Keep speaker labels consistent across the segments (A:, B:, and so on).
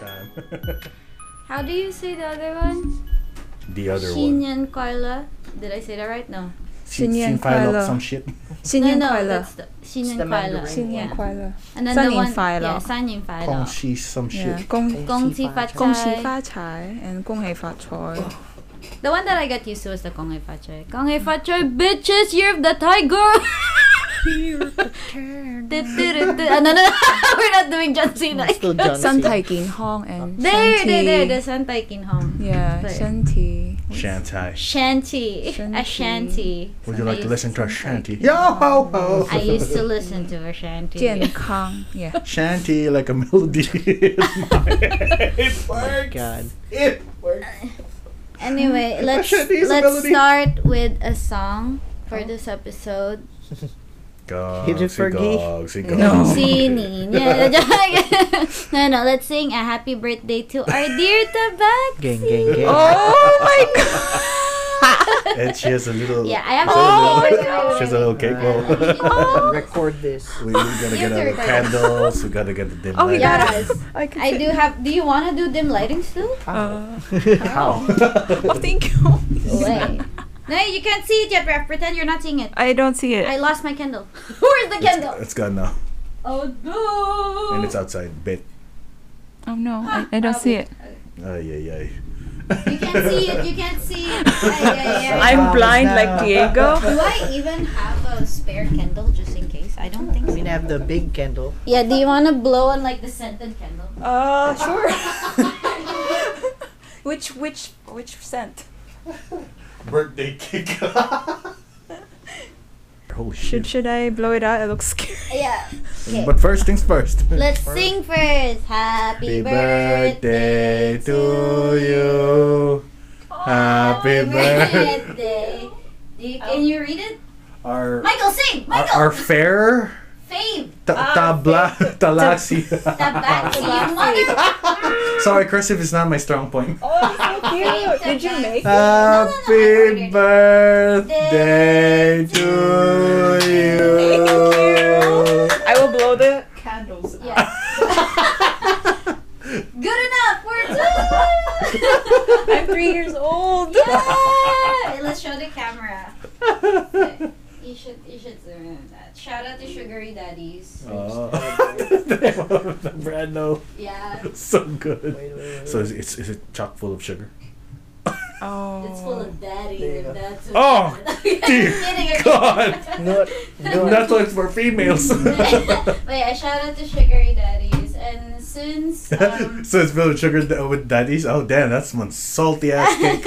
A: time.
B: How do you say the other one?
A: the other one.
B: Shinyan Carla. Did I say that right? No.
A: Shin,
C: Shinyan
A: Shin Philo,
C: Philo.
A: some shit.
B: no,
C: Shinyan
B: no,
C: Kuala.
B: that's the Shinyan
D: the
B: Kuala.
D: Mandarin
C: Shinyan
B: yeah.
C: Kuala.
B: And then
C: San
B: the
C: Yin
B: one,
C: Philo.
B: yeah, San Yin
A: Kong
B: Philo.
A: Shi, some shit.
C: Yeah. 恭
B: Gong Xi Fa
C: 恭
B: Chai.
C: 喜发财 and 恭喜发财。
B: The one that I got used to was the Kong Hei Fa Choi. Kong Hei Fa Choi, bitches, year of the tiger! Du- du- du- du- Ah, no, no, no. We're not doing John Cena.
D: Still John Cena.
C: 身体健康 and
B: There,
C: 身
B: there, there, the
C: 体
B: Santai Kin Hong.
C: yeah
B: 对
C: 身体
A: Shantai.
B: Shanty.
C: Shanty.
B: Ashanti.
A: Would you like to listen to a shanty?
B: Shanti?
A: Yo ho ho!
B: I used to listen to Ashanti.
C: 健 康 yeah
A: Shanty like a melody. it works.
D: Oh God.
A: It works.
B: Anyway, let's
A: Ashanti's
B: let's
A: ability.
B: start with a song for this episode.
A: Gogs,
D: Hit it for gay.
A: gogs, gogs.
C: No.
B: Si Nina. no, no, let's sing a happy birthday to our dear Tabac.
D: Gang, gang, gang.
C: oh my god
A: And she has a little.
B: Yeah, I have
A: Oh,
B: a
A: She has a little cake bowl.
D: Record this.
A: we, we gotta
B: You
A: get
B: have to
A: out the
B: record.
A: candles. We gotta get the dim
C: Oh, we
A: light.
C: gotta-
B: Yes.
C: I can
B: I do have. Do you want to do dim lighting still?
C: uh,
D: How?
C: oh thank you
B: Wait. No, you can't see it yet, Ref. Pretend you're not seeing it.
C: I don't see it
B: I lost my candle. Where's the candle?
A: It's gone now,
B: Oh
A: and
B: no!
A: it's outside. Bit.
C: oh no I, I don't see it
A: Ay ay ay.
B: You can't see it. You can't see it. Ay, ay, ay.
C: I'm blind like Diego
B: Do I even have a spare candle just in case? I don't think
D: I
B: so.
D: mean, I have the big candle.
B: Yeah. Do you want to blow on like the scented candle?
C: uh sure which which which scent
A: Birthday cake. Holy
C: should
A: shit!
C: should I blow it out it looks scary
B: Yeah. Okay.
A: But first things first.
B: Let's sing first.
A: Happy
B: Happy,
A: birthday to you. Happy birthday.
B: Oh, birthday. Do you, can you read it?
A: Our,
B: Michael, sing!
A: our
B: Michael! Ah,
A: our fair
B: Fave!
A: ta- tabla talasi.
B: The back to you, mother!
A: Sorry, cursive is not my strong point.
C: oh
B: cute. Did you make
A: Happy birthday to you.
C: I will blow the candles out.
B: Yeah. Good enough! We're done!
C: I'm three years old.
B: yeah! Let's show the camera. You should, you should zoom in on that. Shout out to Sugary Daddies.
A: Uh. Oh. the brand no.
B: Yeah.
A: So good.
D: Wait, wait, wait, wait.
A: So is, is, is it chock full of sugar?
C: Oh.
B: It's full of daddy
D: There you go.
B: and that's
A: Oh,
B: kidding,
A: dear
B: okay.
A: God.
D: Not- not-
A: That's why it's for females.
C: Um,
B: Wait, I shout out to Sugary Daddies and since um,
A: so it's filled with sugar da- with daddies. Oh damn, that's one salty ass cake.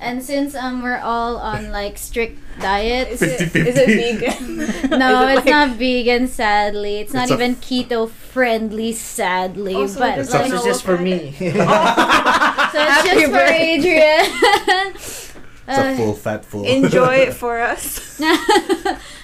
B: and since um we're all on like strict diets.
C: Is it, is
A: 50-50.
C: it vegan?
B: No,
C: Is it
B: it's
C: like-
B: not vegan. Sadly, it's not
A: It's a-
B: even keto friendly. Sadly,
C: Oh, so
B: but
C: there's
A: So
B: like,
D: This is just for me.
B: so it's
C: Happy
B: just for
C: birthday.
B: Adrian.
A: It's a
B: Uh,
A: full fat full.
C: Enjoy it for us.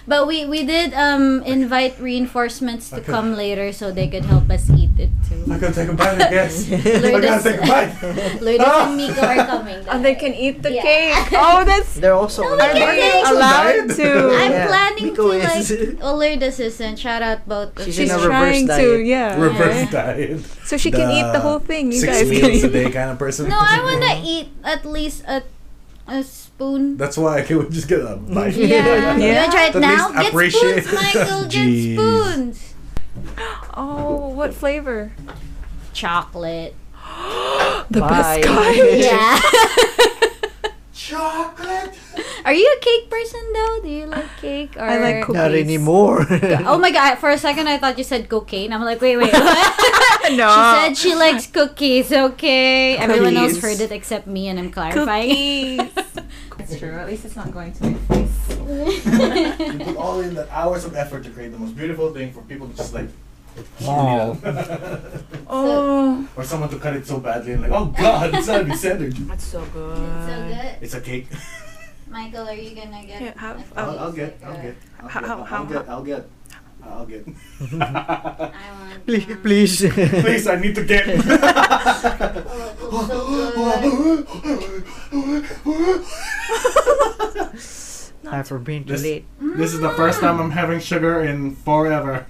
B: but we we did um invite reinforcements to
A: Okay.
B: come later so they could help us eat it too.
A: I gotta take a bite, I guess. I gotta
B: Lourdes-
A: take a bite.
B: Lourdes
A: Ah.
B: and Miko are coming.
C: And they can eat the
B: Yeah.
C: cake. Oh, that's
D: They're also on
B: they can
C: are
D: diet.
B: take-
C: they allowed
A: Diet?
C: to?
B: I'm
D: Yeah,
B: planning
D: Miko
B: to
D: is-
B: like. Well, Lourdes isn't. Shout out both. of
D: She's
B: you.
C: She's
D: in a reverse
C: trying to,
D: diet.
C: yeah.
A: Reverse
C: yeah.
A: diet.
C: So she can eat the whole thing. You
A: Six
C: guys can
A: meals a
C: eat.
A: day kind of person.
B: No, I wanna eat at least a a spoon.
A: That's why I can just get a bite.
B: Yeah. You
C: Yeah.
B: wanna try it
A: At
B: now?
A: least
B: Get
A: appreciate-
B: spoons, Michael. Get
A: Jeez.
B: spoons.
C: Oh, what flavor?
B: Chocolate.
C: The
D: Bye.
C: best kind.
B: Yeah.
A: Chocolate.
B: Are you a cake person though? Do you like cake? Or
C: I like cookies.
D: Not anymore.
B: Oh my god! For a second, I thought you said cocaine. I'm like, wait, wait. what?
C: no.
B: she said she likes cookies. Okay. Everyone else heard
C: Cookies.
B: it except me, and I'm clarifying.
C: cookies. That's true. At least it's not going to my face.
A: You put all in the hours of effort to create the most beautiful thing for people to just like.
D: Wow.
C: Oh,
A: or someone to cut it so badly and like, oh god, it's not to be centered.
C: that's so good.
B: so good.
A: It's a cake.
B: Michael, are you gonna get?
C: Yeah, have-
B: a
C: I'll-
B: piece?
A: I'll
C: How- how- how-
A: I'll get. I'll get.
B: I want. one.
D: please, please.
A: Please, I need to get.
B: Oh, it looks so good.
D: Hi for being too
A: Just-
D: late.
A: this is the first time I'm having sugar in forever.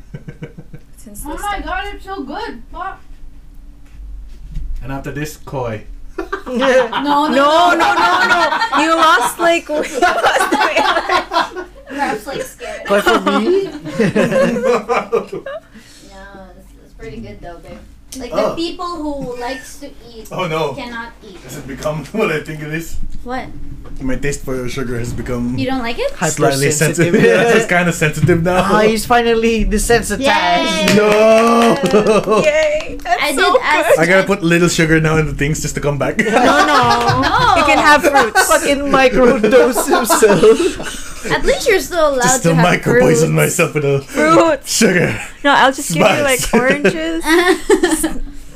C: Since
B: Oh
C: this
B: my god, it's so good. Fuck.
A: and after this, koi.
B: Oh, No, no,
D: no, no, no, no. You lost like. you lost
B: Oh.
D: the-
B: Perhaps like scared.
D: But for me?
B: No, it's, it's pretty good though, babe. Like the
A: Oh.
B: people who likes to eat
A: oh no.
B: cannot eat.
A: Has it become what I think it is?
B: What?
A: My taste for sugar has become
B: You don't like it?
A: slightly sensitive.
D: Hypersensitive.
A: yeah, it's kind of sensitive now.
D: Ah, he's finally desensitized.
B: Yay.
A: no!
E: Yay! That's
B: I
E: so
B: did ask.
E: good.
A: I gotta put little sugar now in the things just to come back.
D: No, no.
B: No.
D: You can have fruits. Fucking microdose yourself.
B: At least you're still allowed
A: just
B: to
A: to
B: have
A: micropoison
B: fruits.
A: myself with a
E: Fruits.
A: sugar.
E: No, I'll just give you
A: Spice.
E: like oranges.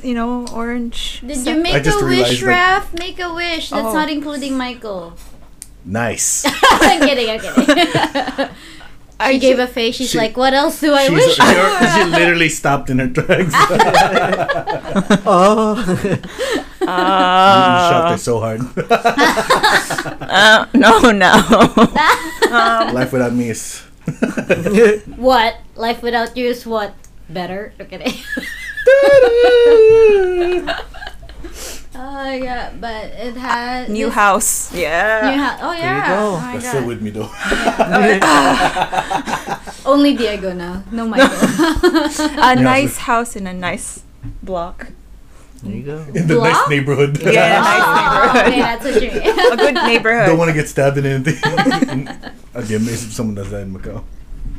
E: you know, orange.
B: Did
E: stuff.
B: you make
A: just
B: a wish,
A: realized that-
B: Raf? Make a wish. That's
D: Oh.
B: not including Michael.
A: Nice.
B: I'm kidding. I'm kidding.
E: I
B: she gave
E: ju-
B: a face. She's
A: she-
B: like, "What else do I
A: She's-
B: wish?"
A: she, she literally stopped in her tracks.
D: Oh.
A: you shot
E: Uh,
A: her so hard.
E: uh, no, no. um,
A: Life without me is.
B: what life without you is what better? Okay. Oh yeah, but it had
E: New
B: this-
E: house. Yeah.
B: New house. Oh
D: you
B: yeah.
D: go.
B: Oh, my
A: That's
B: God.
A: still with me though.
B: Only Diego now. No Michael.
E: A
A: New
E: nice
A: houses.
E: house in a nice block.
D: There you go.
A: In the
B: Block?
A: nice neighborhood.
E: Yeah, nice neighborhood.
B: Okay, that's what you mean.
E: A good neighborhood.
A: Don't want to get stabbed in anything. I'd be amazed if someone does that in Macau.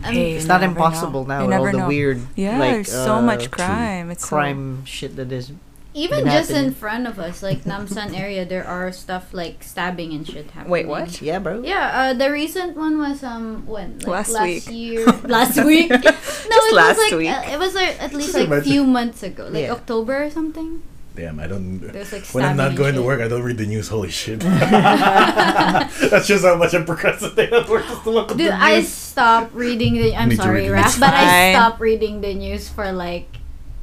B: Hey,
D: It's not impossible now
E: You
D: with all
E: never
D: the
E: know.
D: weird
E: Yeah,
D: like,
E: there's so
D: uh,
E: much crime. It's so-
D: crime shit that is.
B: Even
D: Been
B: just in
D: happening.
B: front of us, like Namsan area, there are stuff like stabbing and shit happening.
E: Wait, what?
D: Yeah, bro.
B: Yeah, uh, the recent one was um when like,
E: Last week.
B: year last week. No,
E: Just
B: it
E: last
B: was like
E: week.
B: uh, it was like, at least
A: Just
B: like a
A: imagine.
B: few months ago, like
D: Yeah.
B: October or something.
A: Damn, I don't.
B: There's like
A: when I'm not
B: stabbing and
A: going to
B: shit.
A: work, I don't read the news. Holy shit. That's just how much I procrastinate at work just to look at
B: Dude,
A: the
B: I
A: news.
B: stopped reading the. I'm
A: Me too,
B: sorry,
A: reading
B: Raph,
A: is
B: but I
E: fine.
B: stopped reading the news for like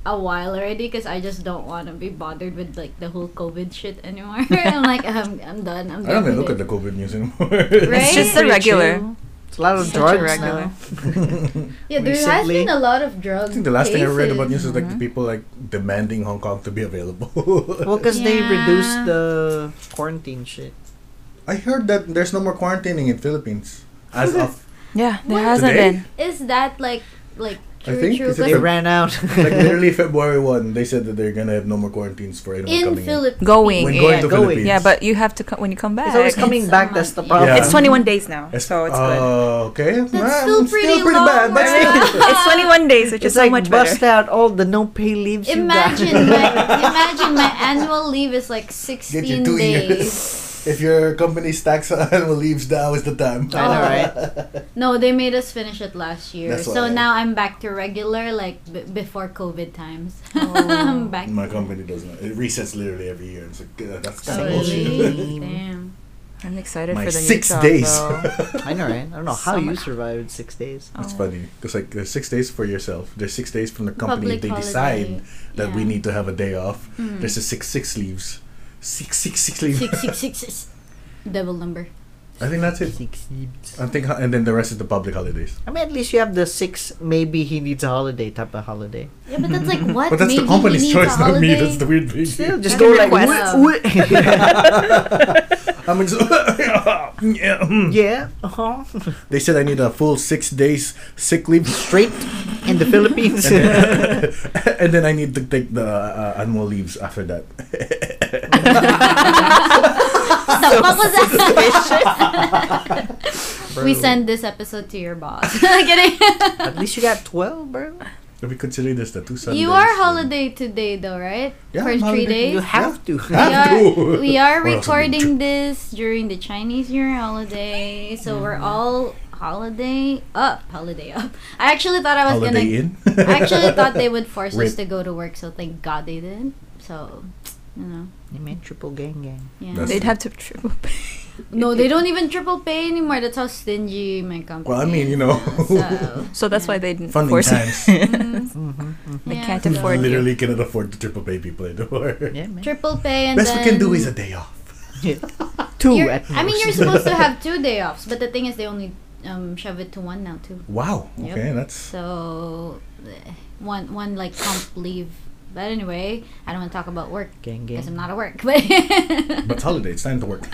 B: a while already because I just don't want to be bothered with like the whole COVID shit anymore. I'm like, um, I'm done. I'm done.
A: I don't even look
B: with
A: at
B: it.
A: the COVID news anymore.
B: Right?
E: It's just
B: Pretty
E: a regular.
D: It's a lot of
E: Such a
D: drugs
E: regular.
D: now.
B: Yeah, there has
D: recently.
B: been a lot of drugs.
A: I think the last thing I read about
B: you.
A: news is like the people like demanding Hong Kong to be available.
D: Well, because they
B: Yeah.
D: reduced the quarantine shit.
A: I heard that there's no more quarantining in Philippines as of
E: Yeah, there
B: What?
E: hasn't
A: Today?
E: been.
B: Is that like like
A: I
B: true?
A: think,
B: true?
A: is it
D: They
A: But-
B: Because
D: ran out.
A: like literally February one. They said that they're gonna have no more quarantines for anyone
B: in
A: coming
B: Philippines,
A: in.
E: Going.
A: When
E: Yeah,
A: going to
D: going.
A: Philippines,
E: Yeah, but you have to co- when you come back.
D: it's always coming
B: It's a
D: back.
B: month,
D: That's the
B: yeah.
D: problem.
E: It's 21 days now,
A: It's-
E: so it's good.
A: uh, okay.
B: That's
A: Well,
B: still
A: it's
B: pretty long,
A: bad, but
B: right?
A: still.
E: It's 21 days, which
D: It's
E: is so
D: like
E: much
D: bust out
E: better.
D: all the no pay leaves. you got.
B: imagine my imagine my annual leave is like
A: Get your
B: sixteen
A: two
B: days.
A: years. If your company stacks annual leaves, now is the time.
D: I know, right?
B: No, they made us finish it last year,
A: That's
B: so
A: why.
B: now I'm back to regular like b- before COVID times. I'm back.
A: My company does not. It resets literally every year. It's like uh, that's kind
B: Oh,
A: of
D: Same.
A: bullshit.
B: really? Damn.
E: I'm excited
A: My
E: for the
A: six
E: new job,
A: days.
E: though.
D: I know, right? I don't know how you
E: Summer.
D: survived six days.
A: It's
E: Oh.
A: funny because like there's six days for yourself. There's six days from the company. if
B: Public
A: they
B: holiday.
A: decide that we
B: Yeah.
A: need to have a day off.
B: Mm.
A: There's a six six leaves. Six six six leaves.
B: six six six six. Double number.
A: I think that's it.
D: Six leaves.
A: I think, ho- and then the rest is the public holidays.
D: I mean, at least you have the six. Maybe he needs a holiday type of holiday.
B: Yeah, but that's like what?
A: but that's the
B: Maybe he
A: company's
B: needs
A: choice,
B: a
A: not me.
B: holiday?
A: That's the weird thing.
D: Still, just
E: I
D: go
E: can
D: like.
E: request.
D: "Wh- wh-"
A: I'm just. yeah. mm.
D: yeah. Uh-huh.
A: They said I need a full six days sick leave straight,
D: In the Philippines.
A: and then, and then I need to take the uh, annual leaves after that.
B: What was that? we send this episode to your boss. Kidding.
D: At least you got twelve, bro.
A: Are we considering this the two Sundays?
B: you are
A: then-
B: holiday today, though, right?
A: Yeah,
B: For
A: I'm
B: three
A: holiday.
B: days.
D: You have to.
B: We
A: Have
B: are,
A: to.
B: we are
A: Or else I'll be in
B: recording this during the Chinese New Year holiday, so
A: Mm-hmm.
B: we're all holiday up, holiday up. I actually thought I was
A: Holiday
B: gonna.
A: Inn.
B: I actually thought they would force us
A: Rip.
B: to go to work, so thank God they did. So, you know,
D: You mean triple gang gang?
B: yeah.
A: That's-
E: They'd have to triple pay.
B: no, they don't even triple pay anymore. That's how stingy my company.
A: Well, I mean, you
B: is
A: know.
B: now, so,
E: So that's why they didn't
A: Funding
E: force
A: times.
B: Mm,
D: Mm-hmm.
E: They
B: yeah,
E: can't
B: so-
E: afford you.
A: Literally cannot afford to triple pay people anymore.
D: Yeah, man.
B: triple pay and
A: Best
B: then
A: we can do is a day off.
D: Two.
B: You're-
D: at
B: I mean,
D: most.
B: you're supposed to have two day offs, but the thing is, they only um, shove it to one now too.
A: Wow.
B: Yep.
A: Okay, that's
B: So eh, one one like comp leave, But anyway, I don't want to talk about work
D: Gang,
B: because I'm not
D: gang.
B: at work. But
A: But it's holiday. It's time to work.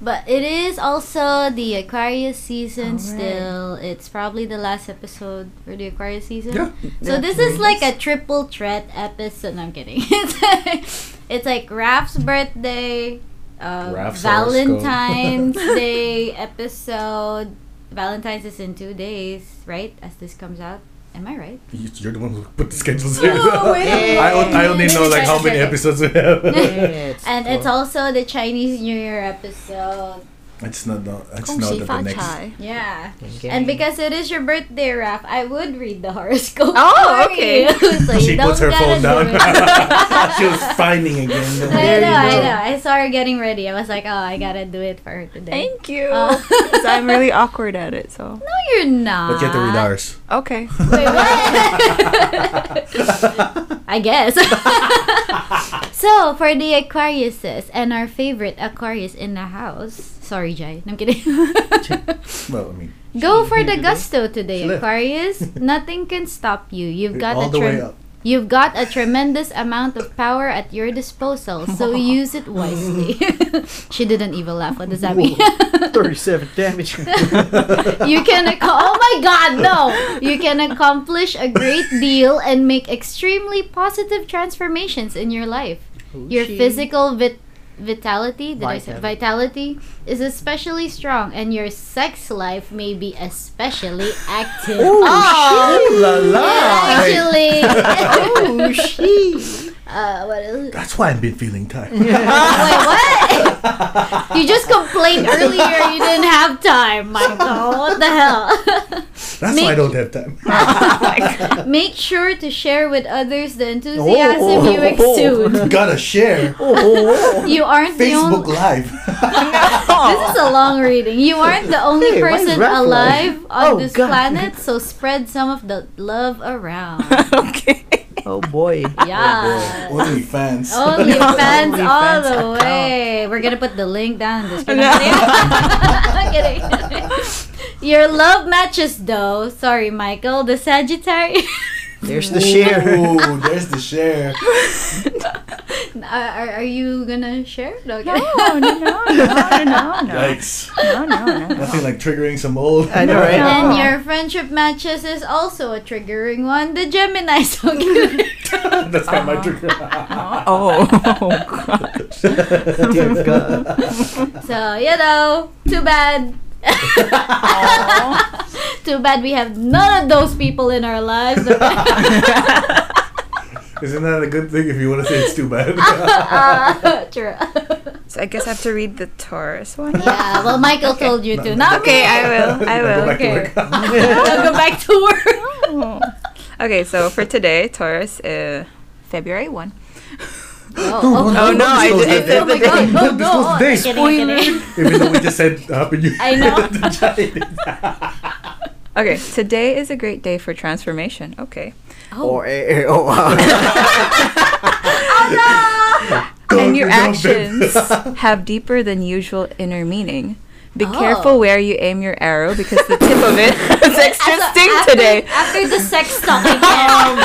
B: But it is also the Aquarius season
D: Alright.
B: still. It's probably the last episode for the Aquarius season.
A: Yeah.
B: So
D: Yeah,
B: this
D: there
B: is
D: it
B: like
D: is.
B: a triple threat episode. No, I'm kidding. it's, it's like Raph's birthday, uh,
A: Raph's horoscope.
B: Valentine's Day episode. Valentine's is in two days, right? As this comes out. Am I right?
A: You- You're the one who put the schedules here. I,
D: I
A: on- I only know like how
B: Check,
A: many
B: check,
A: episodes
B: check.
A: we have.
D: Yes.
B: And it's also the Chinese New Year episode.
A: it's not the.
B: Oh,
A: It's
C: Kung
A: not
C: si
A: that the
C: fa
A: next.
C: chai.
B: Yeah.
D: Gang, gang.
B: And because it is your birthday, Raph, I would read the horoscope.
D: Oh,
B: for
D: okay.
B: you, so you
A: she
B: don't
A: puts her
B: gotta
A: phone
B: do
A: down.
B: it.
A: she was finding again. the-
B: I
D: There
B: know, I
D: you go.
B: know. I saw her getting ready. I was like, oh, I gotta do it for her today.
C: Thank you.
B: Oh.
C: So Uh, I'm really awkward at it. So
B: No, you're not.
A: But you have to read ours.
C: okay.
B: Wait, what? I guess. so, for the Aquariuses and our favorite Aquarius in the house. Sorry, Jai. No, I'm kidding.
A: Well, I mean,
B: Go for
A: here
B: the
A: today.
B: gusto today,
A: She left.
B: Aquarius. Nothing can stop you. You've got
A: all
B: a
A: the
B: trem-
A: way up.
B: You've got a tremendous amount of power at your disposal, so use it wisely. she didn't even laugh. What does that mean?
D: Thirty-seven damage.
B: you can ac- oh my god no you can accomplish a great deal and make extremely positive transformations in your life your physical vit- vitality did I say vitality is especially strong and your sex life may be especially active
D: Oh,
A: la la.
B: actually oh uh, what else?
A: That's why I've been feeling tired.
B: Wait, what? you just complained earlier you didn't have time, Michael. What the hell?
A: That's why I don't have time.
B: Make sure to share with others the enthusiasm
A: Oh.
B: you exude.
A: Gotta share
D: Oh,
B: You aren't the
A: Facebook
B: only.
A: Live.
B: This is a long reading. You aren't the only
D: Hey, why is
B: person
D: Raph
B: alive on
D: Oh,
B: this
D: God.
B: planet, so spread some of the love around.
C: okay.
D: oh boy.
B: Yeah.
A: Only fans.
B: Only Oh, fans
D: Only
B: all
D: fans
B: the
D: account.
B: way. We're gonna put the link down in the description. I'm kidding. Your love matches though. Sorry, Michael. The Sagittarius.
D: There's the share.
A: Ooh, there's the share.
B: are, Uh, are, are you gonna share? No,
C: No, Oh, no, no, no, no, no,
A: Yikes.
C: no, no, no.
A: Nothing like triggering some old.
D: I know, right?
B: And your friendship matches is also a triggering one. The Gemini. So
A: That's not
C: Ah.
A: my trigger.
C: Oh, oh God.
D: Dear God.
B: So you know, too bad. too bad we have none of those people in our lives.
A: Isn't that a good thing if you want to say it's too bad?
B: Uh, true.
C: So I guess I have to read the Taurus one.
B: Yeah, well, Michael told you to. Now,
C: Okay, I will. I
A: Go
C: will.
A: back to
B: okay.
A: work.
B: I'll go back to work.
C: Oh. Okay, so for today, Taurus, uh, February one.
B: Oh,
C: Oh, no, I
A: Disclose
C: did-
A: that
C: it-
A: day.
C: it-
B: oh my god, no, no.
A: Disclose
B: oh,
A: the
B: kidding, kidding.
A: Even though we just said Happy New Year.
B: I know.
A: to Chinese.
C: Okay, today is a great day for transformation. Okay.
D: Or eh, eh, oh, wow.
A: Don't
C: and your
A: do something.
C: actions have deeper than usual inner meaning. Be
B: Oh.
C: careful where you aim your arrow because the tip of it is extra
B: So
C: sting
B: after,
C: today.
B: After the sex talk again.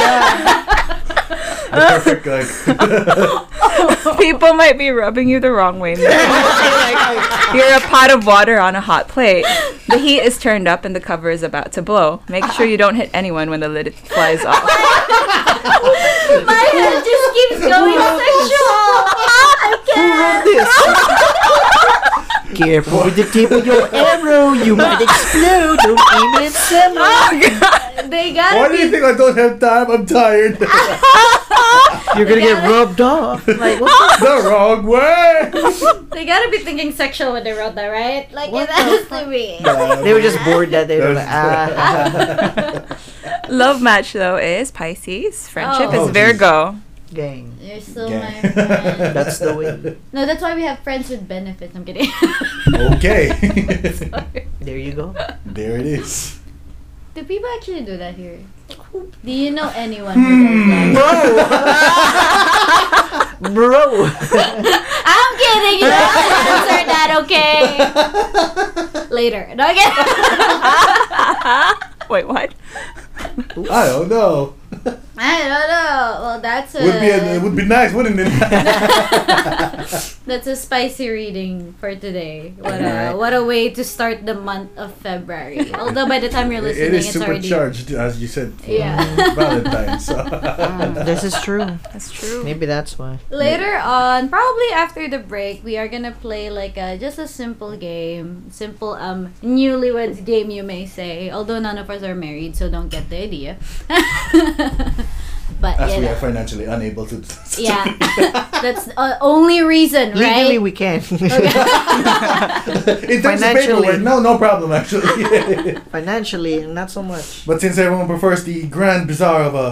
A: The perfect like.
C: People might be rubbing you the wrong way. Maybe like you're a pot of water on a hot plate. The heat is turned up and the cover is about to blow. Make sure you don't hit anyone when the lid flies off. Oh
B: My head just keeps going sexual.
D: Careful with the tip of your arrow. You might explode. Don't aim it at someone.
B: They gotta
A: Why do
B: be.
A: you think I don't have time? I'm tired. the
D: You're gonna get rubbed off. Like what?
A: wrong way.
B: They gotta be thinking sexual when they wrote that, right? Like it has to be.
D: the- They were just bored that day. They were like, ah.
C: Love match though is Pisces. Friendship
B: Oh.
A: Oh,
C: is
A: geez.
C: Virgo.
D: Gang.
B: You're still
A: Gang.
B: my friend.
D: That's the way.
B: No, that's why we have friends with benefits. I'm kidding.
A: Okay.
D: There you go.
A: there it is.
B: do people actually do that here? Do you know anyone who does that?
D: Bro.
B: I'm kidding. You don't have to answer that, okay? Later. No, okay.
C: Wait, what?
A: I don't know.
B: I don't know. Well, That's a
A: Would be a, it would be nice, wouldn't it?
B: that's a spicy reading for today. What a
D: Alright.
B: what a way to start the month of February. Although by the time you're listening,
A: it is
B: it's already
A: supercharged, as you said. For
B: Yeah.
A: Valentine's. So. Mm,
D: this is true.
C: That's true.
D: Maybe that's why.
B: Later on, probably after the break, we are gonna play like a just a simple game, simple um newlyweds game, you may say. Although none of us are married, so don't get the idea. but
A: As we are
B: yeah,
A: financially unable to.
B: yeah, that's the uh, only reason,
D: Legally,
B: right?
D: we can.
A: In terms of
D: Financially.
A: paperwork, no, no problem actually.
D: Financially, not so much.
A: but since everyone prefers the grand bazaar of a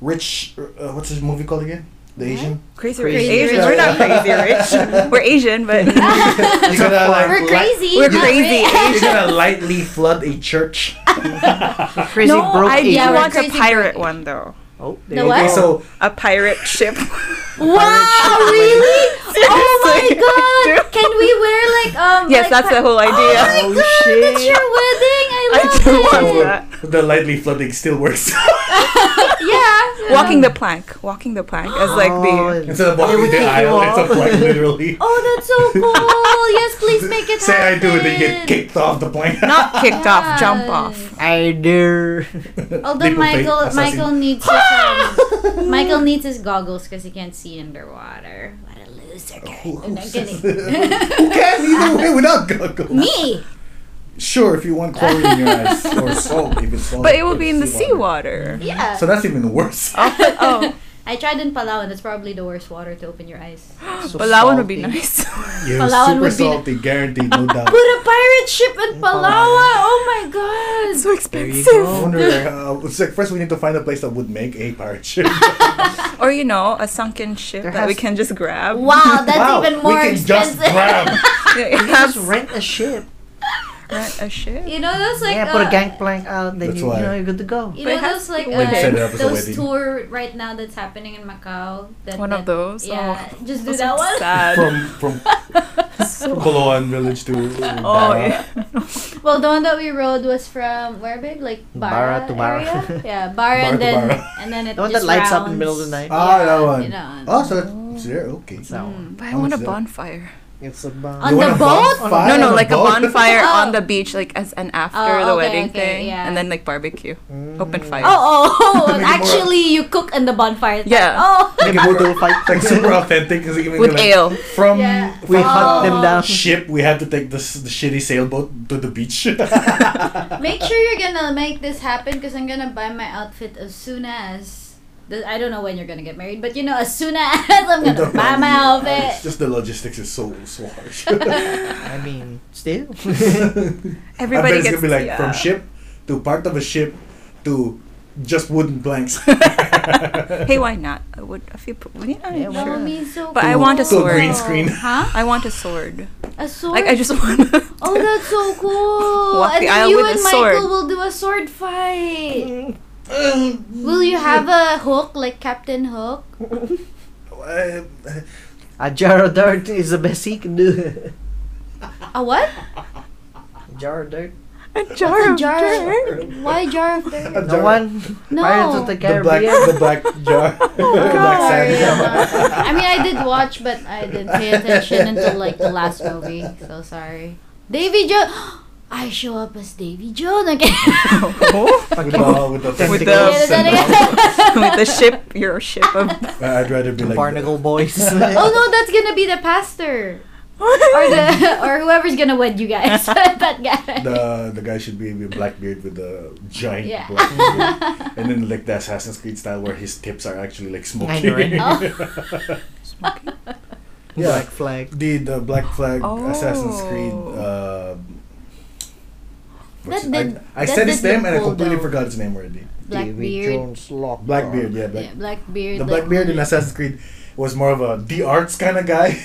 A: rich, uh, what's this movie called again? The Asian.
C: Crazy,
D: Crazy
C: rich.
D: rich.
C: Asians. We're not crazy rich. We're Asian, but
A: You gotta, like,
B: We're
A: li-
B: crazy.
C: we're
B: not
C: crazy.
B: rich.
A: You gotta lightly flood a church.
D: Crazy broke
C: I do
B: Yeah, we're
D: Asian.
C: want a
B: crazy
C: pirate
B: broke
C: one though.
D: Oh,
B: The
D: there you
B: what?
A: Okay,
D: go.
A: so
C: A pirate ship.
B: Wow, really? Oh my
C: Seriously.
B: god! Can we wear like um? like,
C: yes, that's the
B: pa-
C: whole idea.
B: Oh my
D: Oh,
B: god! It's
D: shit.
B: your wedding. I
C: I
B: love
C: do
B: it.
C: want
A: Oh.
C: that.
A: the lightly flooding still works.
B: Yeah.
C: Walking the plank. Walking the plank as like the.
D: Oh,
A: Instead of
D: It
A: walking
D: would
A: the
D: take you
A: aisle, it's
D: off.
A: up like literally.
B: Oh, that's so cool! yes, please make it
A: Say I
B: happen.
A: do, then get kicked off the plane.
C: Not kicked off, jump
B: Yes.
C: off.
D: I do.
B: Although
A: People think
B: Michael,
A: assassin.
B: Michael needs his, um, Michael needs his goggles because he can't see underwater. What a loser!
A: Oh.
B: guy. I'm not kidding.
A: Who can either way without goggles?
B: Me.
A: Sure, if you want chlorine in your eyes or salt, even salt.
C: But it will be in the seawater.
B: Yeah.
A: So that's even worse.
C: Oh,
B: I tried in Palawan. That's probably the worst water to open your eyes.
D: So
C: but that one would be
D: salty.
C: nice.
A: You're
B: Palawan would
A: super
B: be-
A: salty, guaranteed, no doubt.
B: Put a pirate ship in Palawan.
D: Palawan.
B: Oh my god.
C: so
D: There you
C: expensive.
A: I
D: go.
A: wonder. Uh, it's like first, we need to find a place that would make a pirate ship.
C: Or you know, a sunken ship
D: There
C: that we
D: has-
C: can just grab.
B: Wow, Ah, that's
A: wow,
B: even more
A: we can
B: expensive.
A: just grab.
C: Yeah,
D: You can
C: have
D: just rent a ship.
C: rent a ship.
B: you know those like
D: yeah,
B: uh,
D: put a gangplank out, then
A: That's
D: you,
A: why.
D: you know you're good to go.
B: You know
C: But it has
B: those
C: to
B: like
C: be
B: uh,
C: one
A: Set it up as a
B: those
A: wedding.
B: tour right now that's happening in Macau. That,
C: One
B: that,
C: of those.
B: Yeah,
C: Oh,
B: just do
C: those
B: that
C: are
B: one.
C: Sad.
A: from from Koloan village to uh,
C: Oh
A: Bara.
C: yeah.
B: Well, the one that we rode was from where, babe? Like Bara,
D: Bara to Bara.
B: area. Yeah, Bara,
A: Bara
B: and
A: to
B: then
A: Bara.
B: and then it
D: The one
B: just
D: that lights up
B: rounds.
D: in the middle of the night.
A: Ah,
B: Yeah,
A: that one.
B: you know.
A: Oh, so it's there. Okay.
D: It's that one.
C: But I
A: How
C: want a
A: much is that?
C: bonfire.
D: It's a bomb.
B: On
A: You
B: the
A: want a
B: boat?
A: bonfire
C: No,
A: on
C: no, like a
A: boat?
C: bonfire
B: Oh.
C: on the beach, like as an after
B: Oh,
C: the
B: okay,
C: wedding
B: okay,
C: thing,
B: yeah.
C: and then like barbecue, open fire.
B: Oh, oh,
A: Make it more-
B: actually, you cook in the bonfire. thing.
C: Yeah.
B: Oh.
A: Like,
D: Like a
A: we're-
D: brutal fight.
A: like super authentic. 'cause it can be
C: With
A: like,
C: ale.
A: From
B: Yeah.
D: we
A: from,
D: hunt
A: uh,
D: them down.
A: ship, we had to take this the shitty sailboat to the beach.
B: Make sure you're gonna make this happen because I'm gonna buy my outfit as soon as. The, I don't know when you're gonna get married, but you know, as soon as I'm gonna buy my
A: It's
B: outfit.
A: just the logistics is so so harsh.
D: I mean, still.
A: I bet
C: Everybody
A: it's
C: gets
A: gonna be like
C: yeah.
A: from ship to part of a ship to just wooden blanks.
C: Hey, why not? I would a few. p- Yeah,
D: Yeah, why
B: That
C: sure.
B: would be so
C: But I
B: cool.
C: want a
A: To a green
C: sword.
A: screen.
B: Huh?
C: I want a sword.
B: A sword?
C: Like I just want.
B: oh, that's so cool! and
C: Walk
B: then
C: the aisle
B: you
C: with
B: and
C: a
B: Michael
C: sword.
B: will do a sword fight. will you have a hook like Captain Hook?
A: Uh,
D: A jar of dirt is the best he can do.
B: A what?
D: A jar of dirt.
C: a jar
B: A
C: of
B: jar.
C: dirt.
B: Why jar of dirt?
A: a
D: No
A: jar-
D: one.
B: No.
D: Pirates of the
A: The black,
D: Caribbean.
A: the black jar, the black
B: Sorry,
A: sand
B: I'm
A: jar.
B: not- I mean, I did watch, but I didn't pay attention until like the last movie. So sorry. Davy Jones. I show up as Davy Jones again.
A: With the, with the,
D: With
A: tentacles
D: the-
B: Yeah,
A: and
B: then
A: the-
C: With the ship, your ship of.
A: Uh, I'd rather be like
D: Barnacle boys.
B: oh no, that's gonna be the pastor or the or whoever's gonna wed you guys. that guy.
A: the the guy should be with black beard with the giant
B: Yeah.
A: black beard. and then like the Assassin's Creed style where his tips are actually like
D: I
A: smoking.
D: know, right?
A: Yeah.
D: Black flag.
A: the the Black Flag Assassin's Creed. Uh,
C: Oh.
A: what's
B: That
A: it-
B: did-
A: I, I
B: that
A: said his
B: did
A: name
B: look
A: and I
B: cool,
A: completely
B: though.
A: forgot his name already.
D: Davy
B: Blackbeard.
D: Jones Lock.
A: Blackbeard, yeah, Black,
B: Yeah, Blackbeard.
A: the
B: like-
A: Blackbeard in Assassin's Creed was more of a the arts kind of guy.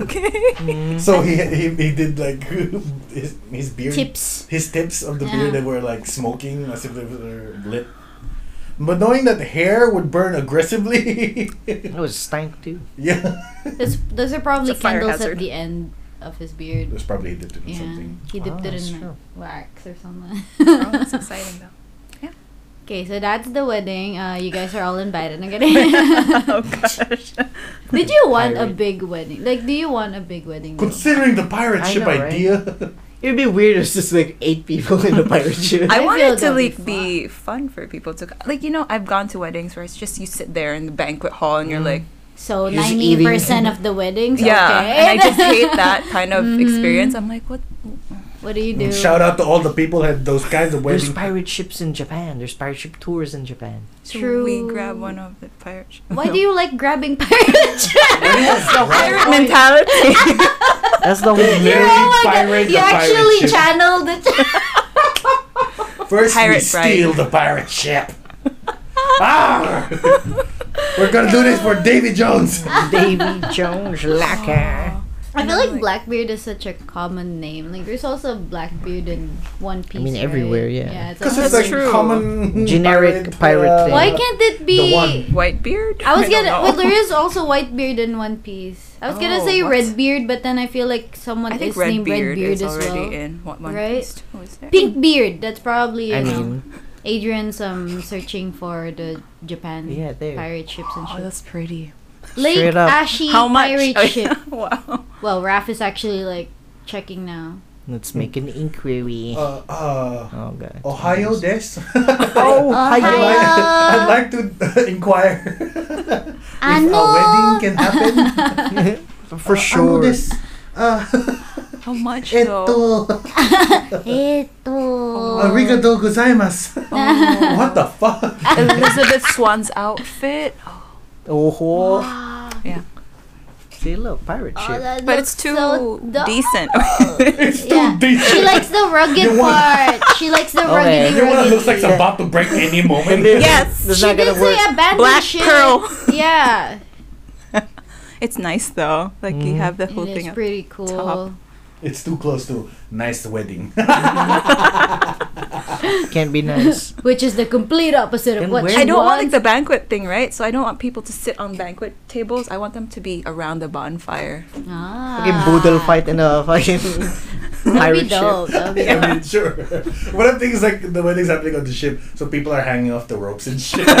C: okay.
A: so he, he he did like his his beard
B: Tips.
A: his tips of the
B: Yeah.
A: beard that were like smoking as if they were lit. But knowing that the hair would burn aggressively,
D: It was stank too.
A: yeah,
B: That's, those are probably
C: It's a fire
B: candles at
C: hazard.
B: the end of his beard.
A: it was probably he did it in
B: Yeah,
A: something. Oh,
B: he dipped
D: Wow,
B: it
D: that's
B: in
D: true.
B: wax or something.
C: Oh, that's exciting though.
B: Okay, so that's the wedding. Uh, you guys are all invited. I'm kidding.
C: oh gosh.
B: Did you want a
D: Pirate.
B: big wedding? Like, do you want a big wedding? though?
A: Considering the pirate
D: I
A: ship
D: know, right?
A: idea,
D: It'd be weird if it's just like eight people in a pirate ship.
C: I,
B: I feel
C: wanted to
B: that'd be
C: like be fun for people to like you know I've gone to weddings where it's just you sit there in the banquet hall and you're like
B: So
D: You're just
B: ninety percent of the weddings.
C: yeah
B: Okay. Mm-hmm.
C: and I just hate that kind of experience. I'm like what
B: What do you do?
A: shout out to all the people that had those kinds of weddings.
D: There's pirate ships in Japan. There's pirate ship tours in Japan.
C: should we
B: True.
C: grab one of the pirate sh-
B: Why do you like grabbing pirate ships?
C: pirate mentality?
D: That's the whole
A: Literally
B: oh my
A: pirate
B: god!
A: the
B: You
A: pirate
B: actually
A: ship.
B: channel the.
A: First, we
C: pirate bride.
A: steal the pirate ship. Ah! We're gonna do this for Davy Jones.
D: Davy Jones lacquer.
B: I feel like Blackbeard is such a common name. Like there's also Blackbeard in One Piece.
D: mean, everywhere,
B: right?
D: yeah.
B: Yeah, it's
A: Because
B: like-
A: it's like
C: true.
A: common uh,
D: Generic pirate thing.
B: Why can't it be?
A: The one.
C: White beard.
B: I was
C: don't
B: gonna.
C: know.
B: Well, there is also Whitebeard in One Piece. I was gonna
C: Oh,
B: say
C: what?
B: Redbeard, but then I feel like someone
C: I think
B: is named
C: Redbeard
B: Redbeard
C: is
B: as
C: already
B: well.
C: in what one
B: Right?
C: Piece? Who is there?
B: Pinkbeard. That's probably you
D: I
B: know,
D: mean,
B: Adrian's um searching for the Japan
D: yeah, there.
B: pirate ships and
C: Oh,
B: shit.
C: that's pretty.
B: Lake
D: Straight up.
B: Ashi
C: How much?
B: pirate
C: Oh,
B: ship.
C: wow.
B: Well, Raph is actually like checking now.
D: Let's make an inquiry.
A: Uh, uh,
D: Oh god.
A: Ohio Des?
D: Oh,
A: I'd
B: Ohio.
A: like, I'd like to uh, inquire
B: I
A: if a wedding can happen.
D: For sure.
A: this? Uh,
C: How much though?
A: eto. uh, Arigato gozaimasu.
C: Oh.
A: What the
B: Uh,
A: fuck?
C: Elizabeth Swan's outfit.
D: Oh,
C: Yeah.
D: see, look, pirate
B: Oh,
D: ship.
C: But it's too decent.
A: It's too
B: Yeah.
A: decent.
B: She likes the rugged
A: You want-
B: part. She likes the
D: Okay.
B: rugged.
A: You know what it looks like it's
D: Yeah.
A: about to break any moment?
C: Yes.
D: That's
B: She
D: not
B: did
D: gonna
B: say
D: work.
B: abandon
C: Black
B: ship.
C: pearl.
B: Yeah,
C: It's nice though. Like you have the whole
B: it
C: thing.
B: is
C: up.
B: pretty cool.
C: top.
A: It's too close to nice wedding.
D: Can't be nice.
B: Which is the complete opposite of
D: And
B: what
D: where-
B: she
C: I don't want like
B: wants.
C: the banquet thing, right? So I don't want people to sit on banquet tables. I want them to be around the bonfire.
B: Ah.
D: Fucking boodle fight and a fucking
B: That'd
D: pirate
B: be dope.
D: ship.
B: That'd be
A: I mean, sure. What I'm thinking is like the wedding's happening on the ship, so people are hanging off the ropes and shit. Just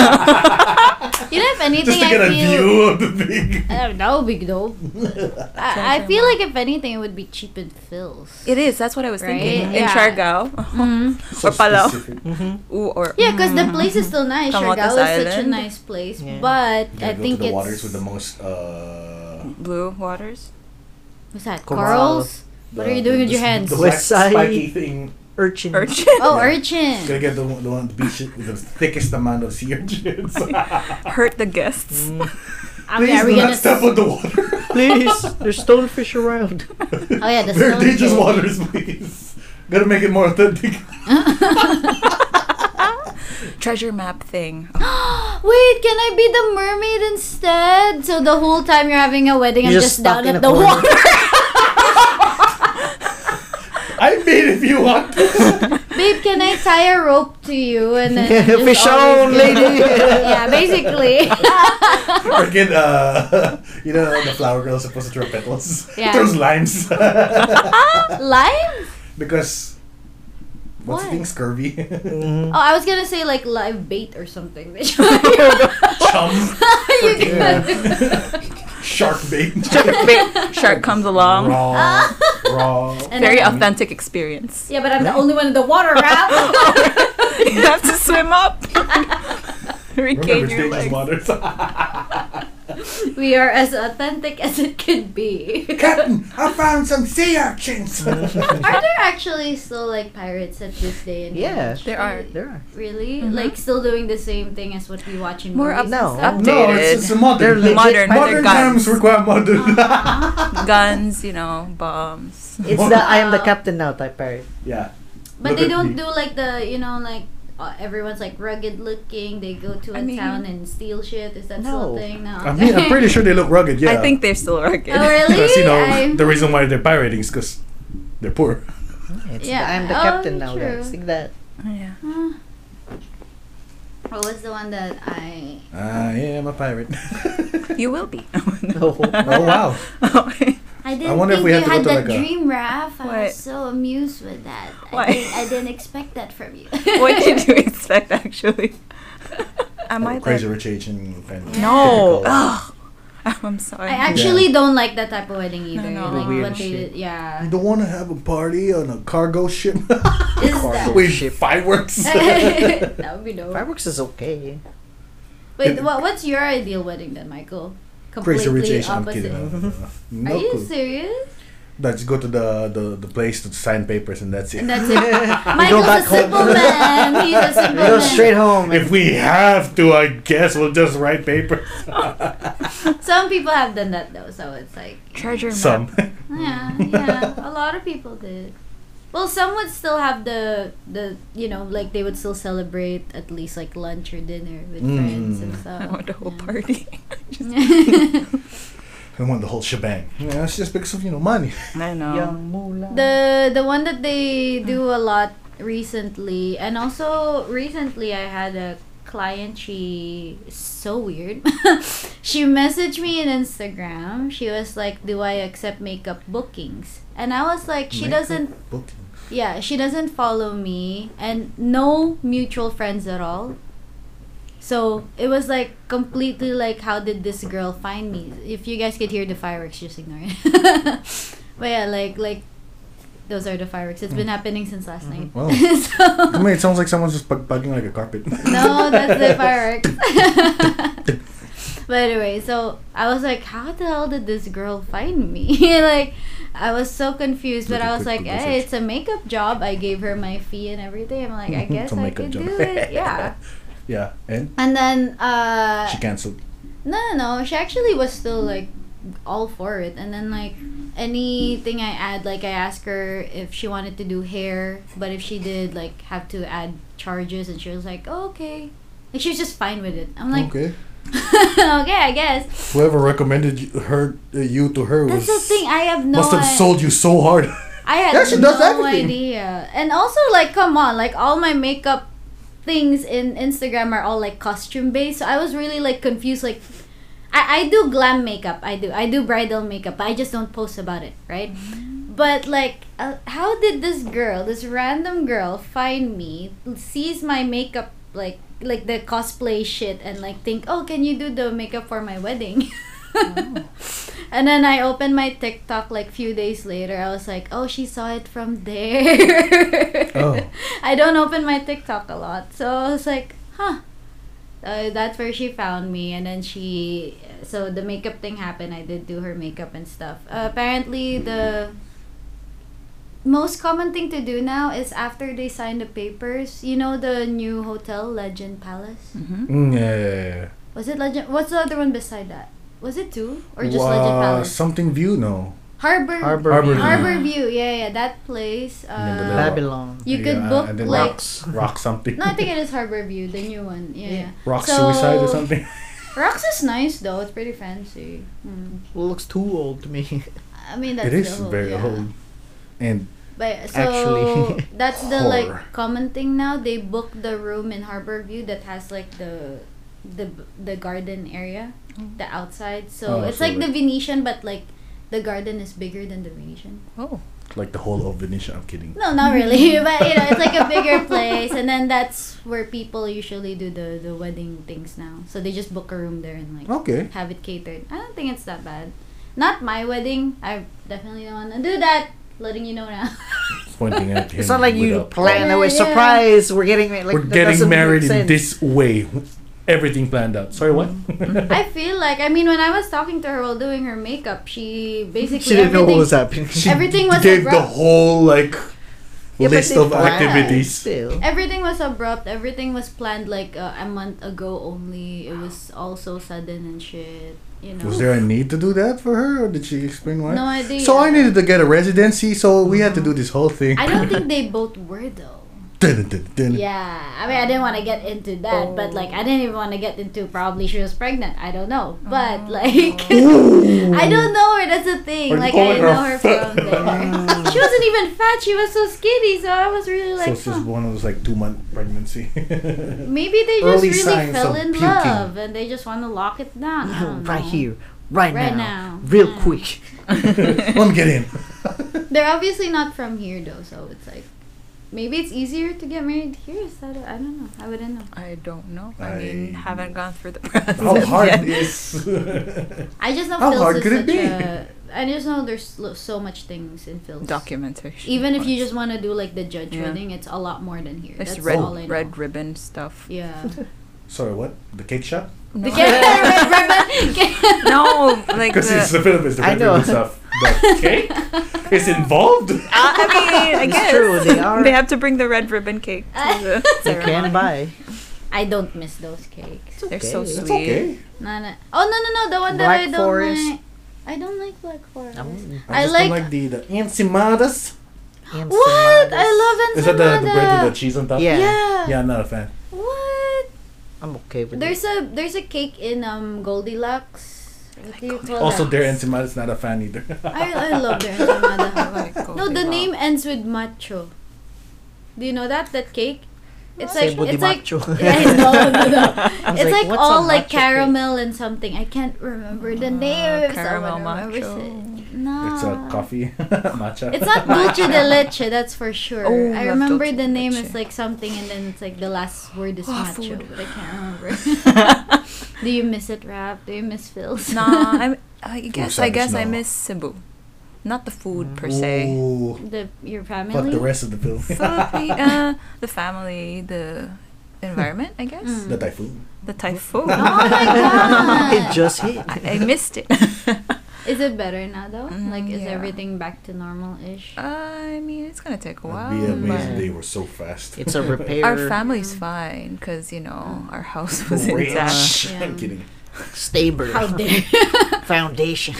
B: dope. You know, if anything,
A: to get
B: I
A: a
B: feel
A: view of the big.
B: Uh, that would be dope. I, I feel like if anything, it would be cheap and fills.
C: It is. That's what I was thinking.
B: Right?
C: In
B: Yeah.
C: Chargao.
B: Mhm.
A: So
C: Or palaw.
A: specific.
D: Mm-hmm.
C: Ooh, or
B: Yeah, because the place is still nice.
C: Camotes
B: Siargao is such a
C: Island.
B: nice place,
D: Yeah.
B: but
A: Gotta
B: I
A: go
B: think
A: to the
B: it's
A: waters with the most. Uh,
C: mm, blue waters.
B: what's that?
D: Coral.
B: Corals. What
A: the-
B: are you doing with your
A: the-
B: hands?
A: The black
D: West side.
A: spiky thing.
D: Urchin.
C: Urchin.
B: Oh,
A: Yeah. Gonna
B: urchin.
A: get the one, the one the beach with the thickest amount of sea urchins.
C: Hurt the guests.
D: Mm,
B: I mean,
A: Please
B: are we
A: do
B: gonna?
A: not step
B: s-
A: on the water.
D: please, there's stonefish around.
B: Oh yeah, the
A: They're
B: stone
A: dangerous
B: fish.
A: waters, please. Gotta make it more authentic.
C: Treasure map thing.
B: Wait, can I be the mermaid instead? So the whole time you're having a wedding,
D: You're
B: I'm just,
D: just
B: down at
D: stuck in a
B: the
D: corner.
B: water.
A: I mean, if you want.
B: Babe, can I tie a rope to you and then
D: Yeah,
B: just
D: fish
B: always
D: on,
B: be-
D: lady.
B: yeah, basically.
A: Freaking, uh, you know, the flower girl is supposed to throw petals.
B: Yeah.
A: Throws limes.
B: Ah, live?
A: because. What's
B: Why?
A: the thing? Scurvy?
D: Mm.
B: Oh, I was gonna say like live bait or something. you
A: Chum.
B: can-
A: Shark bait.
C: Big shark comes along.
A: Raw. Raw.
B: And
C: Very
B: then-
C: authentic experience.
B: Ah. Yeah, but I'm the only one in the water, Ralph.
C: you have to swim up.
A: Remember,
C: Regain
A: it's dangerous
C: your legs.
A: waters.
B: we are as authentic as it could be.
A: Captain, I found some sea urchins.
B: Are there actually still like pirates at this day and
D: Yeah.
B: age?
C: There are.
D: There are.
B: Really?
C: Mhm.
B: Like still doing the same thing as what we watch in
C: More up-
B: movies? and
D: No.
B: stuff?
C: Updated.
A: No, it's, it's a
D: They're
A: modern.
C: Modern,
D: legit pirate-
C: they're
A: Modern
C: guns.
A: times require modern.
C: Guns, you know, bombs.
D: It's the uh, I am the captain now type pirate.
A: yeah.
B: But
A: Look
B: they
A: at
B: don't
A: me.
B: do like the you know like uh, everyone's like rugged looking. They go to a
C: I mean-
B: town and steal shit. Is that still
D: No.
B: a thing? No.
A: I mean, I'm pretty sure they look rugged. Yeah.
C: I think they're still rugged.
B: Oh really?
A: Because you know
B: I'm-
A: the reason why they're pirating is because they're poor.
D: It's
B: Yeah.
D: the I am the
B: Oh,
D: captain now,
B: true.
D: guys. Think that.
C: Yeah.
B: Huh. What was the one that I?
A: I am a pirate.
C: You will be.
D: Oh.
A: oh wow!
C: Okay.
B: I I didn't
A: wonder if
B: think
A: we
B: you
A: have to go
B: had
A: to
B: that
A: like a-
B: dream, Raph. I
C: What?
B: was so amused with that.
C: Why?
B: I, didn't, I didn't expect that from you.
C: what did you expect, actually? Am I
A: Crazy
C: like,
A: Rich Asian kind of
C: No. Ah.
A: typical-
C: Ugh. I'm sorry.
B: I actually don't like that type of wedding either.
C: no.
B: Like
D: Weird
B: what they
D: shit.
B: did, yeah.
A: You don't want to have a party on a cargo ship
B: Is
D: Cargo.
B: that?
A: with
D: Ship.
A: fireworks.
B: that would be dope.
D: Fireworks is okay.
B: Wait, what, what's your ideal wedding then, Michael?
A: Crazy Rich
B: Completely
A: Asian. I'm
B: opposite.
A: kidding. No, no, no. No
B: Are you
A: clue.
B: serious?
A: Let's go to the, the, the place to sign papers and that's it.
B: And that's it.
D: go
B: Michael's
D: back
B: a simple
D: home.
B: man. He's a simple
D: We go
B: Oh, man.
D: straight home.
A: if we have to, I guess we'll just write papers.
B: Some people have done that though, so it's like
C: Treasure map.
A: Some.
B: yeah, yeah. A lot of people did. Well, some would still have the the you know like they would still celebrate at least like lunch or dinner with
A: Mm.
B: friends and
C: I
B: stuff.
C: want the whole party.
B: Yeah.
A: I want the whole shebang. Yeah, it's just because of, you know, money.
C: I know.
D: Young Mulan.
B: the the one that they do a lot recently and also recently i had a client she is so weird she messaged me on instagram she was like do i accept makeup bookings and i was like she
A: Makeup
B: doesn't
A: Booking.
B: yeah she doesn't follow me and no mutual friends at all so it was like completely like how did this girl find me if you guys could hear the fireworks just ignore it but yeah like like those are the fireworks it's been happening since last night
A: Mm. Mm-hmm. Wow. I
B: so
A: mean, it sounds like someone's just pug- bugging like a carpet.
B: no that's the fireworks but anyway so i was like how the hell did this girl find me like i was so confused but
A: Did you
B: i was
A: click
B: like
A: Google
B: hey
A: search?
B: it's a makeup job i gave her my fee and everything i'm like i guess
A: Some
B: i
A: makeup
B: could
A: job.
B: do it yeah
A: yeah, and
B: and then uh
A: she canceled.
B: no, no, no. She actually was still like all for it. And then like anything I add, like I asked her if she wanted to do hair, but if she did, like have to add charges, and she was like, oh, okay. Like she was just fine with it. I'm like, okay,
A: okay.
B: I guess.
A: Whoever recommended you, her, uh, you to her
B: That's
A: was
B: the thing. I have no.
A: must have
B: i-
A: sold you so hard.
B: I had
A: Yeah, she
B: no
A: does everything.
B: idea. And also, like, come on, like all my makeup things in Instagram are all like costume based. So I was really like confused. Like, I I do glam makeup. I do I do bridal makeup. But I just don't post about it, right? But like, uh, how did this girl, this random girl, find me? Sees my makeup like like the cosplay shit and like think, oh, can you do the makeup for my wedding? And then I opened my TikTok like few days later. I was like, oh, she saw it from there.
A: Oh.
B: I don't open my TikTok a lot. So I was like, huh. Uh, that's where she found me. And then she, so the makeup thing happened. I did do her makeup and stuff. Uh, apparently, the most common thing to do now is after they sign the papers, you know, the new hotel, Legend Palace?
C: Mm-hmm.
A: Mm, yeah, yeah, yeah.
B: Was it Legend? What's the other one beside that? Was it two? Or just
A: Wa-
B: Legend Palace?
A: Something view, no.
B: Harbor
D: Harbor,
A: Harbor
D: View.
A: View.
B: Harbor View, yeah, yeah, that place.
A: And then the
B: Uh,
A: Babylon.
D: Babylon.
B: you could
A: Yeah,
B: book
A: and then
B: like.
A: rocks, rock something.
B: No, I think it is Harbor View, the new one. Yeah. yeah.
A: rock
B: So-
A: suicide or something.
B: Rocks is nice though. It's pretty fancy. Mm.
D: Looks too old to me.
B: I mean, that's
A: It is
B: the whole,
A: very
B: yeah.
A: old, and
B: But so
D: Actually.
B: that's the like
A: Horror.
B: common thing now. They book the room in Harbor View that has like the the the garden area, the outside. So
A: Oh,
B: it's
A: so
B: like the
A: like-
B: Venetian, but like the garden is bigger than the Venetian.
C: Oh.
A: like the whole of Venetia. I'm kidding.
B: No, not really. but you know, it's like a bigger place, and then that's where people usually do the the wedding things now. So they just book a room there and like
A: Okay.
B: have it catered. I don't think it's that bad. Not my wedding. I definitely don't want to do that. Letting you know now.
A: Pointing at him.
D: It's not like you
A: without- Oh,
D: plan away.
B: Yeah.
D: Surprise! We're getting married. Like,
A: We're
D: that
A: getting
D: doesn't make
A: married in
D: sense.
A: this way. Everything planned out. Sorry, what?
B: I feel like I mean when I was talking to her while doing her makeup, she basically
D: She didn't know
B: everything,
D: what was happening.
A: She
B: Everything was
A: gave the
B: abrupt.
A: whole like
D: Yeah, but
A: list
D: they
A: of
D: planned
A: activities.
D: Still.
B: Everything was abrupt. Everything was planned like uh, a month ago only. It was all so sudden and shit. You know.
A: Was there a need to do that for her, or did she explain why?
B: no idea.
A: So I needed to get a residency, so we had to do this whole thing.
B: I don't think they both were though.
A: Dun, dun, dun.
B: Yeah, I mean, I didn't want to get into that, but like, I didn't even want to get into probably she was pregnant. I don't know, but like, I don't know her. That's the thing.
A: Or
B: Like,
A: call
B: I
A: it
B: didn't know her
A: rough.
B: from there. she wasn't even fat. She was so skinny. So I was really
A: so
B: like,
A: it's just
B: huh,
A: one of those like two month pregnancy.
B: maybe they just
A: early
B: really
A: signs
B: fell
A: of
B: in
A: puking.
B: love and they just want to lock it down. I don't
D: Right
B: know.
D: here. right,
B: Right now.
D: now, real quick.
A: Let me get in.
B: They're obviously not from here though, so it's like maybe it's easier to get married here. Is that I don't know. I wouldn't know.
C: I don't know. I, mean,
A: I-
C: haven't gone through the process.
A: How hard
C: yet.
A: is?
B: I just know
A: How
B: Phil's
A: hard
B: is
A: could it
B: such
A: be?
B: a. I just know there's lo- so much things in Phil's.
C: documentation?
B: Even if you
C: parts.
B: just want to do like the judge
C: Yeah.
B: wedding, it's a lot more than here.
C: It's
B: That's
C: red
B: all I know.
C: red ribbon stuff.
B: Yeah.
A: Sorry, what? The cake shop?
C: No.
B: no.
C: no, like
A: Because it's
C: the,
A: the Philippines, the
D: I
A: red
D: know.
A: ribbon stuff. The cake is involved.
C: I mean, I
D: It's
C: guess
D: true, they are-
C: They have to bring the red ribbon cake. To the
D: You can
C: ceremony.
D: buy.
B: I don't miss those cakes.
C: They're so
D: Okay.
C: sweet.
D: It's
A: It's okay.
B: No, no. Oh no no no! The one
D: Black
B: that I don't
D: Forest.
B: like. I don't like black forest.
D: Mm.
A: Oh. I,
B: I
A: just don't
B: like-
A: like the, the enchiladas.
B: What? I love
A: Is
B: enchiladas.
A: that the, the bread with the cheese on top?
D: Yeah.
B: Yeah.
A: Yeah, I'm not a fan.
B: What?
D: I'm okay with
B: There's a there's a cake in um Goldilocks. What do you call
A: Oh, also,
B: that?
A: their enchiladas not a fan either.
B: I I love their enchilada.
C: Like
B: no, the
C: Goldilocks.
B: name ends with macho. Do you know that that cake? It's
D: Say
B: like
D: booty
B: it's like
D: macho.
B: Yeah, no, no, no.
D: I was
B: it's like,
D: "What's a
B: all like
D: matcha cake?"
B: caramel and something. I can't remember the name.
C: Ah, caramel macho.
B: No.
A: It's a coffee matcha.
B: Ah. It's not dulce de leche, that's for sure.
C: Oh,
B: I
C: love
B: remember
C: dulce
B: the
C: de
B: name
C: leche.
B: is like something, and then it's like the last word is
C: Oh,
B: macho,
C: food.
B: but I can't remember. Do you miss it, Rap? Do you miss Phil's?
C: nah, I'm, I guess I
A: savage,
C: guess I
A: no.
C: miss Cebu, not the food per se.
A: Ooh,
B: the your
A: but
B: family.
A: the rest of the Philippines.
C: Food, uh, the family, the environment, I guess.
B: Mm.
A: the typhoon.
C: The typhoon.
B: Oh my god!
D: it just hit.
C: I, I missed it.
B: Is it better now though?
C: Mm,
B: like, is
C: yeah. Uh,
B: everything back to normal ish?
C: I mean, it's gonna take a while.
A: It'd be amazing.
C: but
A: They were so fast.
D: It's a repair.
C: Our family's fine because you know our house was
A: Great.
C: intact.
B: Yeah.
A: I'm kidding.
D: stable
B: How dare
D: foundation.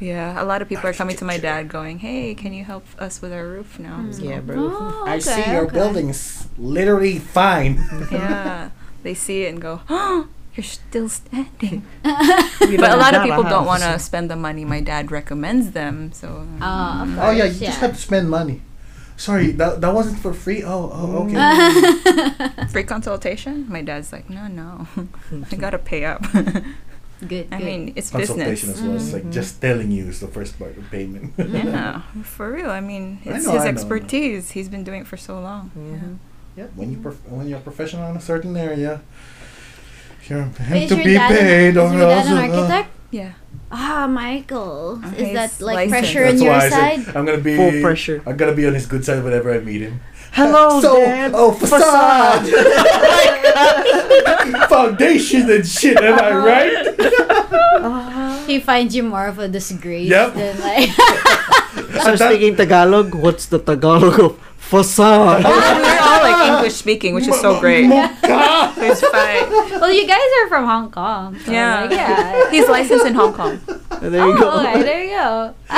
C: Yeah, a lot of people are coming to my dad, going, "Hey, can you help us with our roof now?"
B: Mm.
C: So,
D: yeah, bro.
B: Oh,
A: I see
B: okay,
A: your
B: okay.
A: building's literally fine.
C: yeah, they see it and go, "Oh, you're still standing."
D: We
C: But a
D: don't
C: lot of
D: have
C: people don't want to
D: house.
C: spend the money. My dad recommends them, so um,
B: Ah, of
A: oh yeah, you
B: course,
A: just have to spend money. Sorry, that, that wasn't for free. Oh, oh, okay.
C: free consultation. My dad's like, "No, no, I gotta pay up."
B: good.
C: I
B: good.
C: mean, it's
A: Consultation
C: business.
A: as well. It's
B: Mm-hmm.
A: like just telling you is the first part of payment.
C: Yeah, for real. I mean,
A: I
C: it's
A: know, I
C: his
A: know, I know.
C: expertise. He's been doing it for so long.
D: Mhm.
A: Yep. When you prof- when you're a professional in a certain area, you're meant
B: Wait,
A: to
B: is your
A: be
B: dad an-
A: paid.
B: Is
A: or
B: your dad
A: else,
B: an
A: uh,
B: architect?
C: Yeah.
B: Ah, Michael.
C: Uh,
B: Is that
C: he's
B: like
C: licensed.
B: pressure on
A: That's
B: your
A: why I say
B: side?
A: I'm gonna be
D: Full pressure.
A: I'm gonna be on his good side whenever I meet him.
D: Hello,
A: so,
D: Dad.
A: Oh, facade. Foundation and shit. Am
B: Uh-huh.
A: I right?
B: He finds you more of a disgrace
A: Yep.
B: than like.
D: So speaking Tagalog, what's the Tagalog of facade?
C: We're all like English speaking, which is so great.
A: Mukha.
C: It's fine.
B: well, you guys are from Hong Kong. so,
C: Yeah.
B: like, yeah.
C: He's licensed in Hong Kong.
D: there you
B: Oh,
D: go.
B: okay, there you go.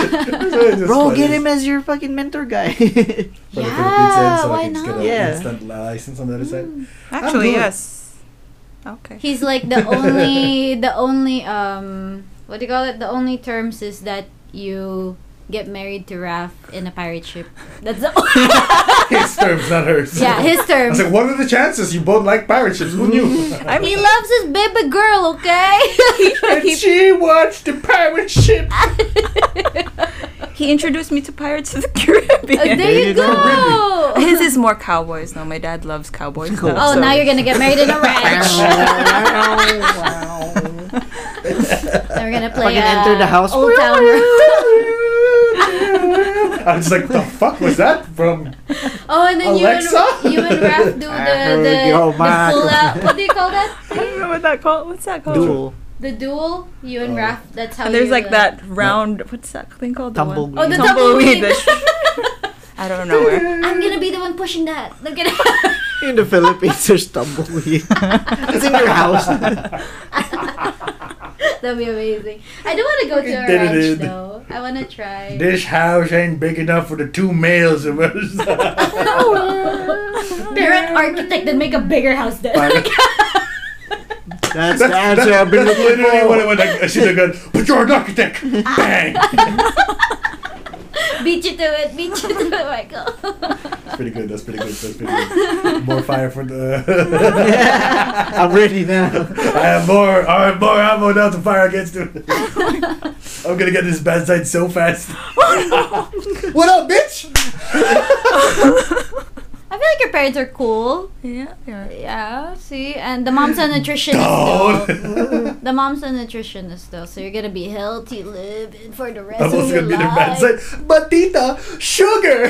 A: It's just
D: Bro,
A: funny.
D: get him as your fucking mentor guy.
A: For the
B: Yeah,
A: Philippines end, so I
B: why
A: can just get
B: not? Mm.
A: an
D: Yeah.
A: instant license on the other side.
C: Actually,
A: good.
C: yes. Okay.
B: He's like the only, the only um, what do you call it? The only terms is that you get married to Raf in a pirate ship. That's the
A: His terms, not hers.
B: yeah, his
A: I
B: terms.
A: was like, what are the chances you both like pirate ships? Who knew?
C: I
B: He
C: mean,
B: loves his baby girl, okay?
A: and she watched the pirate ship.
C: he introduced me to Pirates of the
B: Oh,
C: Caribbean.
B: there you go.
C: His is more cowboys though. My dad loves cowboys.
D: Cool.
B: Oh, now you're gonna get married in a ranch. Then we're gonna play.
D: Fucking
B: uh,
D: enter the house.
B: Old Town
A: I was like, the fuck was that from?
B: Oh, and then
A: Alexa?
B: you and you and Raph do
D: I
B: the
D: heard
B: the,
D: your
B: the
D: man.
B: pull out. What do you call that?
C: I don't know what that called. What's that called?
D: Duel.
B: The duel. You and
A: Oh.
B: Raph. That's how.
C: And there's
B: you,
C: like
B: uh,
C: that round. What's that thing called? The one-
D: Tumbleweed.
B: Oh, the
C: Tumbleweed.
B: tumbleweed.
C: I don't know where.
B: I'm gonna be the one pushing that. Look at
D: In the Philippines, there's tumbleweed. it's in your house.
B: That'd be amazing. I do want to go to a
A: Did it,
B: ranch
A: did.
B: though. I want to try.
A: This house ain't big enough for the two males. of us."
B: They're an architect that make a bigger house then.
A: Pirate-
D: That's the
A: That's,
D: answer
A: that's
D: I've been looking
A: literally
D: for.
A: what I went. I should have gone, but you're an architect. Bang.
B: Beat you to it. Beat you to it, Michael.
A: That's pretty good. That's pretty good. That's pretty good. More fire for the.
D: I'm ready now.
A: I have more. I have more ammo now to fire against him. I'm gonna get this bad side so fast. what up, bitch?
B: I feel like your parents are cool.
C: yeah, yeah.
B: Yeah, see? And the mom's a nutritionist, though.
A: Down.
B: The mom's a nutritionist, though, so you're gonna be healthy living for the rest
A: I'm
B: of
A: also
B: your
A: gonna be their bad
B: life.
A: side. But Tita, sugar.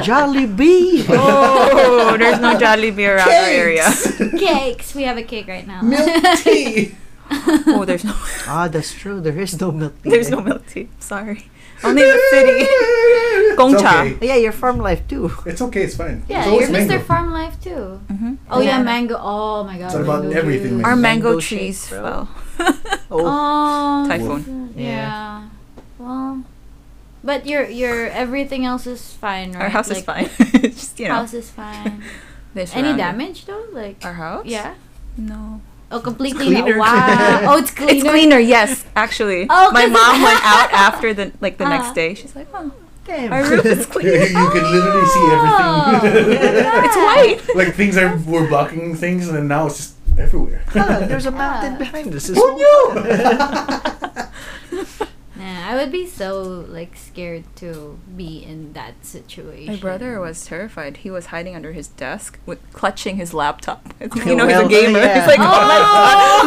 D: Jolly bee.
C: Oh, there's no Jollibee around our area.
A: Cakes.
B: Cakes. We have a cake right now.
A: Milk tea.
C: Oh, there's no,
D: Ah, that's true. There is no milk tea.
C: there's no milk tea. Sorry, only in the city. Gongcha.
A: It's okay.
D: Yeah, your farm life too.
A: It's okay. It's fine.
B: Yeah,
A: it's
B: you're
A: always
B: Mr.
A: mango.
B: Farm Life too.
C: Mhm.
B: Oh yeah.
C: Yeah.
B: mango. Oh my god.
A: It's about
B: mango
A: everything,
B: juice.
A: man.
C: Our mango,
D: Mango shake,
C: trees
D: bro.
C: fell.
D: Oh,
B: Oh.
C: Typhoon.
B: Yeah.
D: Yeah.
B: Well, but your your everything else is fine, right?
C: Our house is
B: Like,
C: fine. It's Just you know.
B: House is fine.
C: they
B: Any
C: surround it.
B: damage though? Like
C: Our house?
B: yeah.
C: No.
B: Oh, completely.
D: cleaner.
B: Wow. oh, it's cleaner.
C: It's cleaner, yes, actually.
B: Oh,
C: My
B: 'cause it-
C: mom went out after the like the
B: Ah.
C: next day. She's like, oh,
D: damn.
C: our roof is
A: you,
C: clean.
A: you can literally see everything.
B: Oh.
C: It's white.
A: like things are were blocking things, and then now it's just everywhere.
D: Ah, there's a
B: Ah.
D: mountain behind us. It's
A: Who
D: so-
B: Nah, I would be so like scared to be in that situation.
C: My brother was terrified. He was hiding under his desk, with, clutching his laptop. you know, he's
D: Well,
C: a gamer.
D: yeah.
C: He's like,
B: Oh,
C: oh,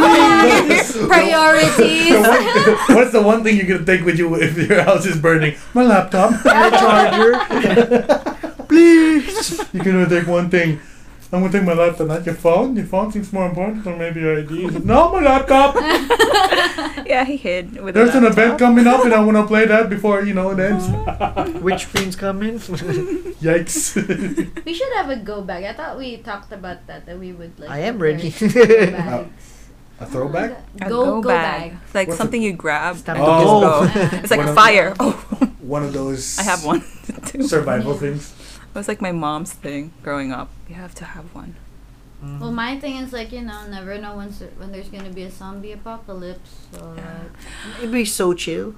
C: my God.
A: The
B: priorities.
A: one- What's the one thing you can take with you if your house is burning? My laptop.
D: My charger. Please.
A: You can only take one thing. I'm gonna take my laptop, not your phone. Your phone seems more important than maybe your ID. No, my laptop.
C: Yeah, he hid with
A: There's
C: a
A: an event coming up, and I want to play that before you know it ends.
D: Which fiend's coming?
A: Yikes.
B: we should have a go back. I thought we talked about that that we would like.
D: I am
B: prepare
D: ready.
B: go bags.
A: a throwback.
C: A
B: Go go, bag.
C: It's like
A: What's
C: something you grab.
D: It's time
C: and
A: to
C: just
A: go.
C: go.
B: Yeah.
C: It's like
A: One
C: a
A: of-
C: fire. Oh,
A: One of those.
C: I have one. too.
A: Survival
B: Yeah.
A: things.
C: It was like my mom's thing growing up. You have to have one.
B: Well, my thing is like you know, never know when s- when there's gonna be a zombie apocalypse. So
D: It'd be so chill.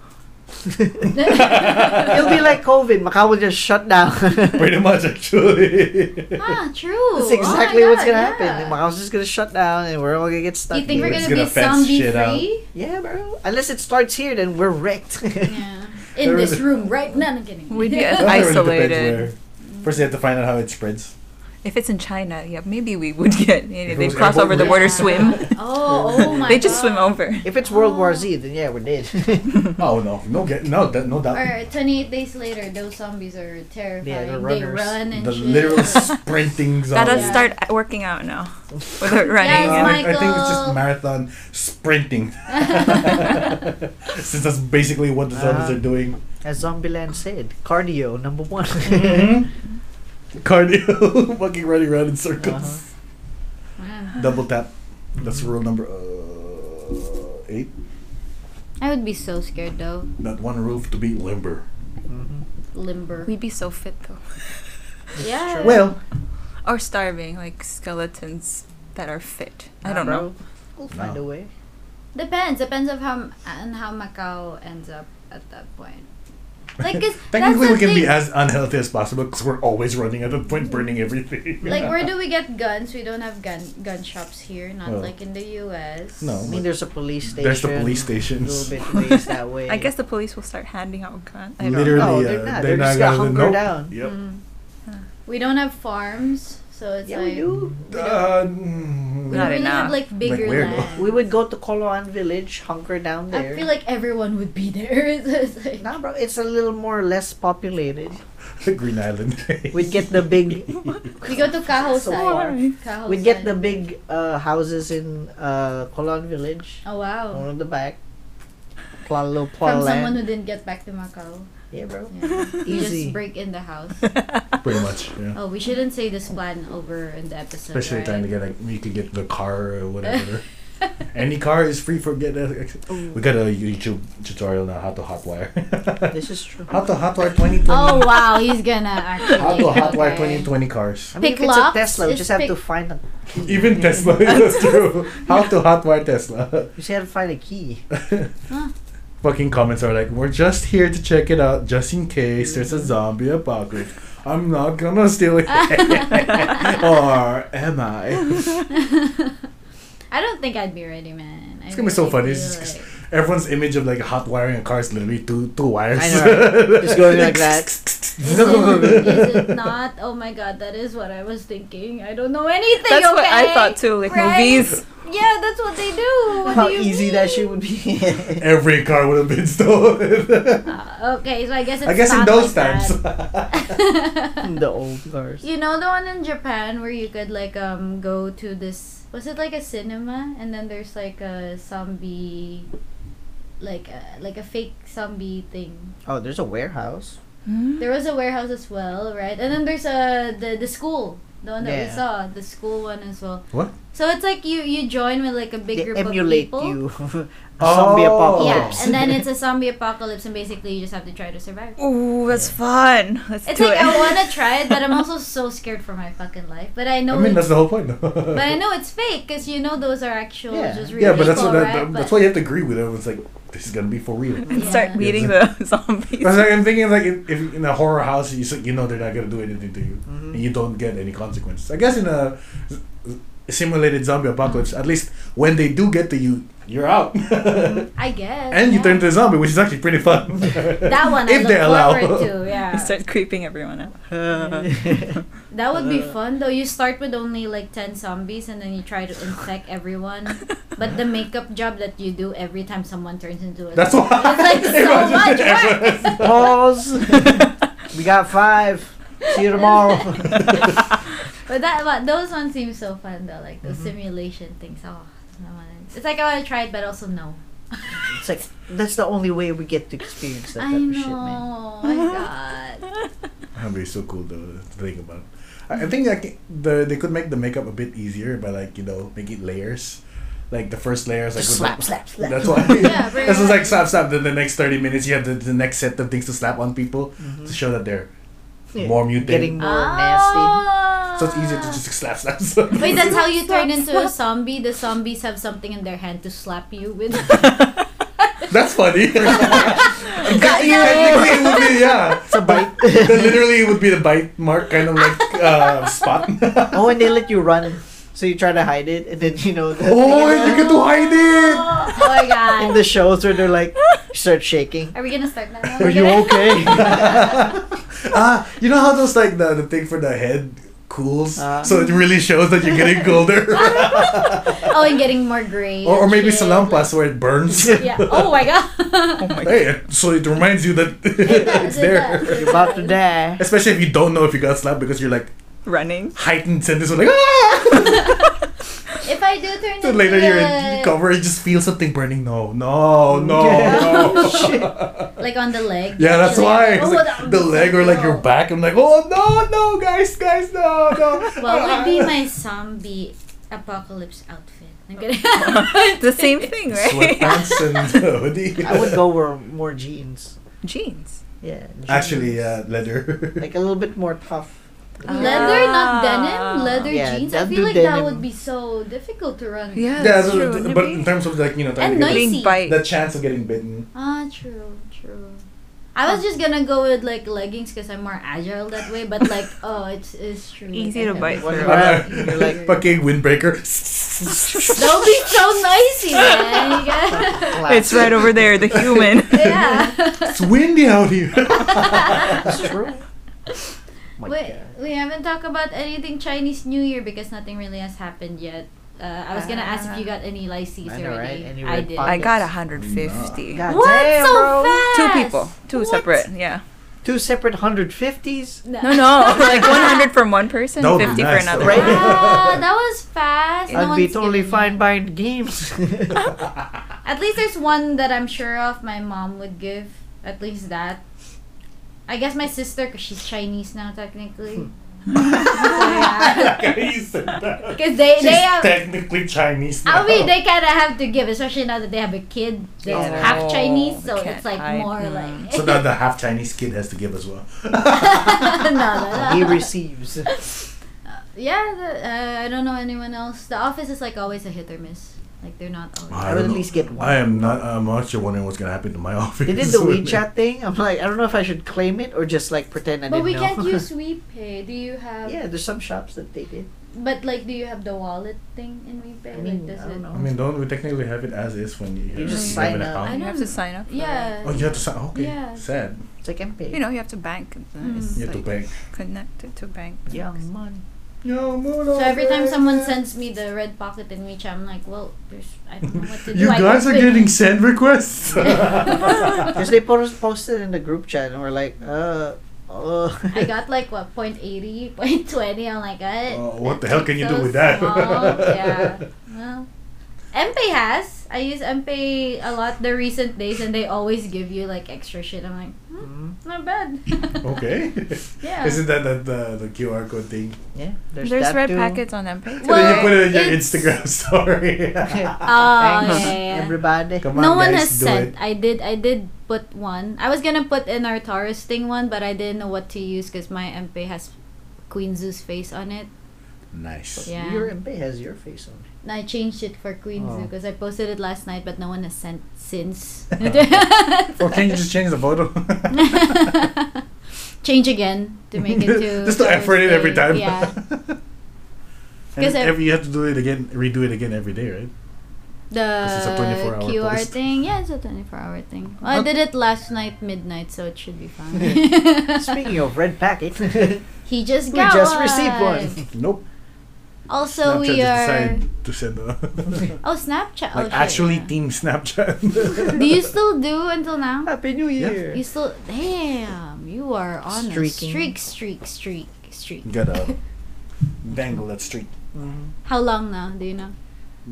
B: like-
D: It'll be like COVID. Macau will just shut down.
A: Pretty much, actually.
B: ah, true.
D: That's
B: Oh my
D: exactly what's
B: God,
D: gonna happen.
B: yeah.
D: Macau's just gonna shut down, and we're all gonna get stuck.
B: You think we're
D: here.
A: It's
B: gonna,
A: gonna
B: be
A: fence
B: zombie
A: shit out.
B: free?
D: Yeah, bro. Unless it starts here, then we're wrecked.
B: Yeah.
A: There
B: In this
A: is-
B: room right now. I'm kidding.
C: We'd be
A: That really depends
C: isolated.
A: where. First, you have to find out how it spreads.
C: If it's in China, yeah, maybe we would get.
A: If it
C: they
A: was
C: cross
A: airport,
C: over the
A: we-
C: border, swim.
B: Oh, oh my.
C: they just
B: God.
C: swim over.
D: If it's World War
B: Oh.
D: Z, then yeah, we're dead.
A: Oh no, no, get, no, that, no doubt.
B: Or 28 days later, those zombies are terrifying. they
D: runners.
B: run and
A: The
B: shit.
A: literal sprinting zone.
C: Gotta
B: Yeah.
C: start working out now without running.
A: No,
B: Yes,
C: and-
A: I, I think it's
B: Michael.
A: just marathon sprinting. Since that's basically what the zombies
D: Ah.
A: are doing.
D: As Zombieland said, cardio number one.
B: Mm-hmm.
A: Cardio, fucking running around in circles.
D: Uh-huh.
B: Man,
A: Double tap. That's rule number uh, eight.
B: I would be so scared though.
A: Not one roof to be limber.
D: Mhm.
B: Limber.
C: We'd be so fit though.
B: yeah.
D: Well,
C: Or starving, like skeletons that are fit. I don't know.
D: We'll find
A: No.
D: a way.
B: Depends. Depends of how and how Macau ends up at that point. Like, 'cause
A: Technically,
B: that's the
A: we can be
B: thing.
A: as unhealthy as possible because we're always running at the point, burning everything.
B: Like, where do we get guns? We don't have gun gun shops here. Not
A: Well,
B: like in the U.S.
A: no.
D: I mean, there's a police station.
A: There's the police
D: A little
A: stations.
D: bit ways that way.
C: I guess the police will start handing out guns. I don't
A: Literally, uh,
D: No, they're not. They're just
A: not
D: gonna hunker
A: nope.
D: down.
A: Yep.
B: We don't have farms, so it's
D: Mm-hmm. Yeah,
B: like
D: we do.
A: Uh, mm,
B: we don't
C: Not
B: really have
C: enough.
B: like bigger
A: where though?
B: land.
D: We would go to Koloan Village, hunker down
B: I
D: there.
B: feel like everyone would be there. so it's like,
D: Nah, bro, it's a little more less populated.
A: Green Island.
D: We'd get the big,
B: we go to Kaho
D: So
B: side. Kaho
D: we'd get
B: side.
D: the big uh, houses in uh, Koloan Village,
B: Oh wow.
D: one on the back. Plot a little plot
B: From
D: of
B: someone
D: land.
B: who didn't get back to Macau.
D: Yeah, bro.
B: Yeah. You
D: Easy.
B: just break in the house.
A: Pretty much, yeah.
B: Oh, we shouldn't say this plan over in the episode.
A: Especially
B: right?
A: trying to get like you could get the car or whatever. Any car is free for get. Uh, ex- we got a YouTube tutorial now how to hotwire.
D: This is true.
A: how to hotwire twenty twenty.
B: Oh wow, he's gonna actually.
A: How to hotwire twenty
B: okay.
A: twenty cars.
D: I mean,
B: Pick
D: if it's a
B: locks
D: Tesla, we
B: is
D: just have to
B: pick-
D: find a.
A: Even Tesla. That's true. How to hotwire Tesla.
D: We just have to find a key.
A: fucking comments are like, we're just here to check it out just in case there's a
D: Mm.
A: zombie apocalypse. I'm not gonna steal it. or am I?
B: I don't think I'd be ready, man.
A: It's gonna be so funny. It's just everyone's image of like hot wiring a car is literally two two wires.
D: I know, right? Just going like that.
B: is it not? Oh my god, that is what I was thinking. I don't know anything.
C: That's
B: okay?
C: what I thought too. Like
B: Right?
C: movies.
B: Yeah, that's what they do. What
D: How
B: do you
D: easy
B: mean?
D: that shit would be.
A: Every car would have been stolen.
B: Uh, okay, so I guess it's
A: I guess in
B: not
A: those
B: like
A: times.
B: that.
D: the old cars.
B: you know the one in Japan where you could like um go to this was it like a cinema and then there's like a zombie like a, like a fake zombie thing.
D: Oh, there's a warehouse.
C: Hmm?
B: There was a warehouse as well, right? And then there's a the the school. The one that we
D: Yeah.
B: saw, the school one as well.
A: What?
B: So it's like you you join with like a big
D: They
B: group
D: emulate
B: of people.
D: you. Zombie
A: Oh.
B: Yeah,
D: apocalypse.
B: and then it's a zombie apocalypse, and basically you just have to try to survive.
A: Oh,
C: Ooh, that's fun. Let's
B: It's
C: do
B: like
C: it.
B: I want to try it, but I'm also so scared for my fucking life. But I
A: I
B: know,
A: mean, that's
B: it's,
A: the whole point.
B: but I know it's fake because you know those are actual,
D: Yeah.
B: just real
A: yeah, but that's
B: people,
A: what that,
B: right?
A: that-
B: But-
A: that's why you have to agree with everyone's like, this is gonna be for real.
C: and
B: Yeah.
C: start meeting the zombies.
A: I was like, I'm thinking like if, if in a horror house, you s- you know they're not gonna do anything to you, and you don't get any consequences. I guess in a s- simulated zombie apocalypse, at least when they do get to you, you're out, and
B: Mm-hmm. I guess.
A: you
B: yeah.
A: turn to a zombie, which is actually pretty fun.
B: that one. I
A: if
B: look
A: they allow.
B: forward to, yeah.
C: You start creeping everyone out.
B: that would be fun though. You start with only like ten zombies, and then you try to infect everyone. But the makeup job that you do every time someone turns into a
A: That's
B: zombie,
A: why.
B: it's like so
A: Imagine
B: much work.
A: everyone-
D: Pause. we got five. See you tomorrow.
B: But that but those ones seem so fun though, like those
A: Mm-hmm.
B: simulation things. Oh, I wanna, it's like I want to try it, but also no.
D: It's like that's the only way we get to experience that
B: I
D: type of
B: know.
D: shit, man.
B: Oh my god.
A: That'd be so cool though to think about. I, I think like the they could make the makeup a bit easier by like you know make it layers. Like the first layer is like
D: Just
A: with
D: slap,
A: the-
D: slap, slap.
A: That's why.
B: Yeah, pretty
A: this is like
B: much.
A: slap, slap. Then the next thirty minutes, you have the, the next set of things to slap on people
D: Mm-hmm.
A: to show that they're
D: Yeah.
A: more mutated.
D: Getting more nasty.
B: Oh.
A: so it's easier to
D: Ah.
A: just slap, slap. slap.
B: Wait, that's how you
C: Slap,
B: turn into a
C: slap.
B: zombie. The zombies have something in their hand to slap you with.
D: Oh.
A: That's funny. I'm guessing technically it would be yeah.
D: It's a bite.
A: Then literally it would be the bite mark kind of like uh, spot.
D: oh, and they let you run, so you try to hide it, and then you know. The,
A: oh, you get to hide it.
B: oh my
D: in
B: god.
D: the shows where they're like start shaking.
B: Are we gonna start that? now?
D: Are you
B: We're gonna-
D: okay?
A: Ah, you know how those like the, the thing for the head cools,
D: Ah.
A: so it really shows that you're getting colder,
B: Oh, and getting more gray.
A: or, or
B: and
A: maybe
B: shit.
A: salampas where it burns.
B: Yeah. Oh my god.
C: Oh my god.
A: Hey, so it reminds you that it's
B: does, it does.
A: there.
D: You're about to die.
A: Especially if you don't know if you got slapped because you're like
C: Running.
A: heightened senses, like ah.
B: if I do turn
A: So
B: into
A: later
B: a,
A: you're in cover, you just feel something burning. No, no, no, no.
B: like on the leg. Oh,
A: Yeah, that's why.
B: usually.
A: It's like the leg or like your back. I'm like, oh no, no, guys, guys, no, no.
B: What would be my zombie apocalypse outfit? I'm kidding.
C: The same thing, right?
A: sweatpants and hoodie?
D: I would go for more jeans.
C: Jeans.
D: Yeah. jeans.
A: Actually, yeah, leather.
D: Like a little bit more tough.
B: leather, not denim.
C: Ah.
B: Leather
D: Yeah,
B: jeans. I
D: don't
B: feel
D: do
B: like that
D: denim.
B: would be so difficult to run.
C: Yeah,
A: yeah,
C: that's
A: so-
C: true.
A: but
C: Maybe.
A: in terms of like you know, trying
B: And
A: to get
B: noisy.
C: Being bite.
A: the chance of getting bitten.
B: Ah, true, true. I was just gonna go with like leggings because I'm more agile that way. But like, oh, it's it's true.
C: Easy to
B: Like, I
C: bite
B: can-
D: What
C: through.
D: about-
A: Uh,
D: You're like-
A: fucking windbreaker.
B: Don't be so noisy, man. You gotta-
C: It's right over there, the human.
B: yeah.
A: It's windy out here.
D: That's true. Oh My
B: Wait,
D: God.
B: we haven't talked about anything Chinese New Year because nothing really has happened yet. Uh, I was gonna ask if you got any lycees
D: Ah. I know,
B: already.
D: right? Any
B: I
D: red
B: did.
C: I
D: pocket?
C: got 150.
D: God
B: what?
D: damn,
B: so
D: bro.
B: fast?
C: Two people. Two
B: What?
C: separate, yeah.
D: Two separate 150s?
C: No, no, like 100 from one person,
A: That would be
C: 50
A: nice,
C: for another.
A: though.
C: one.
B: Wow, Ah, that was fast. No
D: I'd be
B: one's
D: totally
B: giving
D: fine
B: me.
D: buying games.
B: At least there's one that I'm sure of. My mom would give. At least that. I guess my sister, cause she's Chinese now
D: Hmm.
B: technically.
A: He said that.
B: Cause they
A: She's
B: they have.
A: technically Chinese now.
B: I mean, they kind of have to give, especially now that they have a kid that's
C: Yeah.
D: Oh,
B: half Chinese, so
C: Can't
B: it's like
C: hide.
B: more
D: Hmm.
C: Mm.
B: like.
A: so now the half Chinese kid has to give as well.
B: no, no,
D: he
B: no.
D: receives.
B: Yeah, the, uh, I don't know anyone else. The office is like always a hit or miss. Like they're not always.
A: I
D: I would
A: don't
D: at
A: know.
D: least get one.
A: I am not. I'm not sure wondering what's gonna happen to my office.
D: They did the WeChat thing. I'm like, I don't know if I should claim it or just like pretend I
B: But
D: didn't
B: we
D: know.
B: can't use WePay. Do you have?
D: yeah, there's some shops that they did.
B: But like, do you have the wallet thing in WePay?
D: I mean,
B: like, does
D: I don't
B: it?
D: know.
A: I mean, don't we technically have it as is when you,
D: You
B: just
A: have
D: sign
A: an
D: up.
A: account?
B: I
C: You have to
B: don't-
C: sign up. for
B: Yeah.
A: Oh, you have to sign. Okay,
B: Yeah.
A: sad.
D: It's like MPay.
C: it. You know, you have to bank. and then it's
A: You have to bank.
C: like Connected to bank.
D: yeah, man.
A: Yo,
B: So every time someone sends me the red pocket in WeChat, I'm like, well, there's, I don't know what to do.
A: You
B: I
A: guys are
B: open-
A: getting send requests.
D: Because they post, posted in the group chat and we're like, uh, uh.
B: I got like what 0.80, 0.20. I'm like, eh,
A: Oh, what the
B: that's
A: hell
B: like
A: can you
B: so
A: do with that?
B: small. yeah. Well, MPay has. I use MPay a lot the recent days, and they always give you like extra shit. I'm like, hmm,
D: Mm,
B: not bad.
A: okay.
B: Yeah.
A: Isn't that the, the the QR code thing?
D: yeah, there's,
C: There's,
D: that
C: red
D: too.
C: packets on MPay.
A: And then
B: Well,
A: you put it in your
B: it's-
A: Instagram story.
B: Oh,
D: Thanks,
B: yeah, yeah.
D: everybody.
A: Come on,
B: no one
A: guys,
B: has
A: do
B: sent.
A: it.
B: I did. I did put one. I was gonna put in our Taurus thing one, but I didn't know what to use because my MPay has Queen Zeus face on it.
A: Nice.
B: Yeah.
D: Your MPay has your face on it.
B: And I changed it for Queen Zoo
D: Oh.
B: because I posted it last night, but no one has sent since.
A: Or can you just change the photo?
B: change again to make it to
A: just to effort it every time.
B: Thursday.
A: And
B: Yeah, 'Cause I-
A: every, you have to do it again, redo it again every day, right? This is a
B: the
A: 24 hour
B: QR
A: post.
B: thing. Yeah, it's a twenty-four hour thing. Well,
A: Huh?
B: I did it last night midnight, so it should be fine.
D: Speaking of red packet, we
B: he just got
D: just
B: one.
D: received one.
A: Nope.
B: Also,
A: Snapchat
B: we
A: just
B: are.
A: decided to send a
B: Oh, Snapchat. oh,
A: like
B: shit,
A: actually
B: yeah.
A: team Snapchat.
B: Do you still do until now?
D: Happy New
A: Yeah.
D: Year.
B: You still? Damn, you are on a
D: Streaking.
B: streak, streak, streak, streak.
A: gotta dangle that street.
D: Mhm.
B: How long now? Do you know?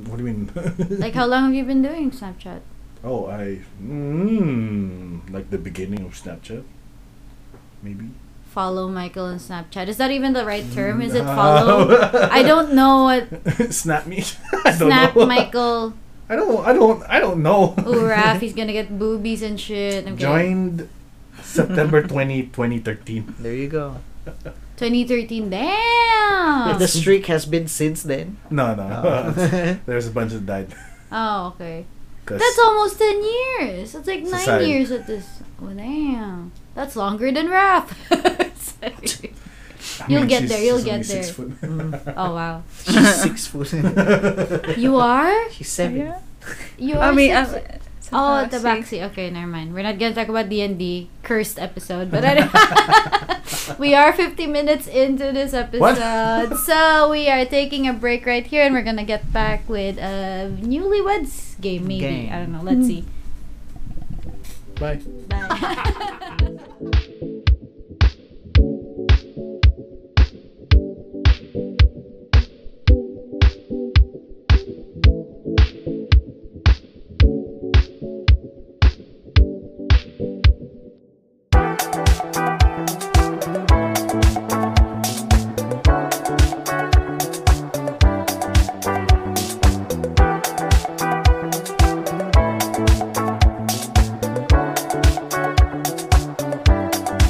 A: What do you mean?
B: Like how long have you been doing Snapchat?
A: Oh, I mm, like the beginning of Snapchat, maybe.
B: Follow Michael on Snapchat. Is that even the right term? Is it follow? I don't know what
A: snap me. I don't
B: Snap
A: know.
B: Michael
A: I don't. I don't. I don't know.
B: Uraf. He's gonna get boobies and shit. Okay.
A: Joined September 20, 2013.
D: There you go.
B: 2013.
C: Oh.
B: Damn.
D: The streak has been since then.
A: No, no.
D: Oh.
A: There's a bunch that died.
B: Oh, okay.
A: 'Cause-
B: That's almost 10 years. That's like nine
A: Society.
B: years at this. Well, damn. That's longer than Raf. Sorry.
A: I
B: you'll get
A: she's-
B: there, you'll
A: she's only
B: get there.
A: six foot.
B: oh wow.
D: She's six foot.
B: You are?
D: She's seven.
C: Oh, Yeah.
B: You are.
C: I mean,
B: six-
C: I'm-
B: Oh, at the
C: Tabaxi.
B: backseat. Okay, never mind. We're not gonna talk about D and D cursed episode, but I we are 50 minutes into this
A: What?
B: episode, so we are taking a break right here, and we're gonna get back with a newlyweds game. Maybe
D: Game.
B: I don't know. Let's see.
A: Bye.
B: Bye.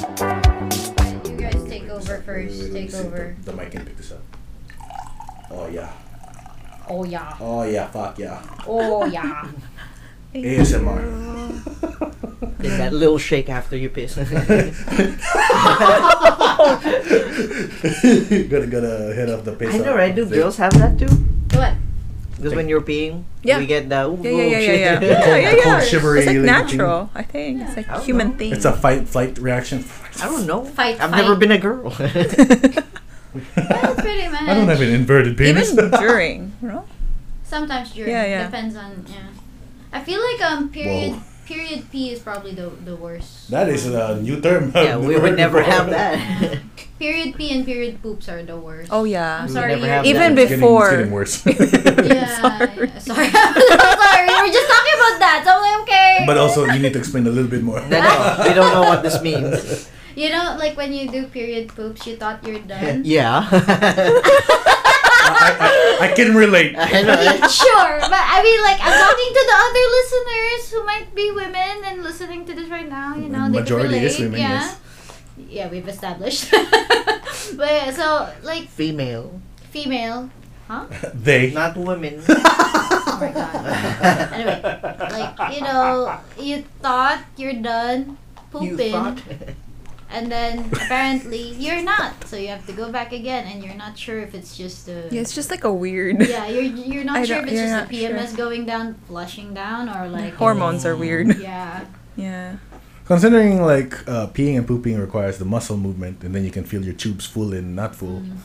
B: you guys take over first. Take over.
A: The, mic can pick this up. Oh yeah.
B: Oh yeah.
A: Oh yeah. Fuck yeah.
B: Oh yeah.
A: ASMR.
D: Did that little shake after you piss. I
A: gotta gotta head off the pace.
D: know, right? Do
A: Thing.
D: girls have that too?
B: What?
D: Because when you're peeing,
C: Yeah.
D: we get the ooh,
C: Yeah, yeah, yeah, yeah,
D: ooh,
C: yeah.
D: shit.
C: yeah, yeah,
A: The cold
C: yeah.
A: shivery
C: It's like
A: little thing.
C: natural, I think. It's
D: I
C: like
D: don't
C: human
D: know.
C: thing.
A: It's a fight flight reaction.
D: I don't know.
B: Fight,
D: I've never
B: fight.
D: been a girl.
B: Well, pretty much.
A: I don't have an inverted penis.
C: even during, you know?
B: Sometimes during.
C: Yeah, yeah.
B: Depends on yeah. I feel like um period
A: Whoa.
B: period P is probably the the worst.
A: that is a new term.
D: yeah,
A: I've
D: we
A: heard
D: would never
A: before.
D: have that.
B: Period P and period poops are the worst.
C: Oh yeah.
B: I'm
D: We
B: sorry.
D: never
B: you're-
D: have
C: Even
D: that.
A: It's getting-
C: before.
A: it's getting worse.
B: yeah, sorry. Yeah, sorry. I'm sorry. We're just talking about that. So I'm like, okay.
A: but also, you need to explain a little bit more.
D: No, no, we don't know what this means.
B: you know, like when you do period poops, you thought you're done.
D: Yeah.
A: I, I, I can relate.
D: I know, right?
B: Sure, but I mean, like, I'm talking to the other listeners who might be women and listening to this right now. You know, they could
A: Majority
B: relate.
A: is women,
B: yeah.
A: yes.
B: Yeah, we've established. but yeah, so like
D: Female.
B: female
A: They.
D: Not women.
B: Oh my god. Anyway, like you know, you thought you're done
D: you
B: pooping,
D: thought.
B: and then apparently you're not. So you have to go back again, and you're not sure if it's just a
C: Yeah, it's just like a weird.
B: yeah. You're you're not
C: I
B: sure if
C: don't-
B: it's
C: you're
B: just a
C: not sure.
B: PMS going down, flushing down, or like
C: Hormones are weird.
B: Yeah.
C: Yeah.
A: Considering like uh, peeing and pooping requires the muscle movement, and then you can feel your tubes full and not full.
B: Mm.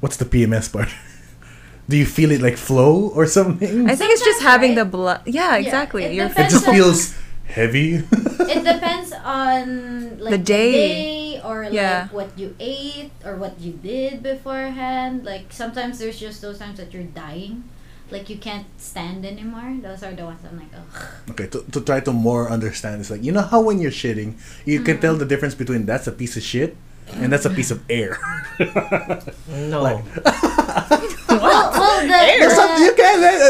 A: What's the PMS part? Do you feel it like flow or something?
C: I think it's just
B: Sometimes,
C: having
B: right?
C: the blood. Yeah,
B: Yeah,
C: exactly.
B: it
C: Your
A: it
B: depends
A: just
B: on-
A: feels heavy.
B: It depends on like
C: The day.
B: day or like
C: Yeah.
B: what you ate or what you did beforehand. Like sometimes there's just those times that you're dying, like you can't stand anymore. Those are the ones I'm like, oh, ugh.
A: okay, to, to try to more understand, it's like you know how when you're shitting, you can tell the difference between that's a piece of shit and that's a piece of air.
D: No.
B: Well, well, the,
A: There's some- you
B: the-
A: can.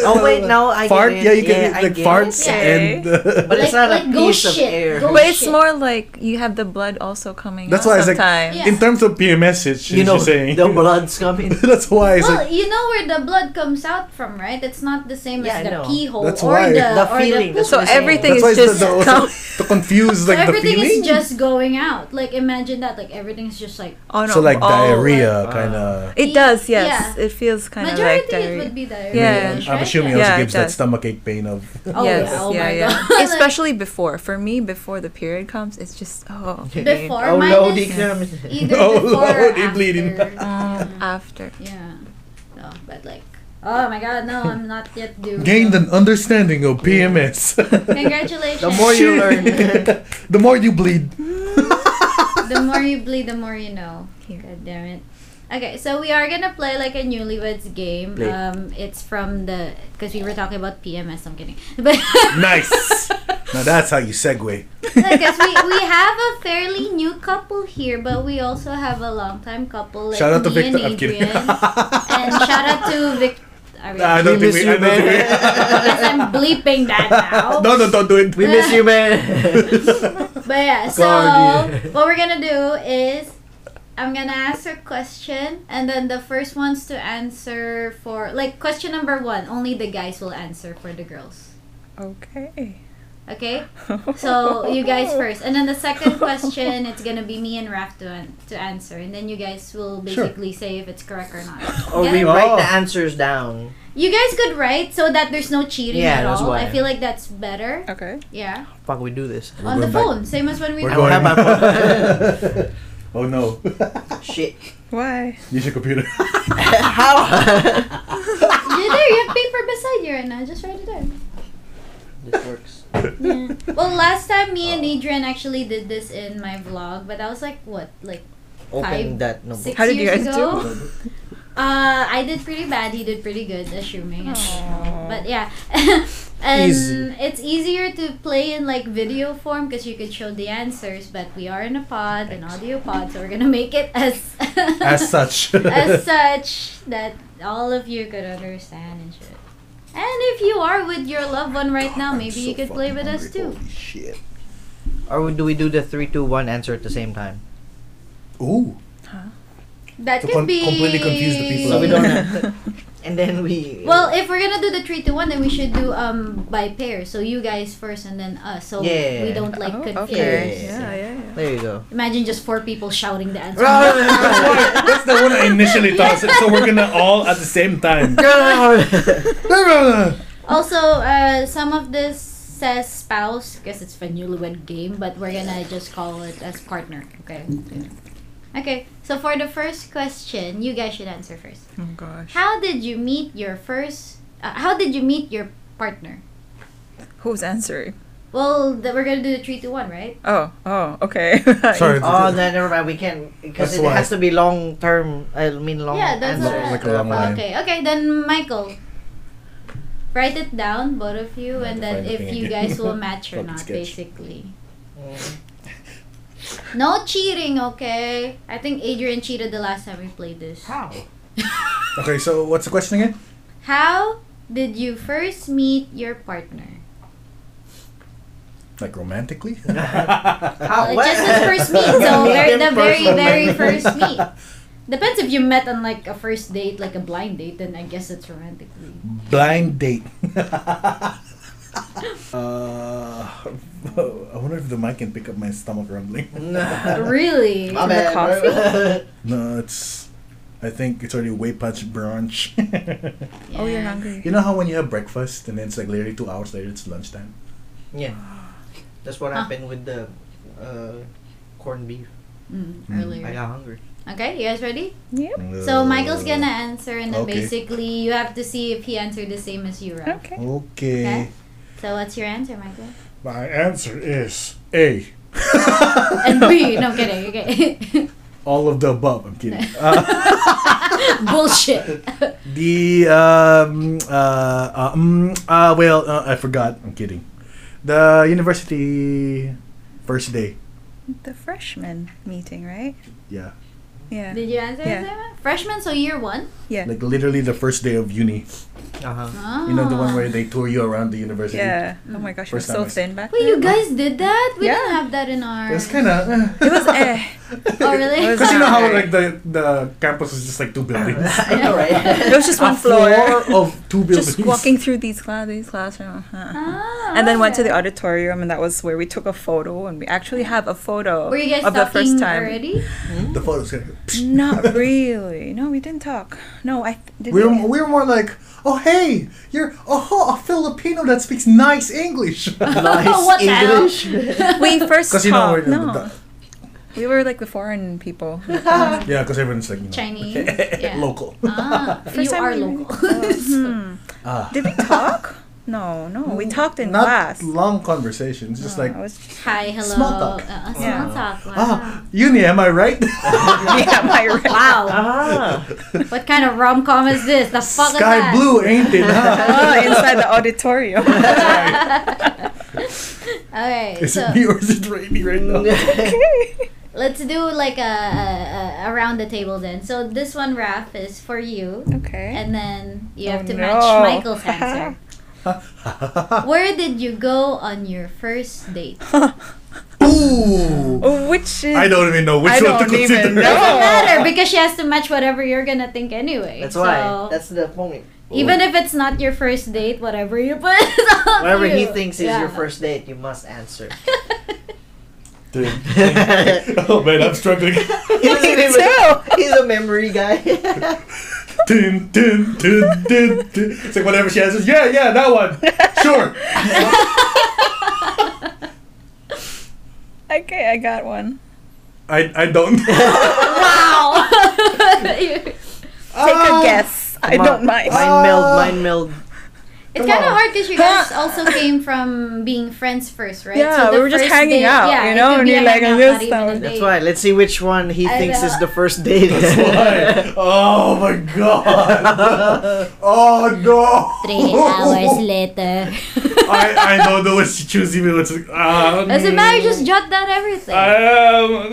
D: Oh, wait, no, I
A: fart.
D: get it.
A: Yeah, you can
D: I
A: like
D: get
A: farts
C: it.
A: and. Uh,
D: But
B: Like-
D: it's not
B: like
D: a
B: go
D: piece of
B: shit,
D: air.
B: go
C: But it's
B: shit.
C: more like you have the blood also coming
A: That's
C: out
A: why I was like-
C: sometimes.
B: Yeah.
A: in terms of PMS, it's
D: you know,
A: just saying
D: the blood's coming.
A: that's why it's
B: well,
A: like
B: you know where the blood comes out from, right? It's not the same
D: Yeah, I
B: as the
D: know.
B: pee hole
A: That's
B: or
A: why.
B: the
D: The
B: or
D: feeling,
B: The
D: that's
C: So
B: poop.
D: what I'm saying.
C: everything
A: that's why
C: is
A: it's the,
C: just
A: the,
C: come-
A: to confuse like the
B: everything
A: feeling.
B: is just going out. Like imagine that. Like everything's just like
D: Oh,
C: on
A: so like
C: Oh, all-
A: diarrhea
D: Ah.
A: kind of
C: It does, yes. It feels kind of
B: majority
C: like diarrhea.
B: it would be diarrhea.
C: Yeah.
B: right?
A: i'm assuming it
C: Yeah,
A: also
C: it
A: gives that
C: does.
A: stomachache pain of
B: Oh,
C: yes,
B: yeah. Oh
C: yeah,
B: my
C: yeah.
B: God.
C: Especially before. For me, before the period comes, it's just oh,
B: Before
D: oh,
B: mine
D: no,
B: is-
D: they come.
B: Either
A: Oh,
B: before or
A: Lordy,
B: after.
A: bleeding.
B: Yeah.
C: Um, after.
B: yeah. No, but like, oh my god, no, I'm not yet due.
A: gained an understanding of pms
B: Congratulations.
D: The more you learn.
A: the more you bleed
B: the more you bleed, the more you know.
C: Here.
B: God damn it. Okay, so we are gonna play like a newlyweds game.
D: Play.
B: Um, it's from the because we were talking about PMS. I'm kidding, but
A: nice now that's how you segue
B: because we, we have a fairly new couple here, but we also have a longtime couple. Like
A: shout out to
B: me and
A: victor i'm kidding
B: Adrian. and shout out to Vic. Are we-
A: i don't
D: We
A: think we,
D: miss you,
A: I don't think
D: man.
B: Yes, I'm bleeping that now.
A: we no no don't do it
D: We miss you, man.
B: But yeah, so
D: Cardi.
B: what we're gonna do is I'm gonna ask a question, and then the first ones to answer for like question number one, only the guys will answer for the girls.
C: Okay.
B: Okay, so you guys first, and then the second question, it's gonna be me and Raf to an- to answer, and then you guys will
A: Sure.
B: basically say if it's correct or not.
D: or
B: Yeah.
D: we write the
A: Oh.
D: answers down.
B: You guys could write so that there's no cheating at
D: Yeah, that's
B: all. I
D: why.
B: feel like that's better.
C: Okay.
B: Yeah,
D: Fuck, we do this.
A: We're
B: on the
A: going back.
B: phone, same as when we.
A: We're
D: I
B: do
D: don't
A: going.
D: have my
A: oh no
D: Shit.
C: Why?
A: use your computer
D: How?
B: there, you have paper beside you right now. Just write it down.
D: this works.
B: Yeah. Well, last time me and Adrian actually did this in my vlog, but that was like what, like
D: Open
B: Five,
D: that notebook.
B: six
C: How did you
B: years
C: guys
B: ago. Uh, I did pretty bad. He did pretty good, assuming. and- But yeah, and
D: Easy.
B: it's easier to play in like video form because you could show the answers. But we are in a pod, an audio pod, so we're gonna make it as
A: as such
B: as such that all of you could understand and shit. And if you are with your loved one right now,
A: I'm
B: maybe
A: so
B: you could play
A: fucking
B: with us
A: hungry.
B: too.
A: Holy shit
D: Or do we do the three, two, one answer at the same time?
A: ooh
B: That
A: To con-
B: could be
A: completely confuse the people
D: So we
A: out
D: don't
A: there.
D: have to. And then we.
B: Well, if we're gonna do the three to one, then we should do um by pair. So you guys first, and then us. So
D: Yeah.
B: we don't like
C: Oh,
B: confuse.
C: okay. Yeah,
D: Yeah.
C: yeah, yeah.
D: There you go.
B: Imagine just four people shouting the answer.
A: That's why- that's the one I initially thought. So- So we're gonna all at the same time.
B: also, uh, some of this says spouse because it's a newlywed game, but we're gonna just call it as partner. Okay. Okay. So for the first question, you guys should answer first.
C: Oh gosh.
B: How did you meet your first? Uh, how did you meet your partner?
C: Who's answering?
B: Well, th- we're gonna do the three to one, right?
C: Oh, oh, okay.
A: Sorry.
D: oh, no, never mind. We can't. Because
A: That's
D: it
A: why.
D: has to be long term. I mean,
A: Oh,
D: long
B: Yeah, that's
D: answers.
B: what I- Like
A: a long line.
B: Okay, okay, then Michael. Write it down, both of you,
A: I
B: and
A: have to
B: then
A: find the
B: if
A: thing
B: you
A: again.
B: guys will match or
A: Fucking
B: not,
A: sketch.
B: basically. No cheating, okay? I think Adrian cheated the last time we played this.
D: How?
A: Okay, so what's the question again?
B: How did you first meet your partner?
A: Like romantically?
D: How?
B: Like, just the first meet, so
D: Meet
B: very,
D: them
B: the very,
D: personally.
B: very first meet. Depends if you met on like a first date, like a blind date, then I guess it's romantically.
A: Blind date. uh, I wonder if the mic can pick up my stomach rumbling.
B: really?
A: uh,
D: My bad, bro.
A: No, it's. I think it's already way past brunch.
B: Yeah.
C: Oh, you're hungry.
A: you know how when you have breakfast and then it's like literally two hours later it's lunchtime.
D: yeah. That's what happened with the uh, corned beef.
B: Mm,
A: Mm. Uh,
D: I
B: earlier.
D: got hungry.
B: Okay, you guys ready?
C: Yep.
B: So Michael's gonna answer, and then
A: okay.
B: basically you have to see if he answered the same as you, Ralph.
C: Okay.
A: Okay.
B: Okay. So what's your answer, Michael?
A: My answer is A.
B: And B. No kidding. Okay.
A: All of the above. I'm kidding. Uh,
B: Bullshit.
A: the um uh, um uh well uh, I forgot. I'm kidding. The university first day.
C: The freshman meeting, right?
A: Yeah,
C: Yeah.
B: Did you answer
C: Yeah.
B: the same? one? Freshman, so year one.
C: Yeah.
A: like literally the first day of uni.
D: Uh huh.
B: Oh.
A: You know the one where they tour you around the university.
C: Ah. Yeah. Oh my gosh, it was
A: First time
C: so
A: I-
C: thin back
B: Wait,
C: then.
B: you guys did that? We
C: Yeah.
B: didn't have that in our.
A: It was kind of.
C: It was eh.
B: Oh really?
C: It was
A: Because you know how
C: Okay.
A: like the the campus is just like two buildings.
D: I know, right?
C: It was just
A: A
C: one floor.
A: of two buildings.
C: Just walking through these class, these classrooms. Uh-huh.
B: Ah,
C: And then went to the
B: okay.
C: auditorium, and that was where we took a photo, and we actually have a photo
B: Were you guys
C: of the
B: talking
C: first time.
B: already?
A: the photos. gonna-
C: Not really. No, we didn't talk. No, I th- did.
A: We were,
C: we?
A: we were more like, oh hey, you're oh a Filipino that speaks nice English.
B: What
D: nice
B: the hell?
D: English.
C: We first
A: Because
C: talked.
A: you know we're
C: no,
A: the-
C: we were like the foreign people.
A: the- yeah, because everyone's like you know,
B: Chinese.
A: local.
B: Ah, you
C: First time
B: are
C: we-
B: local.
C: Hmm.
A: Ah.
C: Did we talk? No, no. We talked in
A: Not
C: class. Oh.
A: long conversations, just
C: No,
A: like
C: I was-
B: Hi, hello.
A: Small talk.
B: Uh, small
C: Yeah.
B: talk. Wow.
A: ah uni, am I right?
C: yeah, my right.
B: Wow.
D: Ah.
B: What kind of rom com is this? The fuck is
A: Sky
B: that?
A: blue, ain't it? Huh?
C: Oh, inside the auditorium.
B: Okay,
A: Is
B: so
A: it me or is it rainy right now?
B: let's do like a, a, a around the table then. So this one, Raf, is for you,
C: okay.
B: and then you
C: Oh,
B: have to
C: no.
B: match Michael's answer. Where did you go on your first date?
A: Ooh,
C: Which is
A: I don't even know which
C: Oh, I
A: one to
C: don't even
A: consider.
C: know.
B: Doesn't
C: Oh.
B: matter because she has to match whatever you're gonna think anyway.
D: That's
B: so
D: why. That's the point.
B: even if it's not your first date, whatever you put, is up to
D: Whatever he
B: you.
D: thinks is
B: Yeah.
D: your first date, you must answer.
A: Dude. oh man, I'm struggling.
D: He's a,
C: Me
D: mem-
C: too.
D: he's a memory guy.
A: dun, dun, dun, dun, dun. It's like whatever she answers, yeah, yeah, that one. Sure.
C: Okay, I got one.
A: I, I don't.
B: Wow.
C: Take
A: Ah!
C: a guess. I don't mind.
D: Mind meld,
B: Ah.
D: mind meld.
B: It's
A: Come
B: kind of
A: on.
B: hard because you guys also came from being friends first, right?
C: Yeah,
B: the
C: we were just
B: first
C: hanging out, you
B: it
C: know,
B: could be
C: and you're
B: a
C: like,
B: hangout,
C: this
B: not even a
C: time-
D: That's
B: date.
D: why. Let's see which one he
B: I
D: thinks is
B: know.
D: the first date.
A: Why? Oh my god. Oh no.
B: Three hours later.
A: I, I don't know what she choose even what's um,
B: Doesn't matter. Just jot down everything.
A: um,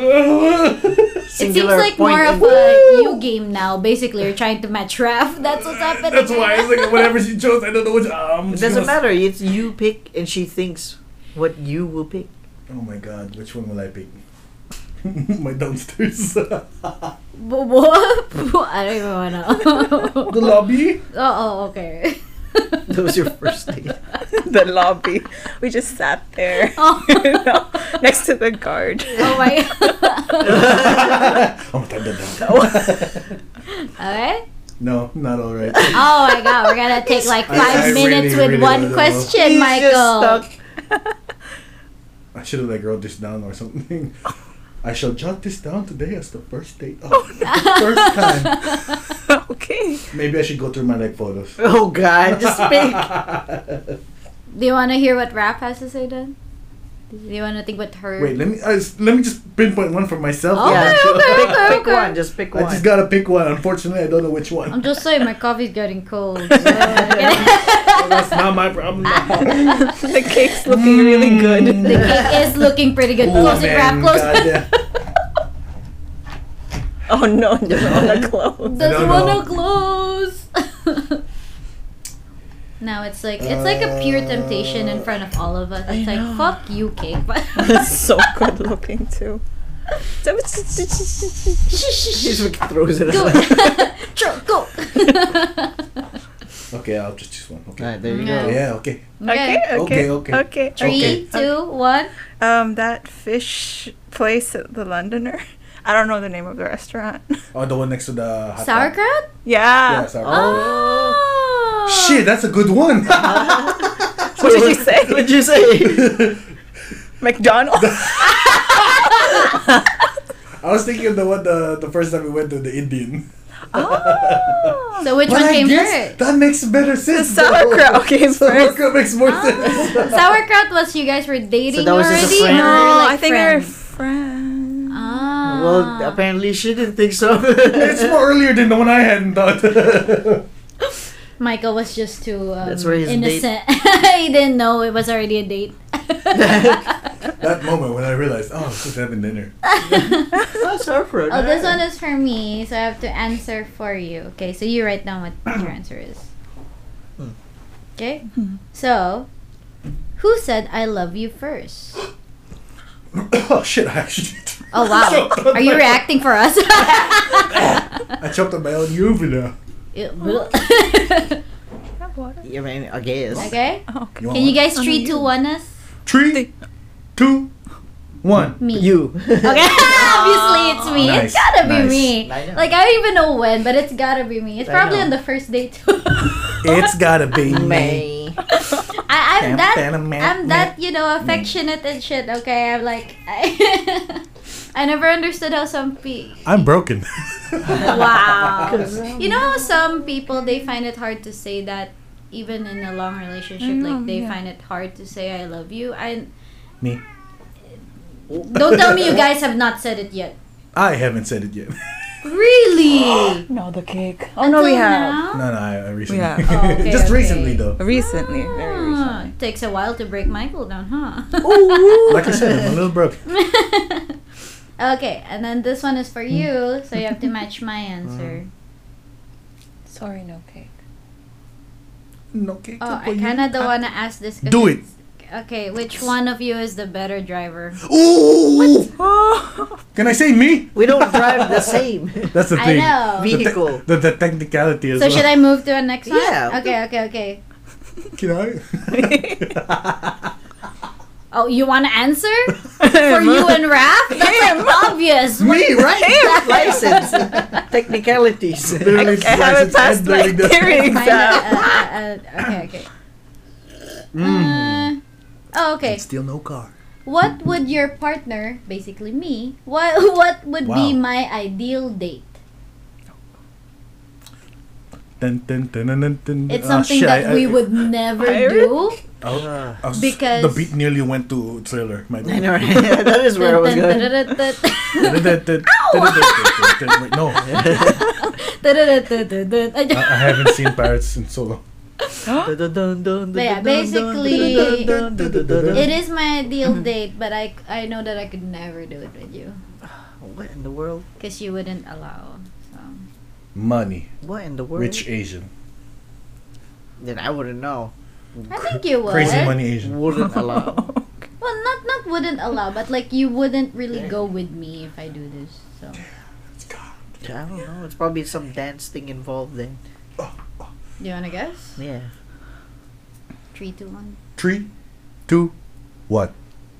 B: it seems
D: Singular
B: like
D: point
B: more
D: in-
B: of a you game now. Basically, you're trying to match Raph. That's what's happening.
A: That's why it's like whatever she chose, I don't know which um
D: It
A: she
D: doesn't
A: was-
D: matter. It's you pick, and she thinks what you will pick.
A: Oh my god, which one will I pick? my downstairs.
B: Wha- what? I don't even wanna.
A: the lobby?
B: oh, oh, okay.
D: That was your first date.
C: the lobby. We just sat there.
B: Oh.
C: you know, next to the guard.
B: Oh my.
A: I'm gonna type that down.
B: Alright.
A: No, not alright.
B: Oh my god, we're gonna take like
A: I-
B: five
A: I
B: minutes
A: really, really
B: with one
A: don't know.
B: question,
D: He's
B: Michael.
D: just stuck.
A: I should have like wrote this down or something. I shall jot this down today as the first date. Oh, the first time.
C: okay.
A: Maybe I should go through my like photos.
D: Oh God! Just pick.
B: Do you want to hear what Rap has to say then? Do you want to think what her?
A: Wait, let me I s- let me just pinpoint one for myself.
B: Okay,
A: Yeah.
B: okay,
D: pick,
B: okay,
D: pick
B: okay.
D: one. Just pick
A: I
D: one.
A: just gotta pick one. Unfortunately, I don't know which one.
B: I'm just saying my coffee's getting cold. so- the
A: That's not my problem. now.
C: The cake's looking really
A: Mm.
C: good.
B: cake is looking pretty good.
A: Ooh,
B: close it, Rap.
A: man,
B: Close.
A: goddamn. Mm.
C: Oh no, it doesn't want to close.
A: don't
B: Doesn't wanna
A: know.
B: close. now it's like it's like a pure temptation in front of all of us. It's like fuck you, cake.
C: It's so good looking too.
D: He just like, throws it
B: go.
D: aside.
B: True, go.
A: Okay, I'll just choose one. Okay.
D: Alright, there you
B: Yeah.
D: go.
A: Yeah, okay.
C: Okay, okay,
A: Okay, okay.
C: okay.
B: Three, two, one.
C: Um, that fish place at the Londoner. I don't know the name of the restaurant.
A: Oh, the one next to the hot dog.
B: Sauerkraut?
C: yeah.
A: Yeah, sauerkraut.
B: Oh.
A: Shit, that's a good one.
C: What did you say?
D: What'd you say?
C: McDonald's.
A: I was thinking of the one the, the first time we went to the Indian.
C: oh.
B: So which
A: But
B: one
A: I
B: came
A: guess
B: first?
A: that makes better sense. though.
C: sauerkraut came first.
A: Sauerkraut makes more
B: Ah.
A: sense.
B: Sauerkraut was you guys were dating
D: that was just
B: already?
D: a friend?
B: or
C: No,
B: like
C: I think they're
B: friends?
C: friends.
B: Ah.
D: well, apparently she didn't think so.
A: it's more earlier than the one I hadn't thought.
B: Michael was just too um,
D: That's where his date-
B: innocent. he didn't know it was already a date.
A: that moment when I realized, oh, it's just having dinner.
D: That's our friend. eh?
B: Oh, this one is for me, so I have to answer for you. Okay, so you write down what your answer is.
D: Hmm.
B: Okay? So, who said I love you first?
A: oh shit! I actually.
B: Oh, wow. Are you reacting for us?
A: I chopped up my own uvula.
B: Ew.
D: I mean, I guess.
B: okay?
C: Okay.
A: want
B: Can you
A: one?
B: guys three, two, one us?
A: Three, two, one.
B: Me.
D: You.
B: Okay, obviously it's me.
A: Nice,
B: It's gotta be
A: nice.
B: me.
D: I know.
B: Like, I don't even know when, but it's gotta be me. It's
D: I
B: probably
D: know.
B: on the first date, too.
A: It's gotta be me.
D: May.
B: I, I'm that I'm
A: I'm
B: that you know affectionate and shit. Okay, I'm like I, I never understood how some pe
A: I'm broken.
B: wow. you know how some people they find it hard to say that even in a long
C: I
B: relationship,
C: know,
B: like they
C: Mm, yeah.
B: find it hard to say I love you. I
A: Me.
B: don't tell me you guys have not said it yet.
A: I haven't said it yet.
B: Really?
C: No, the cake. Oh no,
B: Until
C: we have
B: now?
A: No, no, I, I recently.
C: Yeah.
B: Oh, okay,
A: Just
B: okay.
A: recently, though.
C: recently, very
B: Ah,
C: recently.
B: takes a while to break Michael down, huh?
A: Like I said, I'm a little broke.
B: okay, and then this one is for you, so you have to match my answer.
C: Sorry, no cake.
A: No cake.
B: Oh, I kind of don't want to ask this. 'cause
A: Ah. Do
B: it's- Okay, which one of you is the better driver?
A: Ooh!
C: Oh,
A: Can I say me?
D: We don't drive the same.
A: That's the
B: I
A: thing.
B: know.
A: The, te-
D: Vehicle.
A: the, the technicality is. uh,
B: So should I move to a next one?
D: Yeah.
B: Okay, okay, okay.
A: Can I?
B: Oh, you want to answer for you and Raph? That's like obvious.
A: me, right?
D: License. Technicalities.
A: Literally,
C: I
A: license and
C: haven't passed my
A: driving test.
C: theory
B: Mine, uh, uh,
C: exam.
B: uh, okay, okay. Uh, oh, okay.
A: Still no car.
B: What would your partner, basically me, what what would be
A: Wow.
B: my ideal date?
A: Dun, dun, dun, dun, dun, dun.
B: It's
A: Ah,
B: something
A: shit,
B: that
A: I-
B: we
A: I-
B: would never
C: I re-
B: do.
A: Oh, I was-
B: Because-
A: the beat nearly went to thriller. My
D: I know, right? that is where I was going.
B: I
A: Wait, no, I, I haven't seen pirates in so long.
B: yeah, basically, It is my ideal date, but I, I know that I could never do it with you
D: What in the world?
B: because you wouldn't allow. So.
A: Money,
D: What in the world?
A: rich Asian,
D: Then I wouldn't know.
B: I think you would.
A: crazy money Asian.
D: Wouldn't allow.
B: Well, not not wouldn't allow, but like you wouldn't really go with me if I do this. So
D: I don't know. It's probably some dance thing involved then.
B: do you wanna guess?
D: Yeah.
B: Three, two, one.
A: Three, two, what?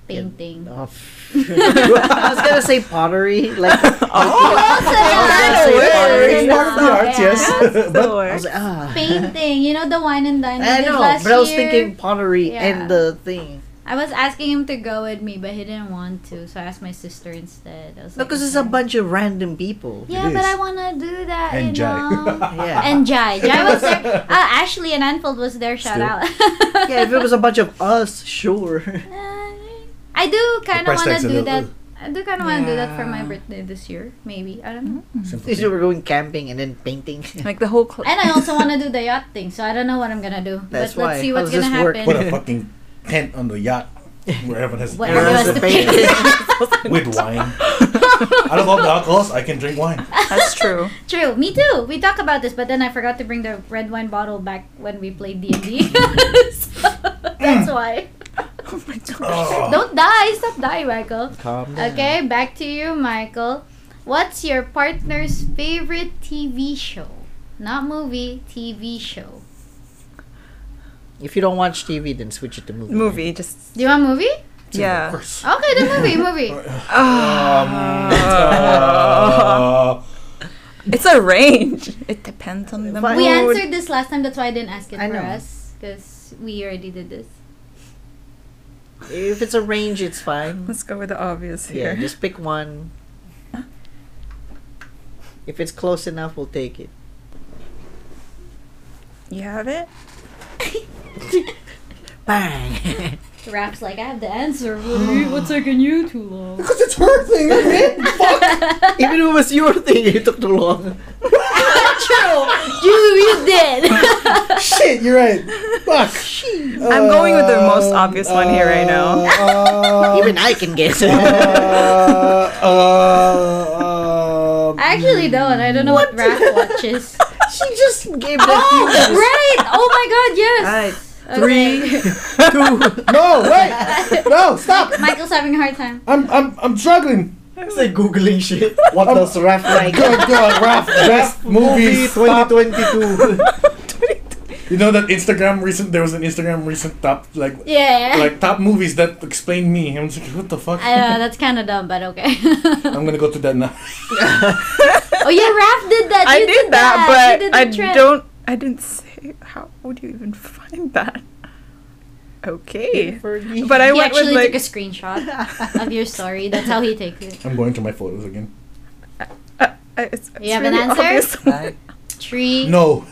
B: Painting.
D: Oh, I was gonna say pottery. Like
B: Well said.
D: It's part
B: Well
D: of the
B: said.
A: arts, yes.
C: the
D: I was
C: worst.
D: like, ah.
B: Painting. You know the wine and dine. we
D: I
B: did
D: know,
B: last
D: but I was
B: year?
D: thinking pottery
B: Yeah.
D: and the thing.
B: I was asking him to go with me, but he didn't want to, so I asked my sister instead. I was
D: No,
B: like,
D: because it's a
B: "Okay."
D: bunch of random people.
B: Yeah,
A: It
B: but
A: is.
B: I wanna do that.
A: And
B: you
A: Jai.
B: know.
D: Yeah.
B: and Jai. Jai was there. Uh, Ashley and Anfield was there. Shout
A: Still.
B: out.
D: yeah, if it was a bunch of us, sure.
B: I do kind of
A: price
B: wanna
A: tag's a
B: do
A: little-
B: that. I do kind of wanna do that for my
C: Yeah.
B: birthday this year, maybe. I don't know.
A: Simple.
D: Since we were going camping and then painting.
C: Like the whole. Cl-
B: And I also want to do the yacht thing, so I don't know what I'm gonna do.
D: That's
B: but let's
D: why.
B: see
D: How
B: what's gonna
D: does this work?
B: happen.
A: What a fucking tent on the yacht where everyone has
B: What
D: And
B: everyone has
D: that's the
B: to pay.
D: painting.
A: with wine. Out of all the alcohols, I can drink wine.
C: That's true.
B: True, me too. We talk about this, but then I forgot to bring the
D: Mm.
B: red wine bottle back when we played D and D. That's why.
C: Oh my god.
A: Oh.
B: Don't die. Stop dying, Michael.
D: Calm down.
B: Okay, back to you, Michael. What's your partner's favorite TV show? Not movie, TV show.
D: If you don't watch TV, then switch it to movie.
C: Movie, just
B: Do you want movie?
A: Of
C: yeah. Ah.
A: course.
B: Okay, the movie, movie.
A: Um, uh,
C: It's a range. It depends on the
D: But-
B: We
C: mood.
B: answered this last time. That's why I didn't ask it
D: I
B: for
D: know.
B: us because we already did this.
D: If it's a range, it's fine.
C: Let's go with the obvious
D: Yeah,
C: here.
D: just pick one. If it's close enough, we'll take it.
C: you have it?
D: Bang!
B: Raps like I have the answer. What- What's taking you too long?
A: Because it's her thing, I mean.
D: Even if it was your thing, it took too long.
B: you you did.
A: Shit, you're right. Fuck.
C: I'm going with the most obvious one here right now.
A: Uh,
D: Even I can guess.
A: uh, uh, um,
B: I actually don't. I don't know what, Rap watches.
D: she just gave the
B: oh right! Oh my God! Yes.
C: Alright.
B: Okay.
D: two.
A: No, wait. No, stop.
B: Michael's having a hard time.
A: I'm, I'm, I'm struggling.
D: It's like googling shit. Um,
A: What does Raph like?
D: uh,
A: Good God, Raph. Best movie.
D: Movie
A: Stop.
D: 2022.
A: You know that Instagram recent? There was an Instagram recent top like
B: Yeah.
A: like top movies that explained me. I'm just like, what the fuck?
B: I don't know. That's kind of dumb, but okay.
A: I'm gonna go to that now.
B: oh yeah, Raph did that.
C: I
B: you
C: did, that,
B: You
C: but I
B: did the trip.
C: don't. I didn't say. How would you even find that? Okay. But I
B: he
C: went with
B: actually
C: like.
B: took a screenshot of your story. That's how he takes it.
A: I'm going to my photos again.
C: uh, uh, it's, it's
B: have an
C: really
B: answer?
C: obvious.
B: Tree.
A: No.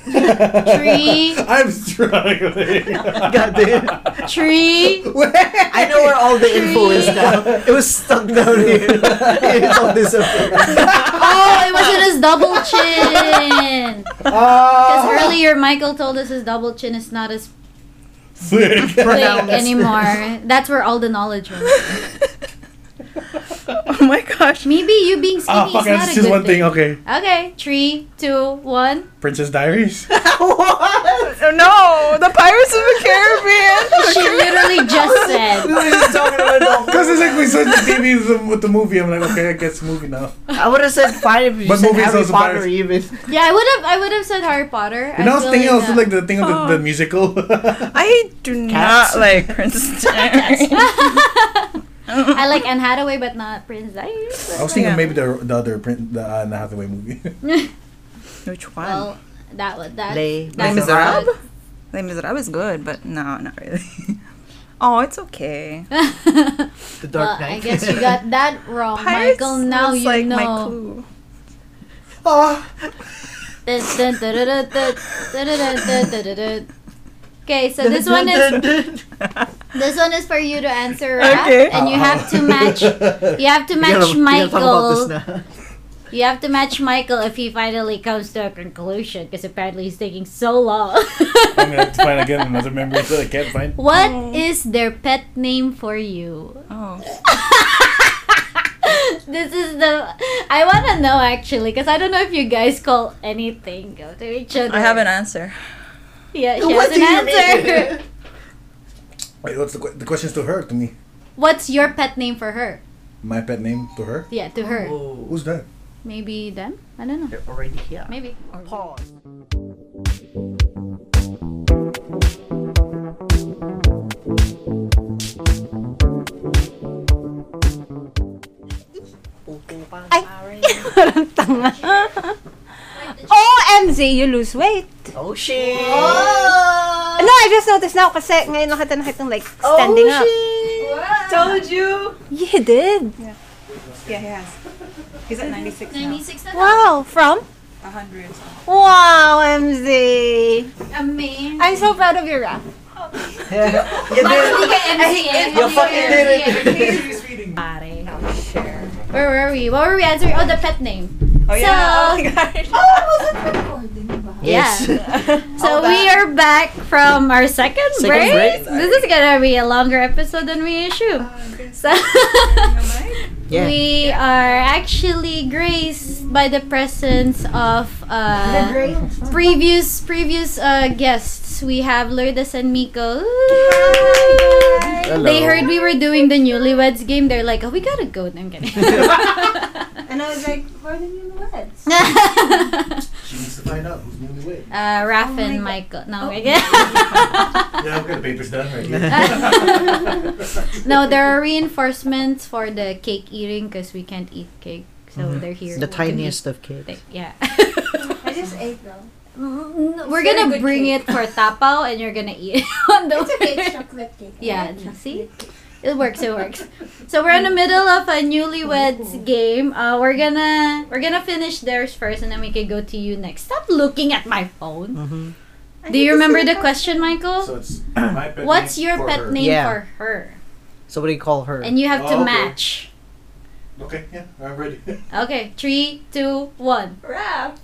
B: Tree.
A: I'm struggling.
D: God damn.
B: Tree.
D: I know where all the info is now. It was stuck down here. it's all disappeared.
B: Oh, it was in his double chin.
A: Uh,
B: Because
A: Oh.
B: earlier Michael told us his double chin is not as
A: Sick.
B: big
D: Pronounced.
B: anymore. That's where all the knowledge was.
C: oh my gosh.
B: Maybe you being
A: Ah,
B: skinny
A: fuck,
B: is not
A: that's
B: a
A: just
B: good
A: one thing.
B: thing.
A: Okay.
B: Okay, three, two, one.
A: Princess Diaries.
D: what?
C: Oh, no, the Pirates of the Caribbean.
B: She literally just said.
D: We were just talking about
A: Because it's like we saw the TV with the- with the movie. I'm like, okay, I guess movie now.
D: I would have said fine if you
A: But
D: said
A: movies
D: Harry
A: also
D: Potter
A: matters.
D: even.
B: Yeah, I would have. I would have said Harry Potter.
A: You know, I was
B: feel
A: thinking also
B: that-
A: like the thing of the, the musical.
C: I do
D: Cats.
C: not like Princess Diaries.
B: I like Anne Hathaway, but not Prince Diaries.
A: I was thinking
C: Yeah.
A: maybe the the other print the Anne Hathaway movie.
C: Which one?
B: Well, that was that.
D: Les
B: that was
C: Miserables?
B: good.
C: Les Miserables is good, but no, not really. oh, it's okay.
D: The
B: well, I guess you got that wrong, Michael. Now
C: was,
B: you
C: like my
B: know.
C: clue.
D: Ah.
B: Dun, dun, dun, dun, dun, dun, dun, dun, dun, dun, dun, dun. Okay, so this one is this one is for you to answer, Raph,
C: Okay.
B: and you have to match. You have to match Michael. You have to match Michael if he finally comes to a conclusion, because apparently he's taking so long.
A: I'm gonna have to find again another member that I can't find.
B: What is
C: Oh.
B: their pet name for you?
C: Oh,
B: This is the I want to know actually, because I don't know if you guys call anything go to each other.
C: I have an answer.
B: Yeah, she
D: What
B: has an
D: do you
B: answer.
A: Wait, what's the que- the question's to her to me?
B: What's your pet name for her?
A: My pet name to her.
B: Yeah, to her.
D: Oh.
A: Who's that?
B: Maybe them? I don't know.
D: already here.
B: Maybe.
D: Pause.
F: Walang tanga. OMG, you lose weight.
D: Oh shit! Oh.
F: No, I just noticed now kasi ngayon nakita na kitang like standing
E: Oh,
F: up.
C: Told you.
F: Yeah, he did.
C: Yeah, he has. He's at 96
B: 96 na
F: Wow, from?
C: 100.
F: Wow, MZ.
B: Amazing.
F: I'm so proud of your rap.
D: You did. You fucking did it.
B: Where were we? What were we answering? Oh, the pet name.
C: Oh,
B: yeah.
C: yeah.
B: Oh, my
D: Yes.
B: Yeah. So we are back from our second,
D: Second
B: break.
D: break.
B: This is gonna be a longer episode than we assume. so
D: Yeah.
B: we are actually graced by the presence of uh, previous previous uh, guests. We have Lourdes and Miko. Hi.
D: Hello.
B: They heard we were doing the newlyweds game. They're like, oh, we gotta go. No, I'm kidding.
E: And I was like, where did you know that?
A: She needs to find out who's newlywed.
B: uh, Raph
E: Oh my
B: and
E: God.
B: Michael. No,
E: Oh.
B: I'm kidding.
A: Yeah, I've got the papers done right here.
B: no, there are reinforcements for the cake eating because we can't eat cake, so
D: Mhm.
B: they're here.
D: The
B: We can
D: tiniest of
B: eat
D: kids.
B: thi- Yeah.
E: I just ate though.
B: Mm, We're
E: It's very
B: gonna
E: good
B: bring
E: cake.
B: it for tapao, and you're gonna eat it on the
E: It's okay,
B: way.
E: it's chocolate cake. I
B: Yeah,
E: like chocolate
B: see?
E: cake.
B: It works. It works. So we're in the middle of a newlyweds game. Uh, we're gonna we're gonna finish theirs first, and then we can go to you next. Stop looking at my phone.
D: Mhm.
E: I
B: Do
E: think
B: you
E: it's
B: remember
E: in
B: the question, Michael?
A: So it's my pet
B: What's
A: name
B: your
A: for
B: pet
A: her.
B: name
D: Yeah.
B: for her?
D: So what do you call her?
B: And you have to
A: Oh, okay.
B: match.
A: Okay, yeah, I'm ready.
B: Okay, three, two, one.
E: Wrap.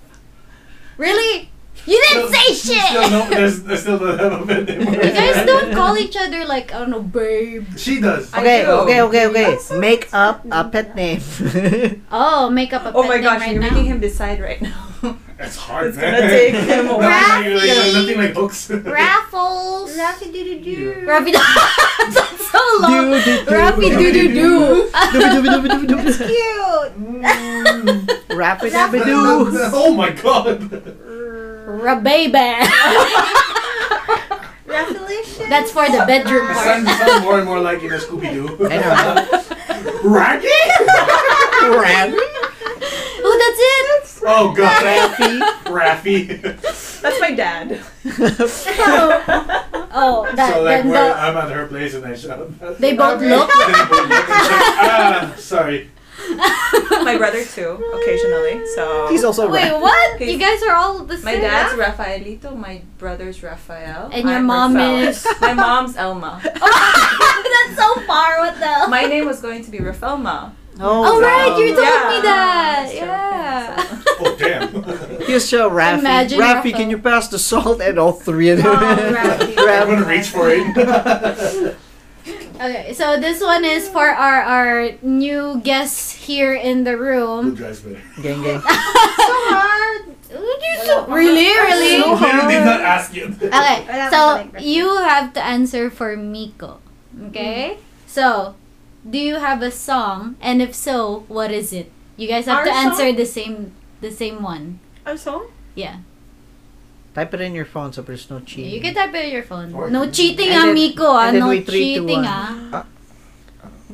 B: Really? You didn't say shit.
A: Still, no, there's, there's still don't have a pet name.
D: You
B: You guys don't call each other like I don't know, babe.
A: She does.
D: okay,
E: I do.
D: okay, okay, okay.
E: I'm so
D: Make up
E: excited.
D: a pet name.
B: Oh, make up a
C: Oh
B: pet
C: my
B: name
C: gosh,
B: right
C: you're
B: now.
C: making him decide right now.
A: It's hard,
C: It's
A: man.
C: gonna take him a
A: nothing,
B: while.
A: like, like, nothing like books.
B: Raffles.
E: Raffy doo doo doo.
B: Raffy. That's so long. Raffy doo doo doo.
D: Rapidabidu.
E: Cute.
A: Mm. Oh my god.
B: Rababy.
E: Raffalicious.
B: That's for the bedroom
A: It
B: part.
A: sounds, it sounds more and more like in a Scooby Doo.
D: I know.
A: Raggy?
B: Oh, that's it.
A: Oh god.
D: Raffy.
A: Raffy.
C: That's my dad.
B: Oh, that.
A: so like
B: then
A: where
B: the,
A: I'm at her place and I shout.
B: they both look.
A: Then they both look and say, ah, sorry.
C: my brother too, occasionally. So
D: He's also
B: Wait,
D: Raffy.
B: what?
C: He's-
B: You guys are all the same.
C: my dad's Rafaelito, my brother's Rafael,
B: And your
C: I'm
B: mom
C: Rafael.
B: is-
C: my mom's Elma.
B: that's so far. What the? hell?
C: My name was going to be Rafelma.
B: Oh
D: Oh,
B: right, you told
C: Yeah.
B: me that.
C: That's true.
B: Yeah.
A: Oh damn.
D: You show Raffy.
B: Imagine
D: Raffy,
B: Raffy.
D: can you pass the salt and all three of them?
C: Oh, Raffy.
A: I'm gonna
D: Raffy.
A: reach for it.
B: okay, so this one is for our our new guests here in the
A: Who
B: room.
A: drives better?
D: Gang, gang.
B: Would you so- really, really?
A: You did not ask you.
B: Okay,
E: Wala
B: so
E: akong balik-balik.
B: you have to answer for Miko. Okay,
E: Mm-hmm.
B: so do you have a song, and if so, what is it? You guys have
E: Our
B: to answer
E: song?
B: the same the same one.
E: Our song?
B: Yeah,
D: Type it in your phone so there's no cheating.
B: you can type it on your phone.
A: Or-
B: No cheating,
D: And
B: ah,
D: then-
B: Miko. Ah,
D: and then
B: no
D: we three, two,
B: cheating,
D: one.
B: ah.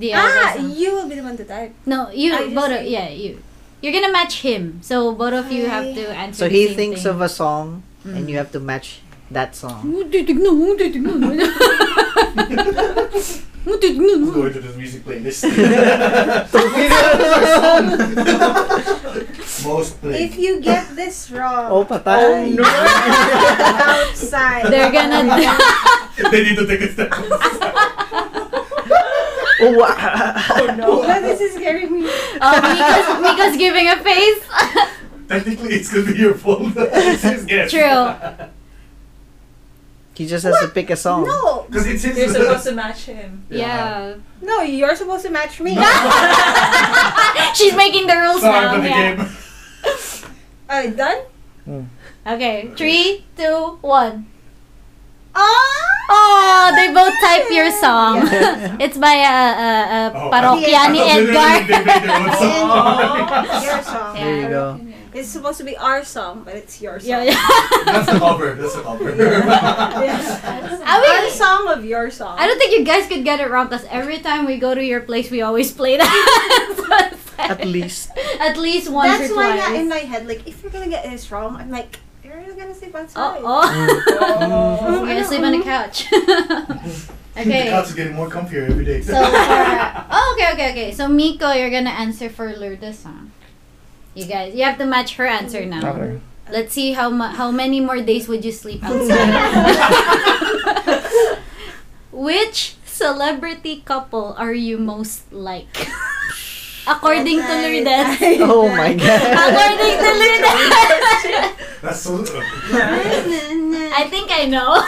B: The
E: Ah,
B: other song.
E: you will be the one to type.
B: No, you
E: I just
B: both. Of,
E: think-
B: yeah, you. You're gonna match him, so both of you have to answer.
D: So
B: the
D: he
B: same
D: thinks
B: thing.
D: of a song, and you have to match that song.
A: Who's going to this music playlist? Most
E: If
A: played.
E: you get this
D: oh,
E: wrong,
D: patay.
E: you're outside.
B: They're gonna.
A: they need to take a step. aside.
D: Oh, wow.
E: No, this is scaring me.
B: Oh, Mika's, Mika's giving a face.
A: Technically, it's gonna be your fault. it's his guess.
B: True.
D: He just has to pick a song.
E: No,
A: Because it's his.
C: You're supposed to match him.
B: yeah.
E: no, you're supposed to match me.
B: She's making the rules
A: Sorry
B: now.
A: for the
B: yeah.
A: game.
E: Uh, done?
B: Okay, three, two, one. Oh, they both type your song.
D: Yeah.
B: it's by uh, uh, uh,
A: Oh,
B: Parokya
A: I
B: ni
A: thought they made
B: Edgar.
A: their own song.
E: Your song.
D: There you go.
E: It's supposed to be our song, but it's your song.
B: yeah, yeah.
A: That's the cover. That's the cover.
B: I
E: Our
B: mean,
E: song of your song.
B: I don't think you guys could get it wrong because every time we go to your place, we always play that. So it's like-
D: At least.
B: At least once
E: That's
B: or
E: why
B: twice.
E: yeah, in my head, like if you're gonna get this wrong, I'm like, you're gonna sleep outside.
B: oh, oh.
E: Oh,
B: We're gonna sleep on the couch.
A: The
B: okay.
A: couch is getting more comfier every day.
B: So, for- oh, okay, okay, okay. So, Miko, you're gonna answer for Lourdes, huh? You guys, you have to match her answer now. Let's see how mu- how many more days would you sleep outside. Which celebrity couple are you most like? According to Lourdes.
D: Oh my god.
B: According to Lourdes.
A: That's so.
B: I think I know.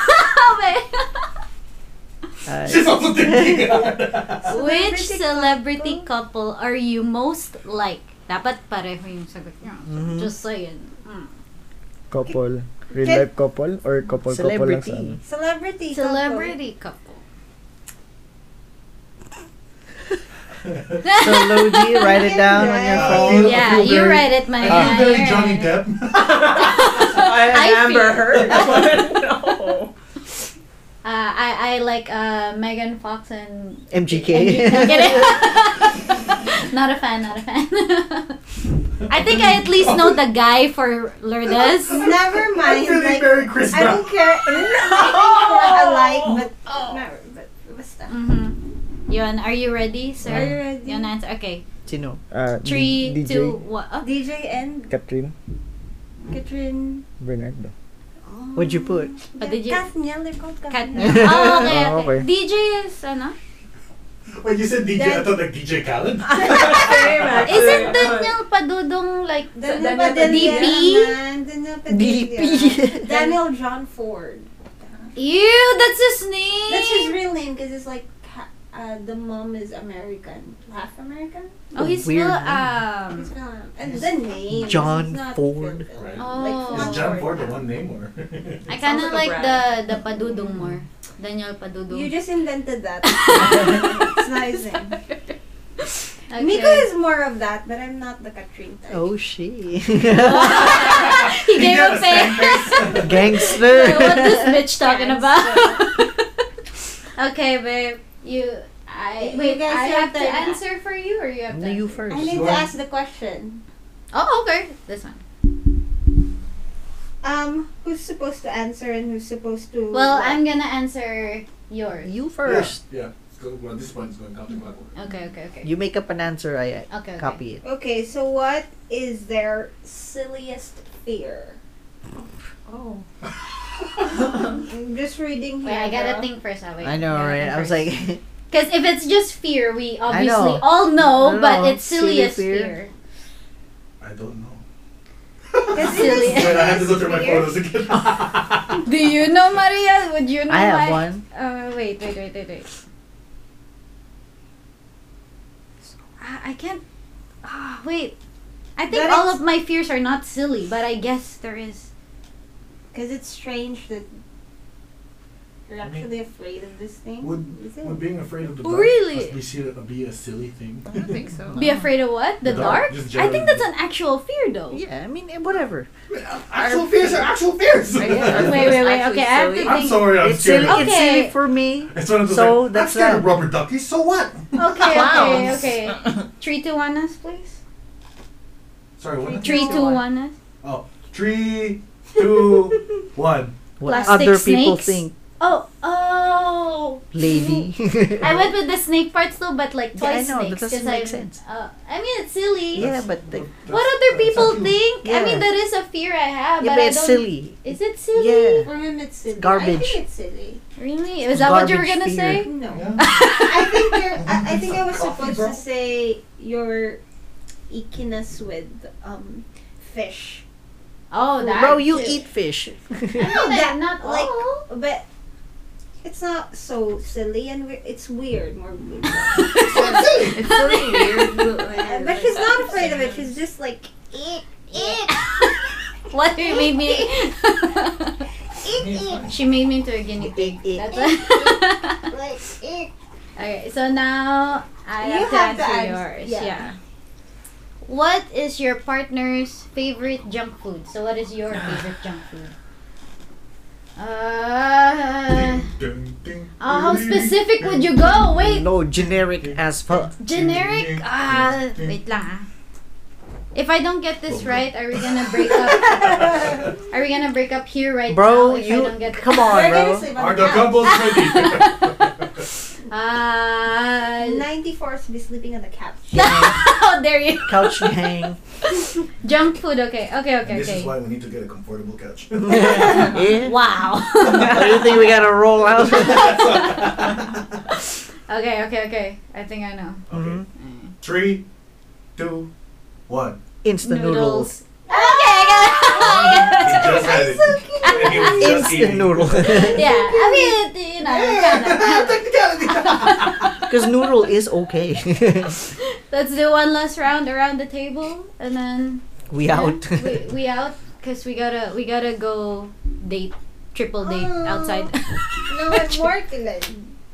A: She's
D: Uh,
A: also thinking.
B: Which
E: Celebrity
B: celebrity couple are you most like? Dapat pareho yung sagot niyo.
G: Mm-hmm.
D: Mhm.
B: Just saying. Mm.
G: Couple. Real
E: Okay.
G: life couple or couple couple lang sa ano?
D: celebrity.
E: Celebrity. couple.
B: Celebrity couple.
D: So, Logi, write it down on your phone.
B: yeah,
G: feel
B: you
G: very-
B: read it, my
A: Are you
B: guy.
A: very Johnny Depp?
B: I feel-
E: Heard.
B: Uh, I, I like uh, Megan Fox and.
D: MGK.
B: Get it? not a fan, not a fan. I think I at least know the guy for Lourdes.
F: Never mind.
A: feeling
F: like,
A: very Chris
F: I
A: Brown.
F: don't care. I think we're alike, but never. But basta.
B: Mm-hmm. Yun, are you ready,
F: Are you
B: sir?
F: ready?
B: Yun, answer. Okay.
D: Sino?
G: Uh, D-
B: Three,
G: DJ
B: two, one. Oh,
F: DJ and
G: Catherine
F: Katrin.
G: Bernardo.
D: What'd you put?
B: But did you-
F: Kat niya, they're called Kat
B: cut.
F: niya.
B: Oh, okay,
G: Oh,
B: okay.
G: okay.
B: DJ is, ano?
A: When you said DJ, I
F: Then-
A: thought like DJ Khaled.
B: Isn't Daniel Padudong like
E: Daniel
F: Daniel
E: Padilla.
B: DP?
F: Padilla. naman, Daniel Padilla.
D: DP.
F: Daniel John Ford.
B: Ew, that's his name.
F: That's his real name because it's like ha- uh, the mom is American, half American.
B: Oh, he's
D: Weird
B: still
D: name.
F: It's
B: um.
F: not- and the name
D: John
F: it's not
D: Ford.
F: Filipino.
A: Right.
B: Oh.
A: Is John Ford the one name or?
B: I kind of
E: Sounds
B: like
E: like a
B: the the Padudong more. Daniel Padudong.
F: You just invented that. it's not his name.
B: Okay.
F: Miko is more of that, but I'm not the Katrin type.
D: Oh, she.
B: he gave a face.
D: Gangster.
B: what this bitch talking about? okay, babe. You. I
F: You
B: wait.
F: guys
B: I
F: have
B: have to
F: to-
B: answer for you, or you have
D: No,
B: to.
D: you
B: answer?
D: first.
F: I need to ask the question.
B: Oh, okay. This one.
F: Um, who's supposed to answer and who's supposed to?
B: Well, I'm gonna answer yours.
D: You first.
A: Yeah. yeah. Well, this one is going counterclockwise.
B: Okay. Okay. Okay.
D: You make up an answer, I
B: okay. okay.
D: copy it.
F: Okay, so what is their silliest fear? Oh. I'm just reading here.
B: Wait, I gotta
F: girl.
B: think first. Ah, wait.
D: I know,
B: Yeah,
D: right?
B: I'm
D: I was
B: first.
D: like,
B: Because if it's just fear, we obviously
D: know.
B: all know,
D: I
B: but
D: know.
B: it's silliest
D: Silly
B: fear.
D: fear.
A: I don't know.
F: Kasi
B: Silly.
F: this
A: Wait, I have to go through my
F: fear-
A: photos again.
B: Do you know Maria? Would you know?
D: I have one.
B: Uh, wait, wait, wait, wait, wait. I, I can't. Ah, wait. I think
F: But
B: all
F: it's-
B: of my fears are not silly, but I guess there is.
F: Because it's strange that you're actually afraid of this thing.
A: Would,
F: Is it?
A: would being afraid of the dark
B: Really?
A: must be, sil- be a silly thing?
C: I don't think so.
D: Oh.
B: Be afraid of what? The,
A: The dark,
B: dark?
A: just
B: I think
A: generally.
B: that's an actual fear, though.
D: Yeah, I mean, eh, whatever.
A: Actual fears are actual fears!
C: I guess
B: Wait,
C: our
B: wait,
C: fear is
B: wait,
C: actually
B: okay, I have to
C: silly.
B: think-
A: I'm sorry, I'm
D: it's,
A: scared.
D: silly, it's
B: Okay.
D: silly for me.
A: It's one of those
D: So,
A: like,
D: that's
A: I'm scared of
D: that.
A: rubber duckies, so what?
B: Okay, okay,
C: Clowns.
B: okay. Three, two, one, us, please.
A: Sorry, what? Oh,
B: Three, two, one, us.
A: Three, two, one.
D: What
B: Plastic
D: other people
B: snakes?
D: think,
B: Oh, oh.
D: lady.
B: I went with the snake parts though, but like
D: Yeah,
B: toy
D: I know, that
B: snakes. 'cause
D: doesn't make
B: I'm-
D: sense.
B: Uh, I mean, it's silly.
D: yeah, but the,
B: What other people
A: think?
B: think? I
D: Yeah.
B: mean, that is a fear I have,
D: yeah,
B: but
D: but
B: I
D: it's
B: don't.
D: silly.
B: Is it silly?
D: Yeah.
F: For him, it's silly. I
D: garbage.
F: think it's silly.
B: Really? Is that what you were
D: Garbage
B: gonna
D: fear.
B: say?
F: No.
A: Yeah.
F: I think you're, I, I think I was
A: Coffee,
F: supposed
A: bro.
F: to say your ickiness with um fish,
B: Oh, that.
D: Bro, you
F: too.
D: eat fish.
B: I mean,
F: that,
B: that, not
F: like-
B: all.
F: but it's not so silly and we- it's weird. More weird.
C: It's really weird.
F: but she's not afraid of it. She's just like eat, eat,
B: what you made me?
F: eat, eat,
B: she made me into a guinea pig.
D: Eat, eat,
B: That's it.
F: like eat.
B: okay, so now I
F: You
B: have, to
F: have
B: answer
F: to
B: yours.
F: ans- yeah.
B: yeah. What is your partner's favorite junk food? So what is your favorite junk food? Uh,
A: Ding, ding,
B: uh, how
A: ding,
B: specific
A: ding,
B: would you go? Wait,
D: No, generic as fuck.
B: generic? Ah, wait lang ah. If I don't get this right, are we gonna break up? Are we gonna break up here right now?
D: Bro,
B: if I
D: you
B: don't get
D: come on,
F: We're gonna
D: bro.
F: sleep
A: Are
F: on
A: the couples ready?
B: Uh,
F: Ninety four to be sleeping on the couch.
B: oh, there you.
D: Couch hang.
B: Junk food. Okay, okay, okay,
A: This
B: okay.
A: is why we need to get a comfortable couch.
D: yeah.
B: Wow.
D: What do you think we gotta roll out?
B: okay, okay, okay. I think I know.
A: Okay. Three, two, one.
D: Instant noodles.
B: Okay, I got
A: just had it. And he was just
D: Instant
A: eating.
D: noodles.
B: Yeah, I mean, it- you know,
A: Ah,
B: kinda.
D: Because noodle is okay.
B: Let's do one last round around the table, and then
D: we out.
B: we, we out because we gotta we gotta go date triple date
F: Oh.
B: outside.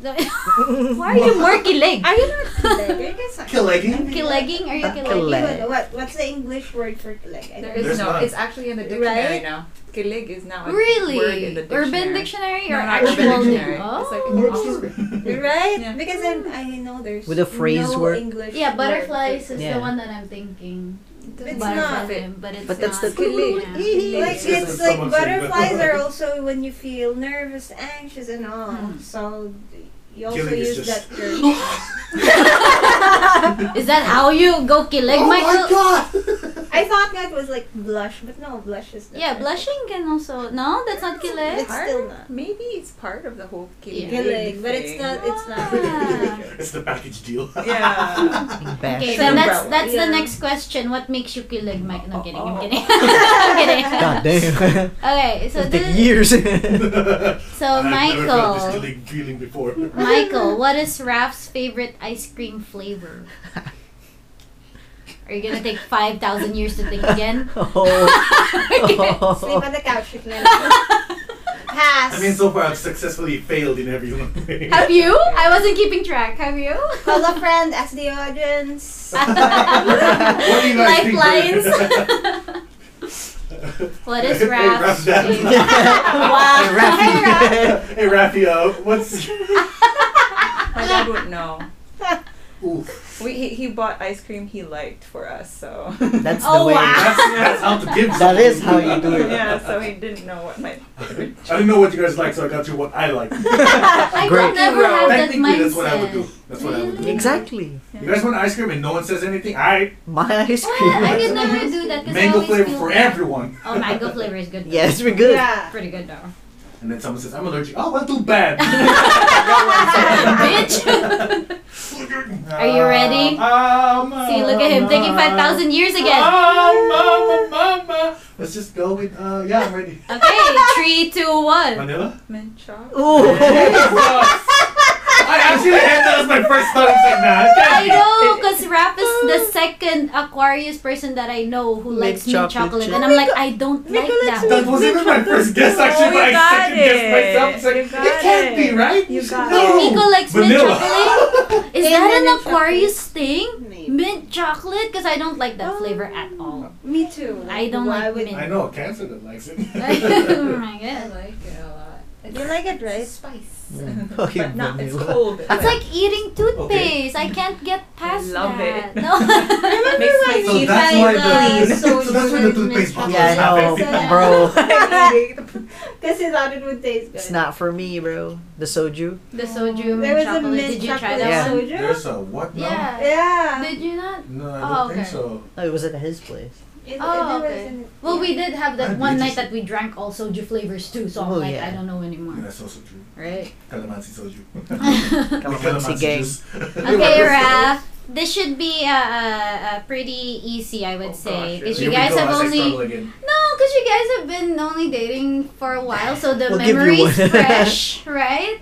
F: No, I'm working.
B: Why are you more kilig?
F: Are you not kilig? I guess I'm
A: Kiliging?
B: Kilegging? Are you
F: Not
B: kilegging?
F: Kilig. What, what's the English word for kilig? I
C: There
F: don't
C: is
A: There's
C: no.
A: none.
C: It's actually in the dictionary
F: Right?
C: now. Kilig is now a word in
B: Really?
C: the dictionary.
B: Urban dictionary or
C: No, not
B: actual
C: urban dictionary.
B: Oh.
C: It's like an oxford.
F: know. Right?
C: Yeah.
F: Because I'm, I know there's
D: Would a phrase
F: no
D: work?
F: English
B: Oh. yeah,
F: word.
B: butterflies is
D: Yeah.
B: the one that I'm thinking.
F: It's
B: Butterfly
F: not.
B: film, but it's
D: But that's
B: not.
D: the kilig.
B: Yeah.
F: Like
A: It's just that
F: it's like
A: someone said
F: butterflies
A: that.
F: are also when you feel nervous, anxious, and all. So you also
A: Killing is
F: use
A: just-
F: that term.
B: Is that how you go kilig,
D: Oh
A: Oh
B: Michael?
F: I thought that was like blush, but no, blush is
B: Yeah,
F: different.
B: blushing can also. No, that's not kilig.
F: It's still not
C: Maybe it's part of the whole kilig.
B: Yeah.
F: killing, but it's not. It's not.
B: Ah.
A: it's the package deal.
C: Yeah.
D: Bash.
B: Okay, then that's
C: umbrella.
B: that's the
F: Yeah.
B: next question. What makes you kilig, Mike? No, I'm kidding. I'm kidding. I'm kidding.
D: God damn.
B: Okay, so
D: It took
B: this,
D: years.
B: so
A: I've never felt this
B: Michael,
A: killing feeling before.
B: Michael, what is Raf's favorite ice cream flavor? Are you gonna take five thousand years to think again?
D: oh.
F: Sleep on the couch with Melanie.
A: I
F: Pass.
A: mean, so far I've successfully failed in every one thing.
B: Have you? I wasn't keeping track. Have you?
F: Call a friend. Ask the audience.
A: What do you guys think?
B: Lifelines. what is
A: Hey,
B: Raf's?
A: Raph,
B: favorite-
D: Hey,
B: wow.
D: Rafi.
A: hey, Rafi, uh, what's.
C: My dad would know.
A: Oof.
C: We, he, he bought ice cream he liked for us, so.
D: That's
B: Oh,
D: the way.
B: wow.
A: That's, that's how to give
D: That is how you do it.
C: yeah, so he didn't know what my.
A: I didn't know what you guys like, so I got you what I like.
B: I
D: Great.
B: would never have that
A: Technically,
B: mindset.
A: that's what I would do. That's what I would do.
D: Exactly.
A: You guys want ice cream and no one says anything? Alright.
D: My ice
B: Well, I could
D: cream.
B: never do that because
A: Mango
B: I always
A: flavor
B: feel
A: for
B: bad.
A: everyone.
B: Oh, mango flavor is good. though.
D: Yes, we're good.
F: Yeah.
B: pretty good though.
A: And then someone says, I'm allergic. Oh, well, too bad.
B: Bitch.
A: Are
B: you ready?
A: Um, um,
B: See, look at him taking five thousand years again.
A: Mama, mama. Let's just go with, uh, yeah, I'm ready.
B: Okay, three, two, one.
A: Vanilla?
C: Mint chocolate.
D: Ooh.
A: I actually had that as my first thought. It's like, nah,
B: I
A: I can't.
B: know, cause Raph is the second Aquarius person that I know who likes mint chocolate,
D: chocolate chip.
B: and I'm like, I don't like that.
A: That was even my first guess, actually,
C: Oh,
A: but I
C: you got
A: second guessed
C: it.
A: myself. It's like,
C: You got
A: it can't
C: it.
A: be, right?
C: You got
A: no.
B: If Nico likes mint
A: Vanilla.
B: chocolate, is
F: And
B: that
F: then
B: an
F: mint
B: Aquarius thing?
F: Maybe.
B: Mint chocolate, cause I don't like that flavor at all.
F: Me too.
B: I don't
F: Why
B: like
F: would-
B: mint.
A: I know, a cancer that likes it.
B: oh my god.
C: like it a lot.
F: You like it, right?
C: spice.
D: Okay,
C: but not, it's
D: vanilla.
C: cold.
B: It's like eating toothpaste. I can't get past
C: Love
B: that.
C: it.
B: No.
C: Makes my
A: So
C: teeth
A: that's
C: like
A: why the
C: that.
A: so, that's why the toothpaste bottle is
D: Yeah, I
A: not fixing.
D: know, bro.
F: Because he thought it would taste good.
D: It's not for me, bro. The soju.
B: The soju mint
F: There was a
B: chocolate.
F: mint
B: Did you try
F: chocolate
B: that
D: Yeah.
B: one?
F: soju.
A: There's a what now?
B: Yeah.
F: Yeah.
B: Did you not?
A: No, I don't
B: Oh,
A: think
B: okay.
A: so.
D: Oh, it was at his place.
F: It,
B: Oh,
F: it
B: okay.
F: wasn't-
B: Well, we did have that
A: I'd be
B: one night
A: interested.
B: that we drank all soju flavors too, so I'm
D: Oh,
B: like,
D: yeah.
B: I don't know anymore.
A: Yeah, that's also true.
B: Right?
A: Calamansi soju.
D: Calamansi gang.
B: Okay, Raph. This should be uh, uh, uh, pretty easy, I would
C: Oh,
B: say.
C: gosh,
B: Because
C: yeah.
B: you
C: Here we
B: guys
C: go,
B: have only.
A: Again.
B: No, because you guys have been only dating for a while, so the
D: We'll give you
B: memory's
D: one.
B: fresh, right?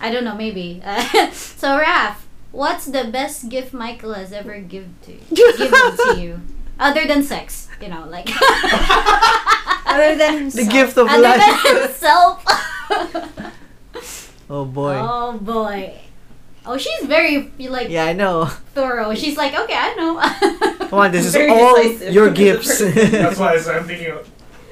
B: I don't know, maybe. Uh, so, Raph, what's the best gift Michael has ever give to given to you? Other than sex, you know, like.
F: Other than
D: The
F: himself.
D: gift of
B: other than
D: life.
B: himself.
D: Oh boy.
B: Oh, boy. Oh, she's very, like,
D: Yeah, I know.
B: thorough. She's like, okay, I know.
D: Come on, this is
C: Very
D: all
C: decisive.
D: your gifts.
A: That's why so I'm thinking. of-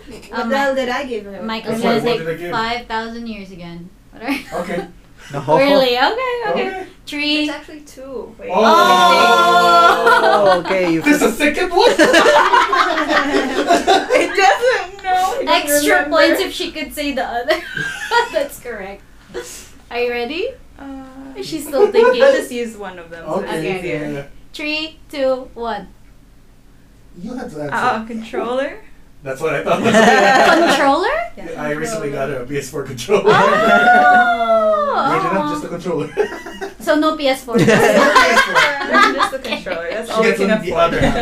F: What
B: Um,
F: the hell did I give him?
B: Michael's
A: That's why I
B: gonna
A: wanted to
B: take
A: give.
B: 5,000 years again. Whatever.
A: Okay.
D: No.
B: Really? Okay, okay.
A: Okay.
B: Three.
C: actually two. Wait.
D: Oh,
A: Oh.
D: okay. You
A: This is a second one.
C: It doesn't know. It doesn't
B: Extra
C: remember.
B: points if she could say the other. That's correct. Are you ready?
C: Uh,
B: She's still
C: I'll
B: thinking.
C: just use one of them. So
A: Okay.
C: it's easier.
A: yeah.
B: Three, two, one.
A: You had to answer.
C: Uh, controller.
A: That's what I thought.
B: Controller?
A: I recently got a PS4 controller. Wait, not just a
B: Oh!
A: controller.
B: So no PS4.
C: There's just the controller. That's all we
A: She
C: can
A: gets the
C: afford.
A: other half.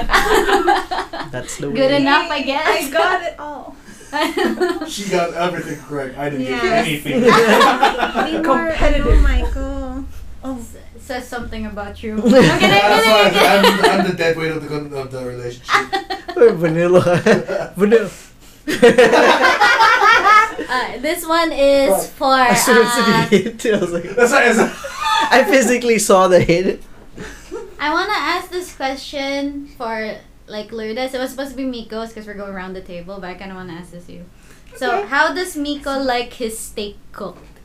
D: That's the
B: Good
D: way.
B: enough, I guess.
C: I got it all.
A: She got everything correct. I didn't
F: Yes.
A: get anything.
F: Be more-
C: Competitive.
F: Oh, Michael.
B: Says something about you. Okay, okay,
A: That's
B: okay,
A: why
B: okay.
A: I'm, I'm the dead weight of the con- of the relationship.
D: Vanilla. Vanilla.
B: Uh, this one is for.
D: As soon as
B: uh,
D: it hit, I was like,
A: That's why. It's,
D: I physically saw the hit.
B: I want to ask this question for like Lourdes. It was supposed to be Miko's because we're going around the table, but I kind of want to ask this you. So, how does Miko like his steak cooked?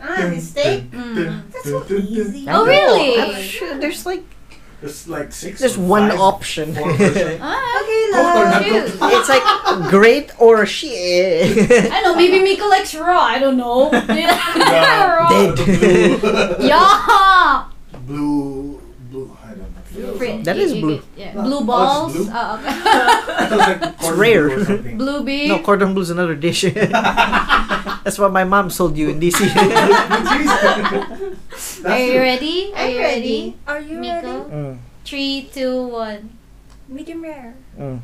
F: Ah, mistake.
B: Mm.
F: That's so easy.
B: Oh, really?
D: I'm sure there's like
A: There's like six.
D: there's
A: or
D: one
A: five.
D: option.
A: Four percent.
B: Ah,
F: Okay,
A: Cooked or not
F: love.
A: cooked?
B: shoot.
D: it's like great or shit.
B: I don't know. Maybe Miko likes raw. I don't know. raw.
D: Dead.
A: Blue.
B: Yeah.
A: blue. Blue. I don't know. Yeah,
B: Print.
D: That is
B: You- you
D: blue.
B: get-
A: No,
B: Yeah. Blue
A: oh, it's
B: balls.
A: blue?
B: Oh, okay.
A: It was like cordon bleu
D: rare.
A: or something.
B: blue beef.
D: no, cordon bleu's another dish. That's what my mom sold you in DC.
A: Jeez.
B: Are
A: That's
B: you
A: true.
B: ready? Are
F: I'm
B: you ready?
F: Are you
B: Miko?
G: Uh,
D: Mm.
B: Three, two, one.
F: Medium rare.
G: uh.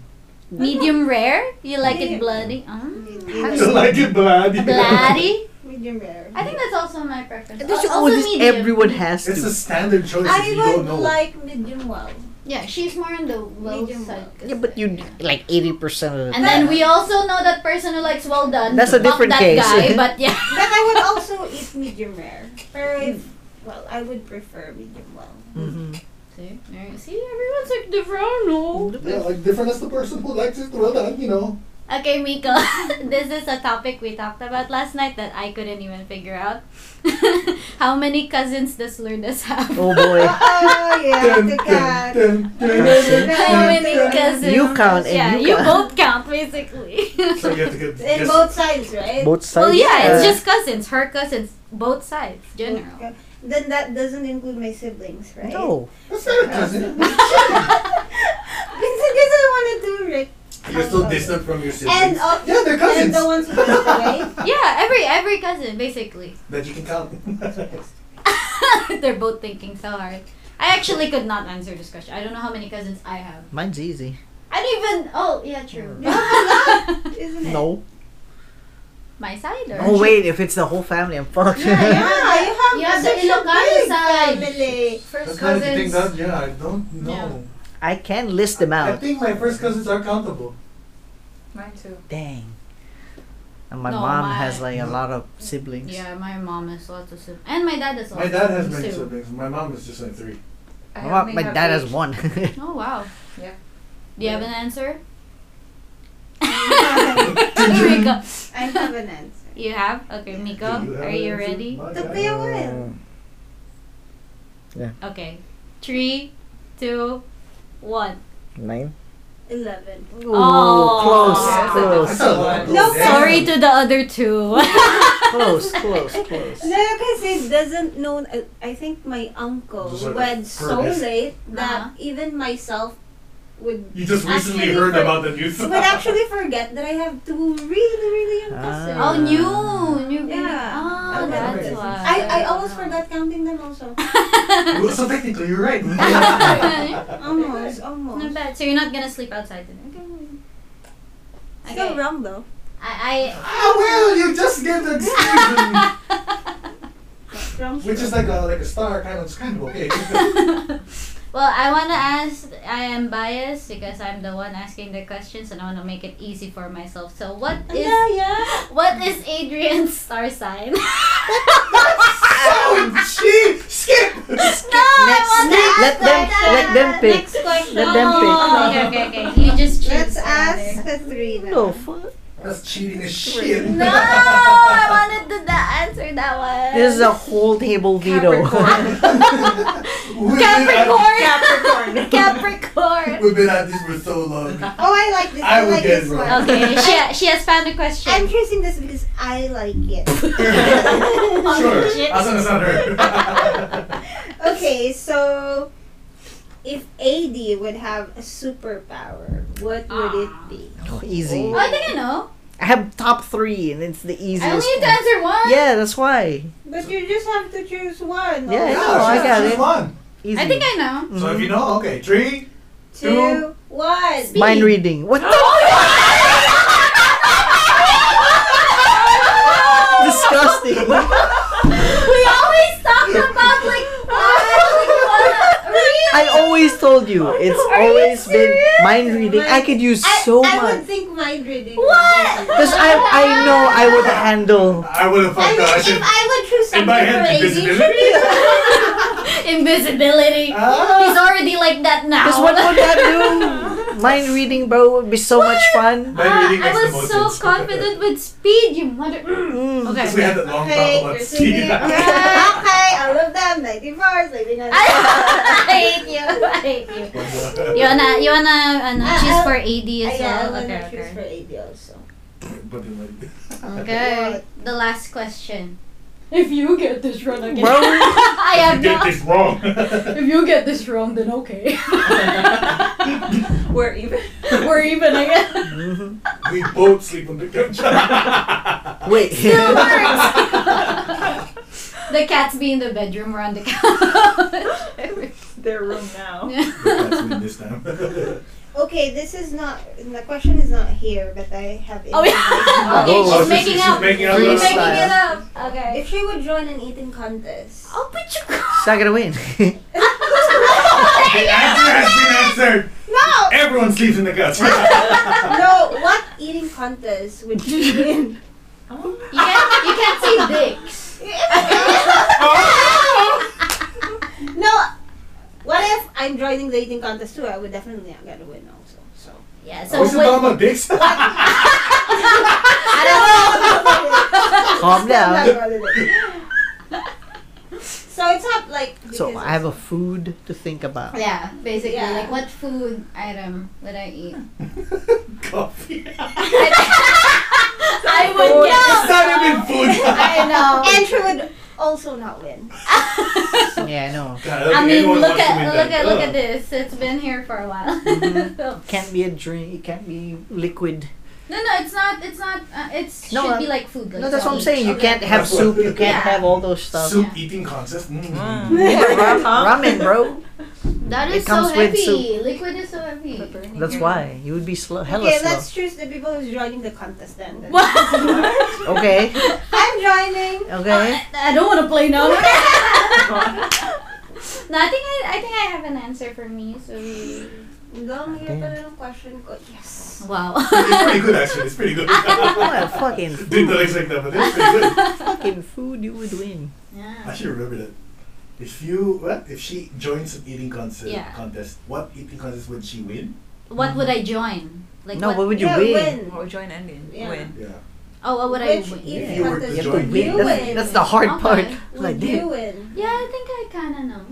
B: Medium rare? You like it
F: Yeah.
B: bloody? Uh,
A: You like it bloody.
B: bloody?
F: Medium rare.
B: I think that's also my preference.
D: There's
B: Al- also
D: always
B: medium.
D: everyone has
A: It's a
D: to.
A: standard choice. if you
F: I
A: don't
F: would
A: know.
F: like medium well.
B: Yeah, she's more on the well
F: Medium
B: side.
D: Yeah, but you like eighty percent of the
B: And then we also know that person who likes well done.
D: That's a
B: Fuck
D: different
B: that
D: case.
B: guy, but yeah.
F: But I would also eat medium rare. But
A: Mm.
F: if, well, I would prefer medium well.
D: Mhm.
B: See, Alright, see, everyone's like different. No.
A: Yeah,
D: Mm-hmm.
A: like different as the person who likes it well done, you know.
B: Okay, Miko, this is a topic we talked about last night that I couldn't even figure out. How many cousins does Lourdes have?
D: Oh boy.
F: Oh, yeah,
A: Dun,
F: the
A: dun,
F: cat.
A: dun,
D: Dun,
A: dun.
B: How many cousins?
D: You count and
B: yeah,
D: you
B: you
D: count.
B: both count basically.
A: So you have to get
F: In
A: guess-
F: both sides, right?
G: Both sides.
B: well, yeah,
G: uh,
B: it's just cousins, her cousins, both sides, general.
F: Okay. Then that doesn't include my siblings, right?
D: No.
A: That's not a cousin.
F: Because I wanna do Rick.
A: You're so distant from your siblings.
F: And of
A: yeah, they're
F: and
A: cousins.
F: the ones who passed away.
B: Yeah, every every cousin basically.
A: that you can count.
B: They're both thinking so hard. I actually could not answer this question. I don't know how many cousins I have.
D: Mine's easy.
B: I don't even. Oh yeah, true.
F: Isn't it?
D: No.
B: My side or?
D: Oh wait, if it's the whole family, I'm fucked.
B: Yeah, yeah.
F: Yeah, you have,
B: You have the
F: such a
B: Ilocano
F: big
B: side.
F: family.
B: First
A: That's kind of the thing
B: cousins.
A: that, yeah, I don't know.
D: I can list them
A: I
D: out.
A: think my first cousins are countable.
C: Mine too.
D: Dang. And my
B: No,
D: mom
B: my-
D: has like a lot of siblings.
B: Yeah, my mom has lots of siblings, and my dad has lots.
A: My dad has
B: of
A: many
B: too.
A: siblings. My mom is just like three.
D: My, mom- my dad has one.
B: Oh wow.
C: Yeah.
B: Do you have an answer?
A: Dun-dun.
B: Miko,
F: I have an answer.
B: you have. Okay, Miko,
A: Do have
B: are
A: an
B: you
A: answer?
B: ready?
A: My
F: The
A: God.
F: pay
A: Mm,
F: will.
B: Okay, three, two, one.
G: Nine.
F: Eleven.
D: Ooh,
B: Oh. Yeah,
D: close,
A: That's a lot.
D: close,
F: No,
A: Oh, Damn.
B: Sorry to the other two.
D: close, close, close.
F: No, because it doesn't know. I- I think my uncle
A: Those are the
F: went so
A: furthest.
F: late that
B: Uh-huh.
F: even myself would
A: You just recently
F: Actually,
A: heard
F: for-
A: about the news.
F: would actually forget that I have two really, really young cousins.
D: Ah.
B: Oh, new, new.
F: Yeah.
B: Oh,
A: I
B: that's
A: remember.
B: why.
F: I, I almost forgot counting them also.
A: Well, so technically, you're right.
F: almost,
B: Not
F: almost.
B: bad. So you're not gonna sleep outside today. Okay.
F: Still
B: Okay.
F: wrong though.
B: I.
A: ah, well, you just gave the excuse,
B: I
F: Wrong
A: which is like a like a star kind of it's kind of okay.
B: well, I wanna ask. I am biased because I'm the one asking the questions, and I wanna make it easy for myself. So what is
F: Yeah, yeah.
B: what is Adrian's star sign? no,
A: so cheap. Skip.
B: I want to ask
D: let them,
B: like that.
D: let them pick.
B: Next question.
D: Let them pick.
B: Oh, okay, okay, okay. You just choose.
F: Let's
B: either.
F: ask Katrina.
D: No, fuck.
A: That's cheating as shit.
B: No, I wanted to da- answer that one.
D: This is a whole table veto.
A: We've
B: Capricorn.
F: Capricorn.
A: Been at,
B: Capricorn.
A: we've been at this for so long.
F: Oh, I like this.
A: I
F: I,
A: will
F: like
A: get
F: this
A: it wrong.
F: one.
B: Okay, she, she has found a question.
F: I'm choosing this because I like it.
B: Oh,
A: Sure.
B: shit.
A: As long as not her.
F: Okay, so if AD would have a superpower, what would
B: Ah.
F: it be?
D: Oh, easy.
B: Oh, I think I know.
D: I have top three, and it's the
B: I only
D: easiest.
B: need to
D: one.
B: answer one.
D: Yeah, that's why.
F: But you just have to choose one.
D: Yeah,
A: yeah,
D: I
F: no?
D: know, I
A: sure,
D: got
A: she's
D: it.
A: Fun.
D: Easy. Mm-hmm.
B: I think I know.
A: So if you know, okay, three.
F: Two, one.
D: Mind
B: Speed.
D: reading. What the? Disgusting.
B: we always talk about like what? Like, what? Really?
D: I always told you, it's
B: Are you
D: always been
B: serious?
D: mind reading. I could use
F: I,
D: so
F: I would
D: much.
F: think mind reading.
B: What?
D: Because I, I know I would handle.
A: I would have
F: I
A: fucked
F: mean,
A: up. I
F: if
A: should-
F: I would choose
A: In my head, invisibility.
B: Invisibility.
F: Uh,
B: He's already like that now.
D: Because what would that do? Mind reading, bro, would be so much fun.
B: Ah,
A: My reading
B: I
A: makes the
B: was
A: most
B: so
A: sense.
B: confident with speed, you mother.
D: Mm.
A: Because we
B: Okay.
A: had that long
F: Okay,
A: talk about
F: you're
A: Steve.
F: singing. Yeah, okay, all of them. 94, sleeping on
B: I hate you. I hate you. You wanna, you wanna, ano,
F: Ah,
B: choose
F: ah.
B: for AD as
F: Yeah, I
B: well?
F: want
B: Okay,
F: to choose
B: okay.
F: for AD also.
A: But in like-
B: Okay. The last question. If you get this wrong again.
D: Bro.
B: I
A: You
B: have
A: get
B: no.
A: this wrong.
B: If you get this wrong, then okay.
E: We're even.
B: We're even again.
D: Mm-hmm.
A: we both sleep on the couch.
D: Wait.
B: Still works. the cats be in the bedroom or on the couch.
E: Their room now.
A: That's me this time.
F: Okay, this is not. The question is not here, but I have.
B: oh
F: it.
B: yeah. Okay,
D: Oh,
B: she's
A: so
B: making
A: she's
B: up.
A: making up
B: She's
D: Free
B: making
D: style.
B: it up. Okay.
F: If she would join an eating contest,
B: Oh, but you
D: It's not gonna win.
A: the answer has been answered.
F: no,
A: Everyone sleeps in the couch.
F: no. What eating contest would you win?
B: You can't, you can't see dicks.
F: no. What if I'm joining the eating contest too? I would definitely not get a win also. So
D: Oh,
B: Yeah, so
A: Are we still talking
B: when,
A: about dicks?
D: Calm
F: I'm
D: down.
F: not gonna do it. So it's not like.
D: So
F: because
D: I have a food to think about.
B: yeah, basically,
F: Yeah.
B: like what food item would I eat?
A: Coffee.
B: I would
A: It's not even food.
B: I know.
F: And she would also not win.
D: Yeah, I know.
A: God,
B: I
A: okay,
B: mean,
A: everyone
B: look
A: wants to
B: at
A: win
B: look
A: that.
B: at look at
A: Ugh.
B: this. It's been here for a while.
D: Mhm. Can't be a drink. It can't be liquid.
B: no, no, it's not. It's not. Uh, it's
D: No,
B: should
D: um,
B: be like food. Like
D: No, that's what I'm
B: each
D: saying. You
B: other.
D: can't have soup. You can't
B: Yeah.
D: have all those stuff.
A: Soup eating contest. Mm.
D: Ramen, bro.
B: That
D: It
B: is so
D: comes with
B: heavy.
D: soup.
B: Liquid is so heavy.
D: That's why you would be slow. Hella
F: Okay,
D: slow.
F: let's choose the people who's joining the contest then. then.
D: Okay.
F: I'm joining.
D: Okay.
B: I don't want to play now. no, I think I, I think I have an answer for me. So
F: Gum here
D: Ah, Damn.
F: pa rin ang question ko. Yes.
B: wow.
A: It's pretty good actually. It's pretty good.
D: What fucking
A: Didn't know it's like that, but it's pretty good.
D: fucking food you would win?
B: Yeah.
A: I should remember that. If you what? If she joins an eating contest,
B: Yeah.
A: contest, what eating contest would she win?
B: What would I join? Like
D: no, what,
B: what?
D: would you
F: yeah,
D: win?
C: What would join ending?
F: Yeah.
C: Win.
A: Yeah.
B: Oh, what would I
F: Which
B: win?
F: eating
A: If you were to
D: You
F: contest
D: have to
A: join the-
F: would
D: win.
F: you
D: That's,
F: win?
D: that's the hard
B: Okay.
D: part.
F: Would
D: Like,
F: you
D: damn.
F: win?
B: Yeah, I think I kind of know.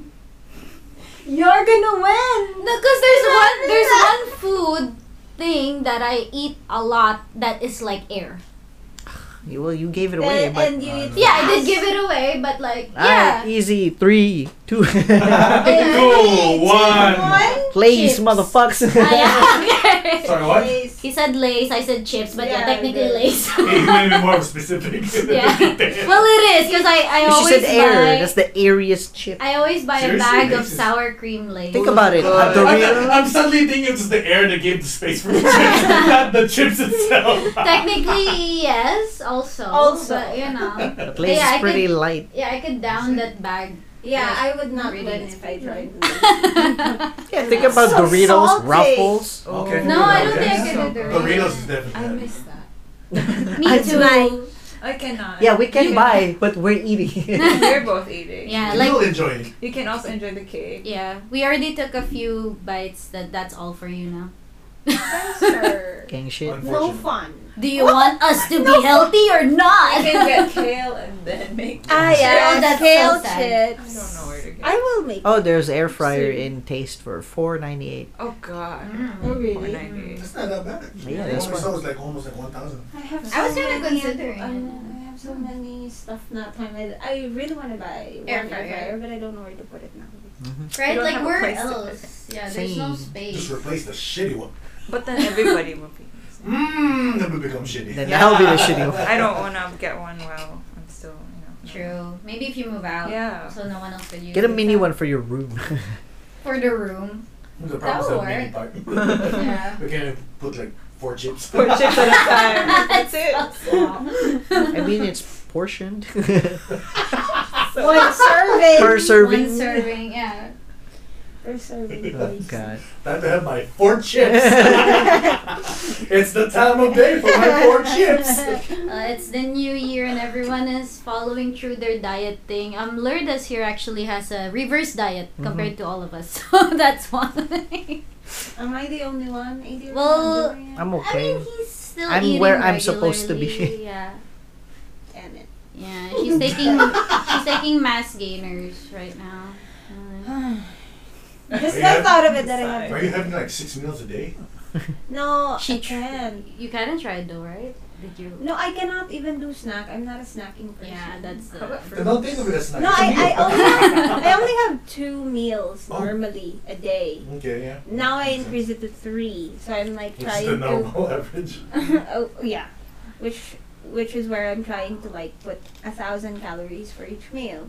F: You're gonna win.
B: No, cause there's one there's one food thing that I eat a lot that is like air.
D: You, well, you gave it away,
F: And,
D: but
F: and you eat.
B: Yeah, I did give it away, but like
D: Alright,
B: yeah.
D: easy. Three, two.
A: Two, one.
D: Please,
B: Chips.
D: motherfuckers.
B: Ah, yeah, okay.
A: Sorry, what? Hey,
B: He said lace, I said chips, but yeah,
F: Yeah,
B: technically
F: I
B: lace.
A: you might be more specific.
B: yeah. Well, it is because I I
D: she
B: always
D: said air.
B: buy
D: That's the airiest chip.
B: I always buy
A: Seriously,
B: a bag of
A: lace is-
B: sour cream lace.
D: Think about it.
A: Uh,
D: At the
A: I'm,
D: real,
A: I'm suddenly thinking it's the air that gave the space for the chips, not the chips itself.
B: Technically, yes, also.
F: Also.
B: But, you know.
D: the place
B: Yeah, I
D: is pretty
B: think-
D: light.
B: Yeah, I could down that bag.
F: Yeah, I would not
B: Really?
F: win if I joined.
D: Yeah, think about
F: So
D: Doritos,
F: salty.
D: Ruffles.
A: Okay.
B: No, I don't
A: Okay.
B: think I could do Doritos.
A: Doritos is definitely.
E: Oh. miss that.
B: Me too.
E: I cannot.
D: Yeah, we can buy, but we're eating.
E: We're both eating.
B: Yeah,
A: You'll
B: like
A: enjoy it.
E: You can also enjoy the cake.
B: yeah, we already took a few bites. That that's all for you now.
F: Sir.
D: Gang shit.
F: No
A: Unfortunately.
F: fun.
B: Do you want us to be healthy or not?
E: You can get kale and then make.
F: Ah,
B: yeah, that's
F: kale
B: so sad.
E: I
F: chips.
E: don't know where to get.
F: I will make.
D: Oh, there's air fryer in taste for four ninety eight.
E: oh God.
B: Mm.
F: Oh, really?
E: 490.
A: That's not that bad. actually.
D: Yeah, that's
A: One
D: fine.
A: song is like almost like 1,000.
F: I have.
B: I was
F: so
B: kinda
F: many- uh,
B: considering
F: I
B: it.
F: know, I have so many stuff not time. I, I really want to buy one
B: Air
F: air
B: fryer.
F: fryer, but I don't know where to put it now.
B: right,
E: don't
B: like
E: have a
B: where
E: place to
B: else? Yeah, there's no
D: Same.
B: space.
A: Just replace the shitty one.
C: But then everybody would be.
A: Mmm, that would become shitty.
D: Then that'll be the shitty one.
C: I don't want to get one while I'm still, you know.
B: True. Maybe if you move out,
C: Yeah.
B: so no one else could use.
D: Get a
B: it.
D: mini one for your room.
B: for the room.
A: The problem is
B: That'll
A: that mini part.
B: Yeah.
A: We can put like four chips.
C: Four chips at a time. That's it.
D: I mean, it's portioned
F: One serving.
D: per serving.
B: One serving, yeah.
F: Or survey
D: Oh,
F: voice.
D: God.
A: Time to have my four chips. it's the time of day for my four chips.
B: Uh, it's the new year and everyone is following through their diet thing. Um, Lourdes here actually has a reverse diet compared to all of us. So that's one.
F: Am I the only one? AD or
B: Well,
F: am I the only one?
D: I'm
B: I
D: okay.
B: mean, he's still
D: I'm
B: eating
D: where I'm supposed to be.
B: regularly, Yeah.
F: Damn it.
B: Yeah, she's taking she's taking mass gainers right now. Uh,
F: Just
A: Oh, Yeah.
F: the thought of it that I have.
A: Are you having like six meals a day?
F: No,
B: She
F: I
B: tr-
F: can.
B: You kind of tried though, right? Did you?
F: No, I cannot even do snack. I'm not a snacking person.
B: Yeah, that's the.
F: How about
A: Then don't think of it as nice.
F: No, I, I only have, I only have two meals
A: Oh.
F: normally a day.
A: Okay, yeah.
F: Now I increase it to three, so I'm like
A: Which is the
F: trying to.
A: normal average.
F: oh yeah, which which is where I'm trying to like put a thousand calories for each meal,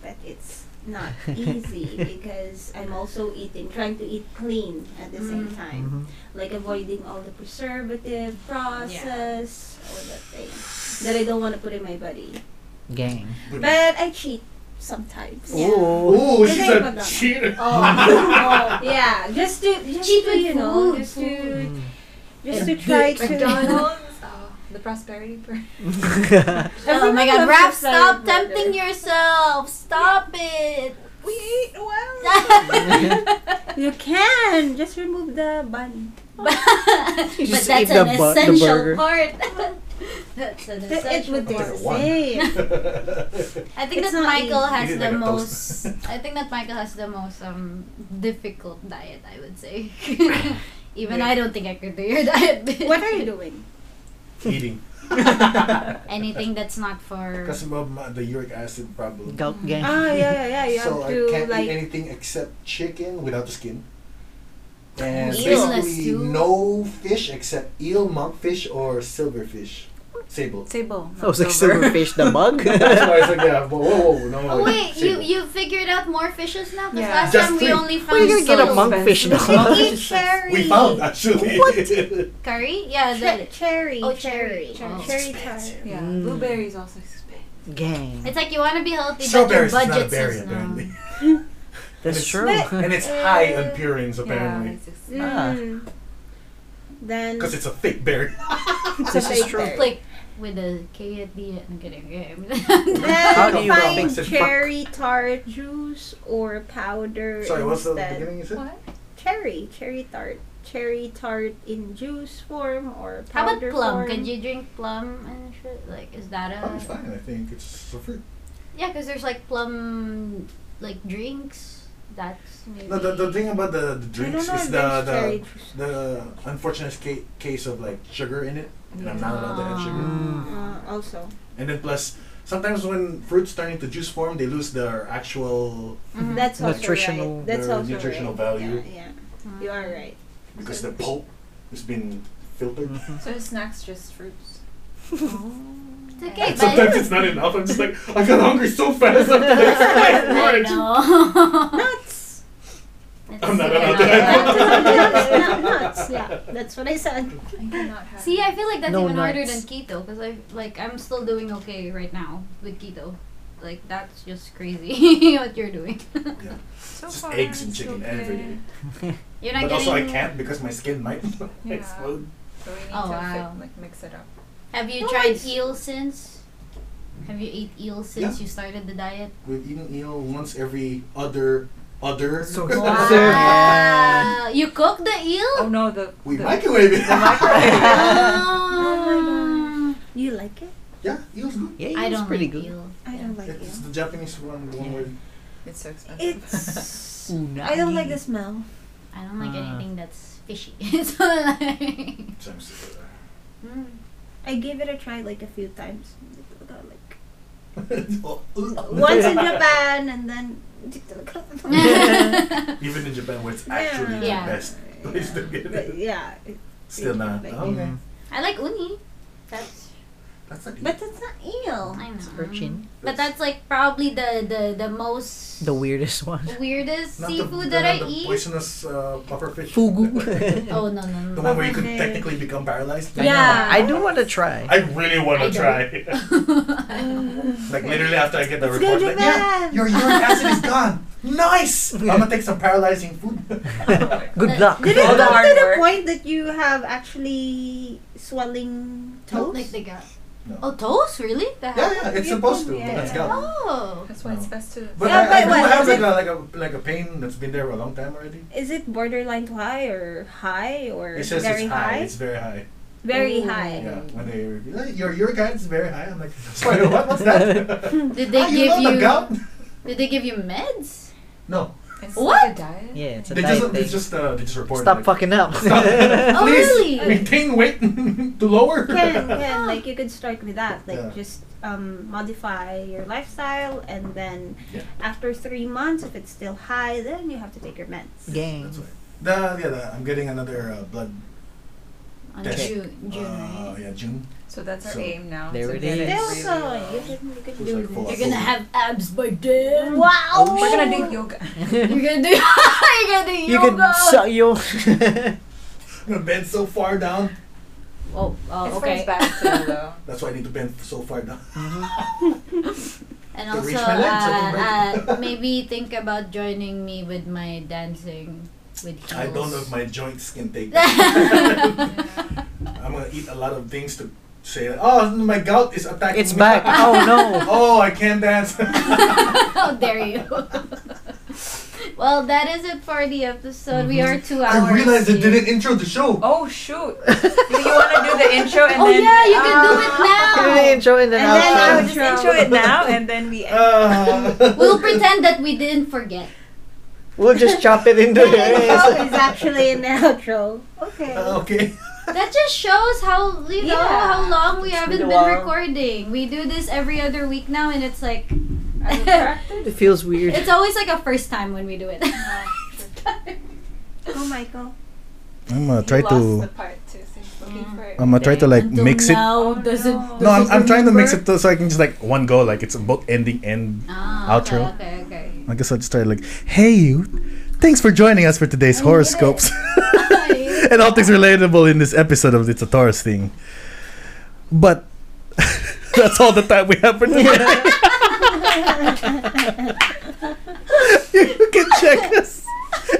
F: but it's not easy because I'm also eating trying to eat clean at the same time,
D: Mhm.
F: like avoiding all the preservative process, all that thing that I don't want to put in my body.
D: Gang.
F: But I cheat sometimes.
D: Ooh.
A: Ooh,
F: Just
A: she's
F: think about
A: a
F: that.
A: cheater.
F: Oh, yeah, just to just
B: Cheap
F: to, you
B: with
F: know,
B: food,
F: just to
D: Mm.
F: just to try to.
E: oh, the prosperity per-
B: Oh my
F: Everyone
B: God,
F: loves
B: Raph!
F: the
B: Stop
F: salad
B: tempting
F: burger.
B: yourself. Stop it.
E: We eat well.
F: You can just remove the bun.
B: but
D: just
B: that's
D: eat the
B: an
D: bu- the
B: essential
D: burger.
B: part. that's an
F: Th- it
B: essential.
F: would
A: I'll
F: taste
A: take a
F: the
A: one.
F: same.
B: I think
F: It's
B: that
F: not
B: Michael
F: easy.
B: has
A: Eat it
B: the
A: like a
B: most.
A: toast.
B: I think that Michael has the most um difficult diet. I would say. Even I don't think I could do your diet. bitch.
F: what are you doing?
A: Eating.
B: Anything that's not for.
A: Because of my, the uric acid problem.
D: Gulp gang.
B: Ah,
F: Oh yeah, yeah, yeah. You
A: so
F: have
A: I
F: to
A: can't
F: like.
A: eat anything except chicken without the skin. And
B: Ew. Eels
A: basically
B: too.
A: no fish except eel, monkfish, or silverfish. Sable.
C: Sable.
D: I was like silverfish the bug.
A: That's why it's like, yeah, whoa, whoa, whoa, no,
B: Oh
A: like,
B: wait, you
A: sable.
B: you figured out more fishes now? Because
E: Yeah.
B: last
A: Just
B: time we
A: three.
B: only
D: Where
B: found
D: you gonna get a
B: sole.
D: monkfish
B: We
D: dog?
B: eat cherry.
A: We found actually.
B: curry. Yeah,
F: Che-
B: the,
F: cherry.
B: Oh,
F: cherry.
B: cherry. Oh.
F: Cherry tart.
E: Yeah,
D: Mm.
E: blueberries also expensive.
D: Gang.
B: it's like you want to be healthy, but your
A: Strawberries is not a
B: budget
A: berry
B: says no.
A: apparently.
D: That's
A: it's-
D: true.
A: and it's high on purines apparently.
E: it's expensive.
D: Ah.
F: Mm. Then
A: Because it's a fake berry.
D: this is true.
B: It's like with a K at the end. I'm kidding. Okay, I'm-
D: How do
F: then
D: you
F: find
A: mix it?
F: cherry tart juice or powder
A: Sorry, what's the
F: instead.
A: beginning you said?
E: What?
F: cherry, cherry tart, cherry tart in juice form or
B: How about
F: powder
B: plum?
F: form.
B: Can you drink plum and shit? Like, is that a
A: I'm Oh, fine, I think. It's a fruit.
B: yeah? Because there's like plum like drinks. That's maybe.
A: No, the, the thing about the, the
F: I don't
A: drinks
F: know
A: is the,
F: if there's cherry
A: the,
F: juice.
A: the unfortunate ca- case of like sugar in it. And I'm not allowed to have
B: Ah.
A: sugar.
D: Mm.
F: Uh, also,
A: And then plus, sometimes when fruits turn into juice form, they lose their actual
B: Mhm.
F: that's also
D: Nutritional-
F: right. That's
A: their
F: also
A: nutritional
F: right.
A: value.
F: Yeah, yeah,
B: Mm.
F: you are right.
A: because the pulp has been filtered.
D: Mm.
E: So snacks just fruits.
B: It's okay, but
A: Sometimes it's not enough. I'm just like I got hungry so fast after
B: I
A: this.
B: know.
F: Nuts.
B: It's
A: I'm not
B: okay.
A: allowed
F: Yeah,
A: to
F: nuts, nuts,
A: have
F: nuts, nuts. Yeah, that's what I said.
E: I cannot have.
B: See, I feel like that's
D: No
B: even harder than
D: nuts.
B: keto because I like I'm still doing okay right now with keto. Like that's just crazy what you're doing.
E: so
A: Just
E: far,
A: eggs and
E: it's
A: chicken
E: okay.
A: every day.
B: You're not
A: But also I
B: getting.
A: can't because my skin might
E: Yeah.
A: explode.
E: So we need
B: Oh,
E: to
B: wow.
E: fit, like mix it up.
B: Have you
F: No,
B: tried
F: it's-
B: eel since? Have you ate eel since you started the diet?
A: We've eaten eel once every other other.
D: So
B: Wow.
D: expensive.
B: You cook the
E: Oh
B: eel?
E: no, the
A: we
E: the,
A: microwave it.
E: the microwave.
B: Oh.
F: You like it?
A: yeah, eel's good.
D: Yeah,
B: I
D: it's
B: don't
D: pretty
B: like
D: good.
B: eel.
F: I don't like
A: It's
F: it.
A: the Japanese one. the one with
E: It's so expensive.
F: It's.
D: Unagi.
F: I don't like the smell.
B: I don't like
D: Ah.
B: anything that's fishy. so like,
A: sometimes it's,
B: mm.
F: I gave it a try like a few times. Got, like,
A: uh,
F: Once in Japan and then.
A: Even in Japan, where it's actually the
B: Yeah.
A: best place to get it,
F: But yeah,
A: still not.
F: Like-
A: Okay,
D: Mm.
B: I like uni. That's
A: that's not.
F: but it's not eel.
B: I know.
D: Her chin.
B: But that's like probably the the the most
D: The weirdest one.
B: weirdest
A: Not the-
B: seafood
A: the-
B: that
A: not
B: I
A: the
B: eat.
A: Poisonous uh, pufferfish.
D: Fugu.
B: Oh no no
A: The
B: no.
A: one where you could
F: Pufferfish.
A: technically become paralyzed.
D: I know.
F: Yeah.
D: I do want to try.
A: I really want
B: I
A: to
B: don't.
A: try. like literally after I get the
F: Let's go
A: report, like, yeah,
F: Japan.
A: your uric acid is gone. Nice! I'm gonna take some paralyzing food.
D: Good luck.
F: Did it
C: All
F: come
C: the hard
F: to the
C: work.
F: point that you have actually swelling
B: Don't
F: toes?
B: like the gap.
A: No.
B: Oh, toes? Really? The
A: Yeah,
B: hell?
A: yeah, it's
F: You
A: supposed
F: told
A: to.
F: me,
A: That's
F: yeah.
A: got.
B: Oh.
C: That's why it's best to.
A: But
F: Yeah,
A: I, I
F: but
A: do
F: what,
A: have like
F: is it-
A: a, like a like a pain that's been there for a long time already.
F: Is it borderline to high or high or
A: It's just
F: very
A: it's high. It's very high.
F: Very
B: Ooh.
F: high.
A: Yeah. When they be like, your your guidance is very high. I'm like, spider, what? What's that?
B: Did
A: Ah,
B: they
A: you
B: give
A: know the
B: you?
A: gout?
B: Did they give you meds?
A: No,
C: It's
B: What?
C: Like a diet.
D: Yeah, it's a
A: they
D: diet
A: just they
D: thing.
A: just uh, they just report.
D: Stop
A: like,
D: fucking up.
A: Stop.
B: Oh,
A: Please
B: really?
A: maintain weight to lower.
F: Can, can like you could start with that. Like
A: Yeah.
F: just um, modify your lifestyle and then
A: Yeah.
F: after three months if it's still high then you have to take your meds.
D: Gang.
A: That's right. The, yeah, the, I'm getting another uh, blood.
B: On
A: Test.
B: June, June,
A: uh,
B: right?
A: yeah, June.
C: So that's
A: So,
C: our aim now.
D: there
C: to
D: it
C: get
D: is.
F: They
C: really
F: also
C: low.
F: you could, you could
A: It's
F: do
A: like full of
B: You're
F: this.
B: gonna
A: food.
B: have abs by then.
F: Wow.
C: We're gonna do yoga.
B: You're gonna do. you're gonna do
D: you
B: yoga.
D: can suck you.
A: I'm gonna bend so far down.
B: Oh, uh,
C: It's
B: okay.
C: okay. back to low.
A: That's why I need to bend so far down.
B: And
A: To
B: also,
A: reach my legs, I can
B: uh,
A: break it.
B: uh, maybe think about joining me with my dancing with heels.
A: I don't know if my joints can take. I'm gonna eat a lot of things to say that. Oh, my gout is attacking.
D: it's
A: me."
D: back. Oh no.
A: oh, I can't dance.
B: How dare you? well, that is it for the episode. We are two hours.
A: Mm-hmm. I realized I
B: here.
A: didn't intro the show.
C: Oh shoot! you, you want to do the intro and
B: Oh
C: then? um,
B: yeah, you can do it
D: Give me the
B: now.
D: intro and then
C: And then I
D: outro.
C: would just intro it now, and then we. End.
A: Uh,
B: We'll pretend that we didn't forget.
D: We'll just chop it into
F: Intro
D: this.
F: is actually an outro. Okay.
A: uh, okay.
B: That just shows how you know
F: Yeah.
B: how long we
D: It's
B: haven't
D: been a
B: been
D: while.
B: recording. We do this every other week now, and it's like
D: It feels weird.
B: it's always like a first time when we do it.
F: Go Michael.
A: I'm gonna
C: You lost The part too, so he's looking for it.
A: like
B: now,
C: Oh,
B: does it?
C: no.
B: does it remember?
A: to, so I can just like one go, like it's both ending and
B: Ah, okay,
A: outro.
B: Okay, okay.
A: I guess I'll just start like, hey you, thanks for joining us for today's horoscopes and all things relatable in this episode of It's a Taurus thing. But that's all the time we have for today. you can check us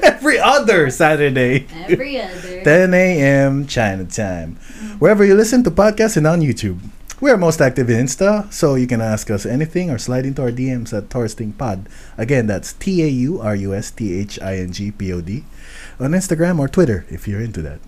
A: every other Saturday,
B: Every other.
A: 10 a.m. China time, wherever you listen to podcasts and on YouTube. We are most active in Insta, so you can ask us anything or slide into our DMs at Taurus Thing Pod. Again, that's T A U R U S T H I N G P O D on Instagram or Twitter if you're into that.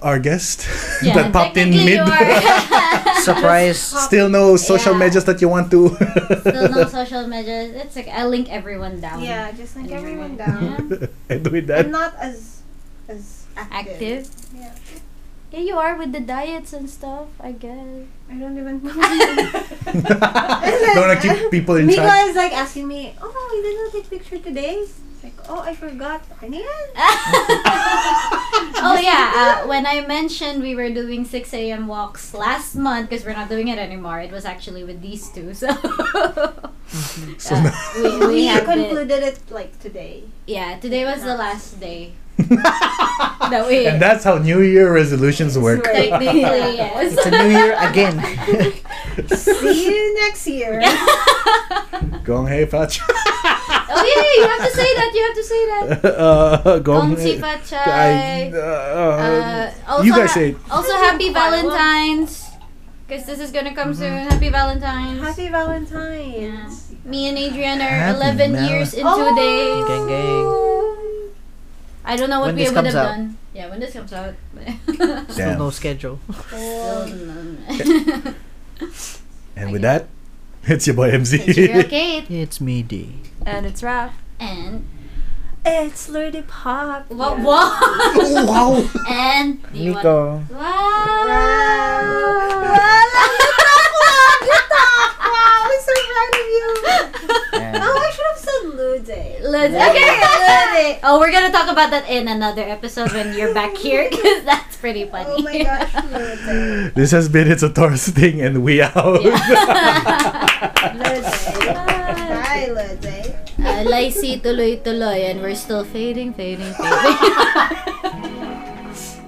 A: Our guest
B: Yeah,
A: that popped in
B: technically
A: mid.
B: you are-
D: Surprise.
A: Still no social
B: Yeah.
A: medias that you want to.
B: Still no social media. It's like I link everyone down.
F: Yeah, just like
B: Anyway.
F: everyone down.
A: and with
F: I'm
A: that,
F: not as as active.
B: Active.
F: Yeah.
B: Yeah, you are with the diets and stuff. I guess.
F: I don't even
A: don't wanna keep people in
F: Mika
A: charge.
F: is like asking me, Oh, you didn't take picture today? It's like, oh I forgot. Ano yan?
B: oh yeah. Uh, when I mentioned we were doing 6 a.m. walks last month, because we're not doing it anymore. It was actually with these two. So.
A: So
B: Uh, we, we
F: We
B: have been-
F: concluded it like today.
B: yeah, today was the last day. that we.
A: and that's how New Year resolutions work.
B: Technically, yes.
D: It's a new year again.
F: See you next year.
A: Gong hei fat.
B: oh yeah, you have to say that. You have to say that.
A: uh, gong
B: Gong
A: hei.
B: Chi Fat
A: I-
B: Chai.
A: uh,
B: Uh, also
A: you guys say it.
B: Also, happy Valentine's. Because this is gonna come
A: Mm-hmm.
B: soon. Happy Valentine's.
F: Happy Valentine's.
B: Me and Adrian are
D: Happy
B: 11
D: Val-
B: years in
F: Oh.
B: two days.
D: gang gang.
B: I don't know what
D: When
B: we
D: this
B: would have
D: comes out.
B: done. Yeah, when this comes out.
D: Still no schedule.
A: And with that, it's your boy MC.
B: it's your Kate
D: It's me, D.
C: And it's wrap.
B: and
F: It's Lady Pop.
B: what? what?
A: wow.
B: and do you want-
G: Nico.
B: Wow!
F: I was so proud of you.
D: Yeah.
F: Oh, I should have said Lude.
B: Let's okay. oh, we're gonna talk about that in another episode when you're back here because that's pretty funny.
F: Oh my gosh, Lude.
A: This has been It's a Taurus thing, and we out.
F: Lude. Bye, Lude.
B: uh, Lycee, tuloy-tuloy, and we're still fading, fading, fading.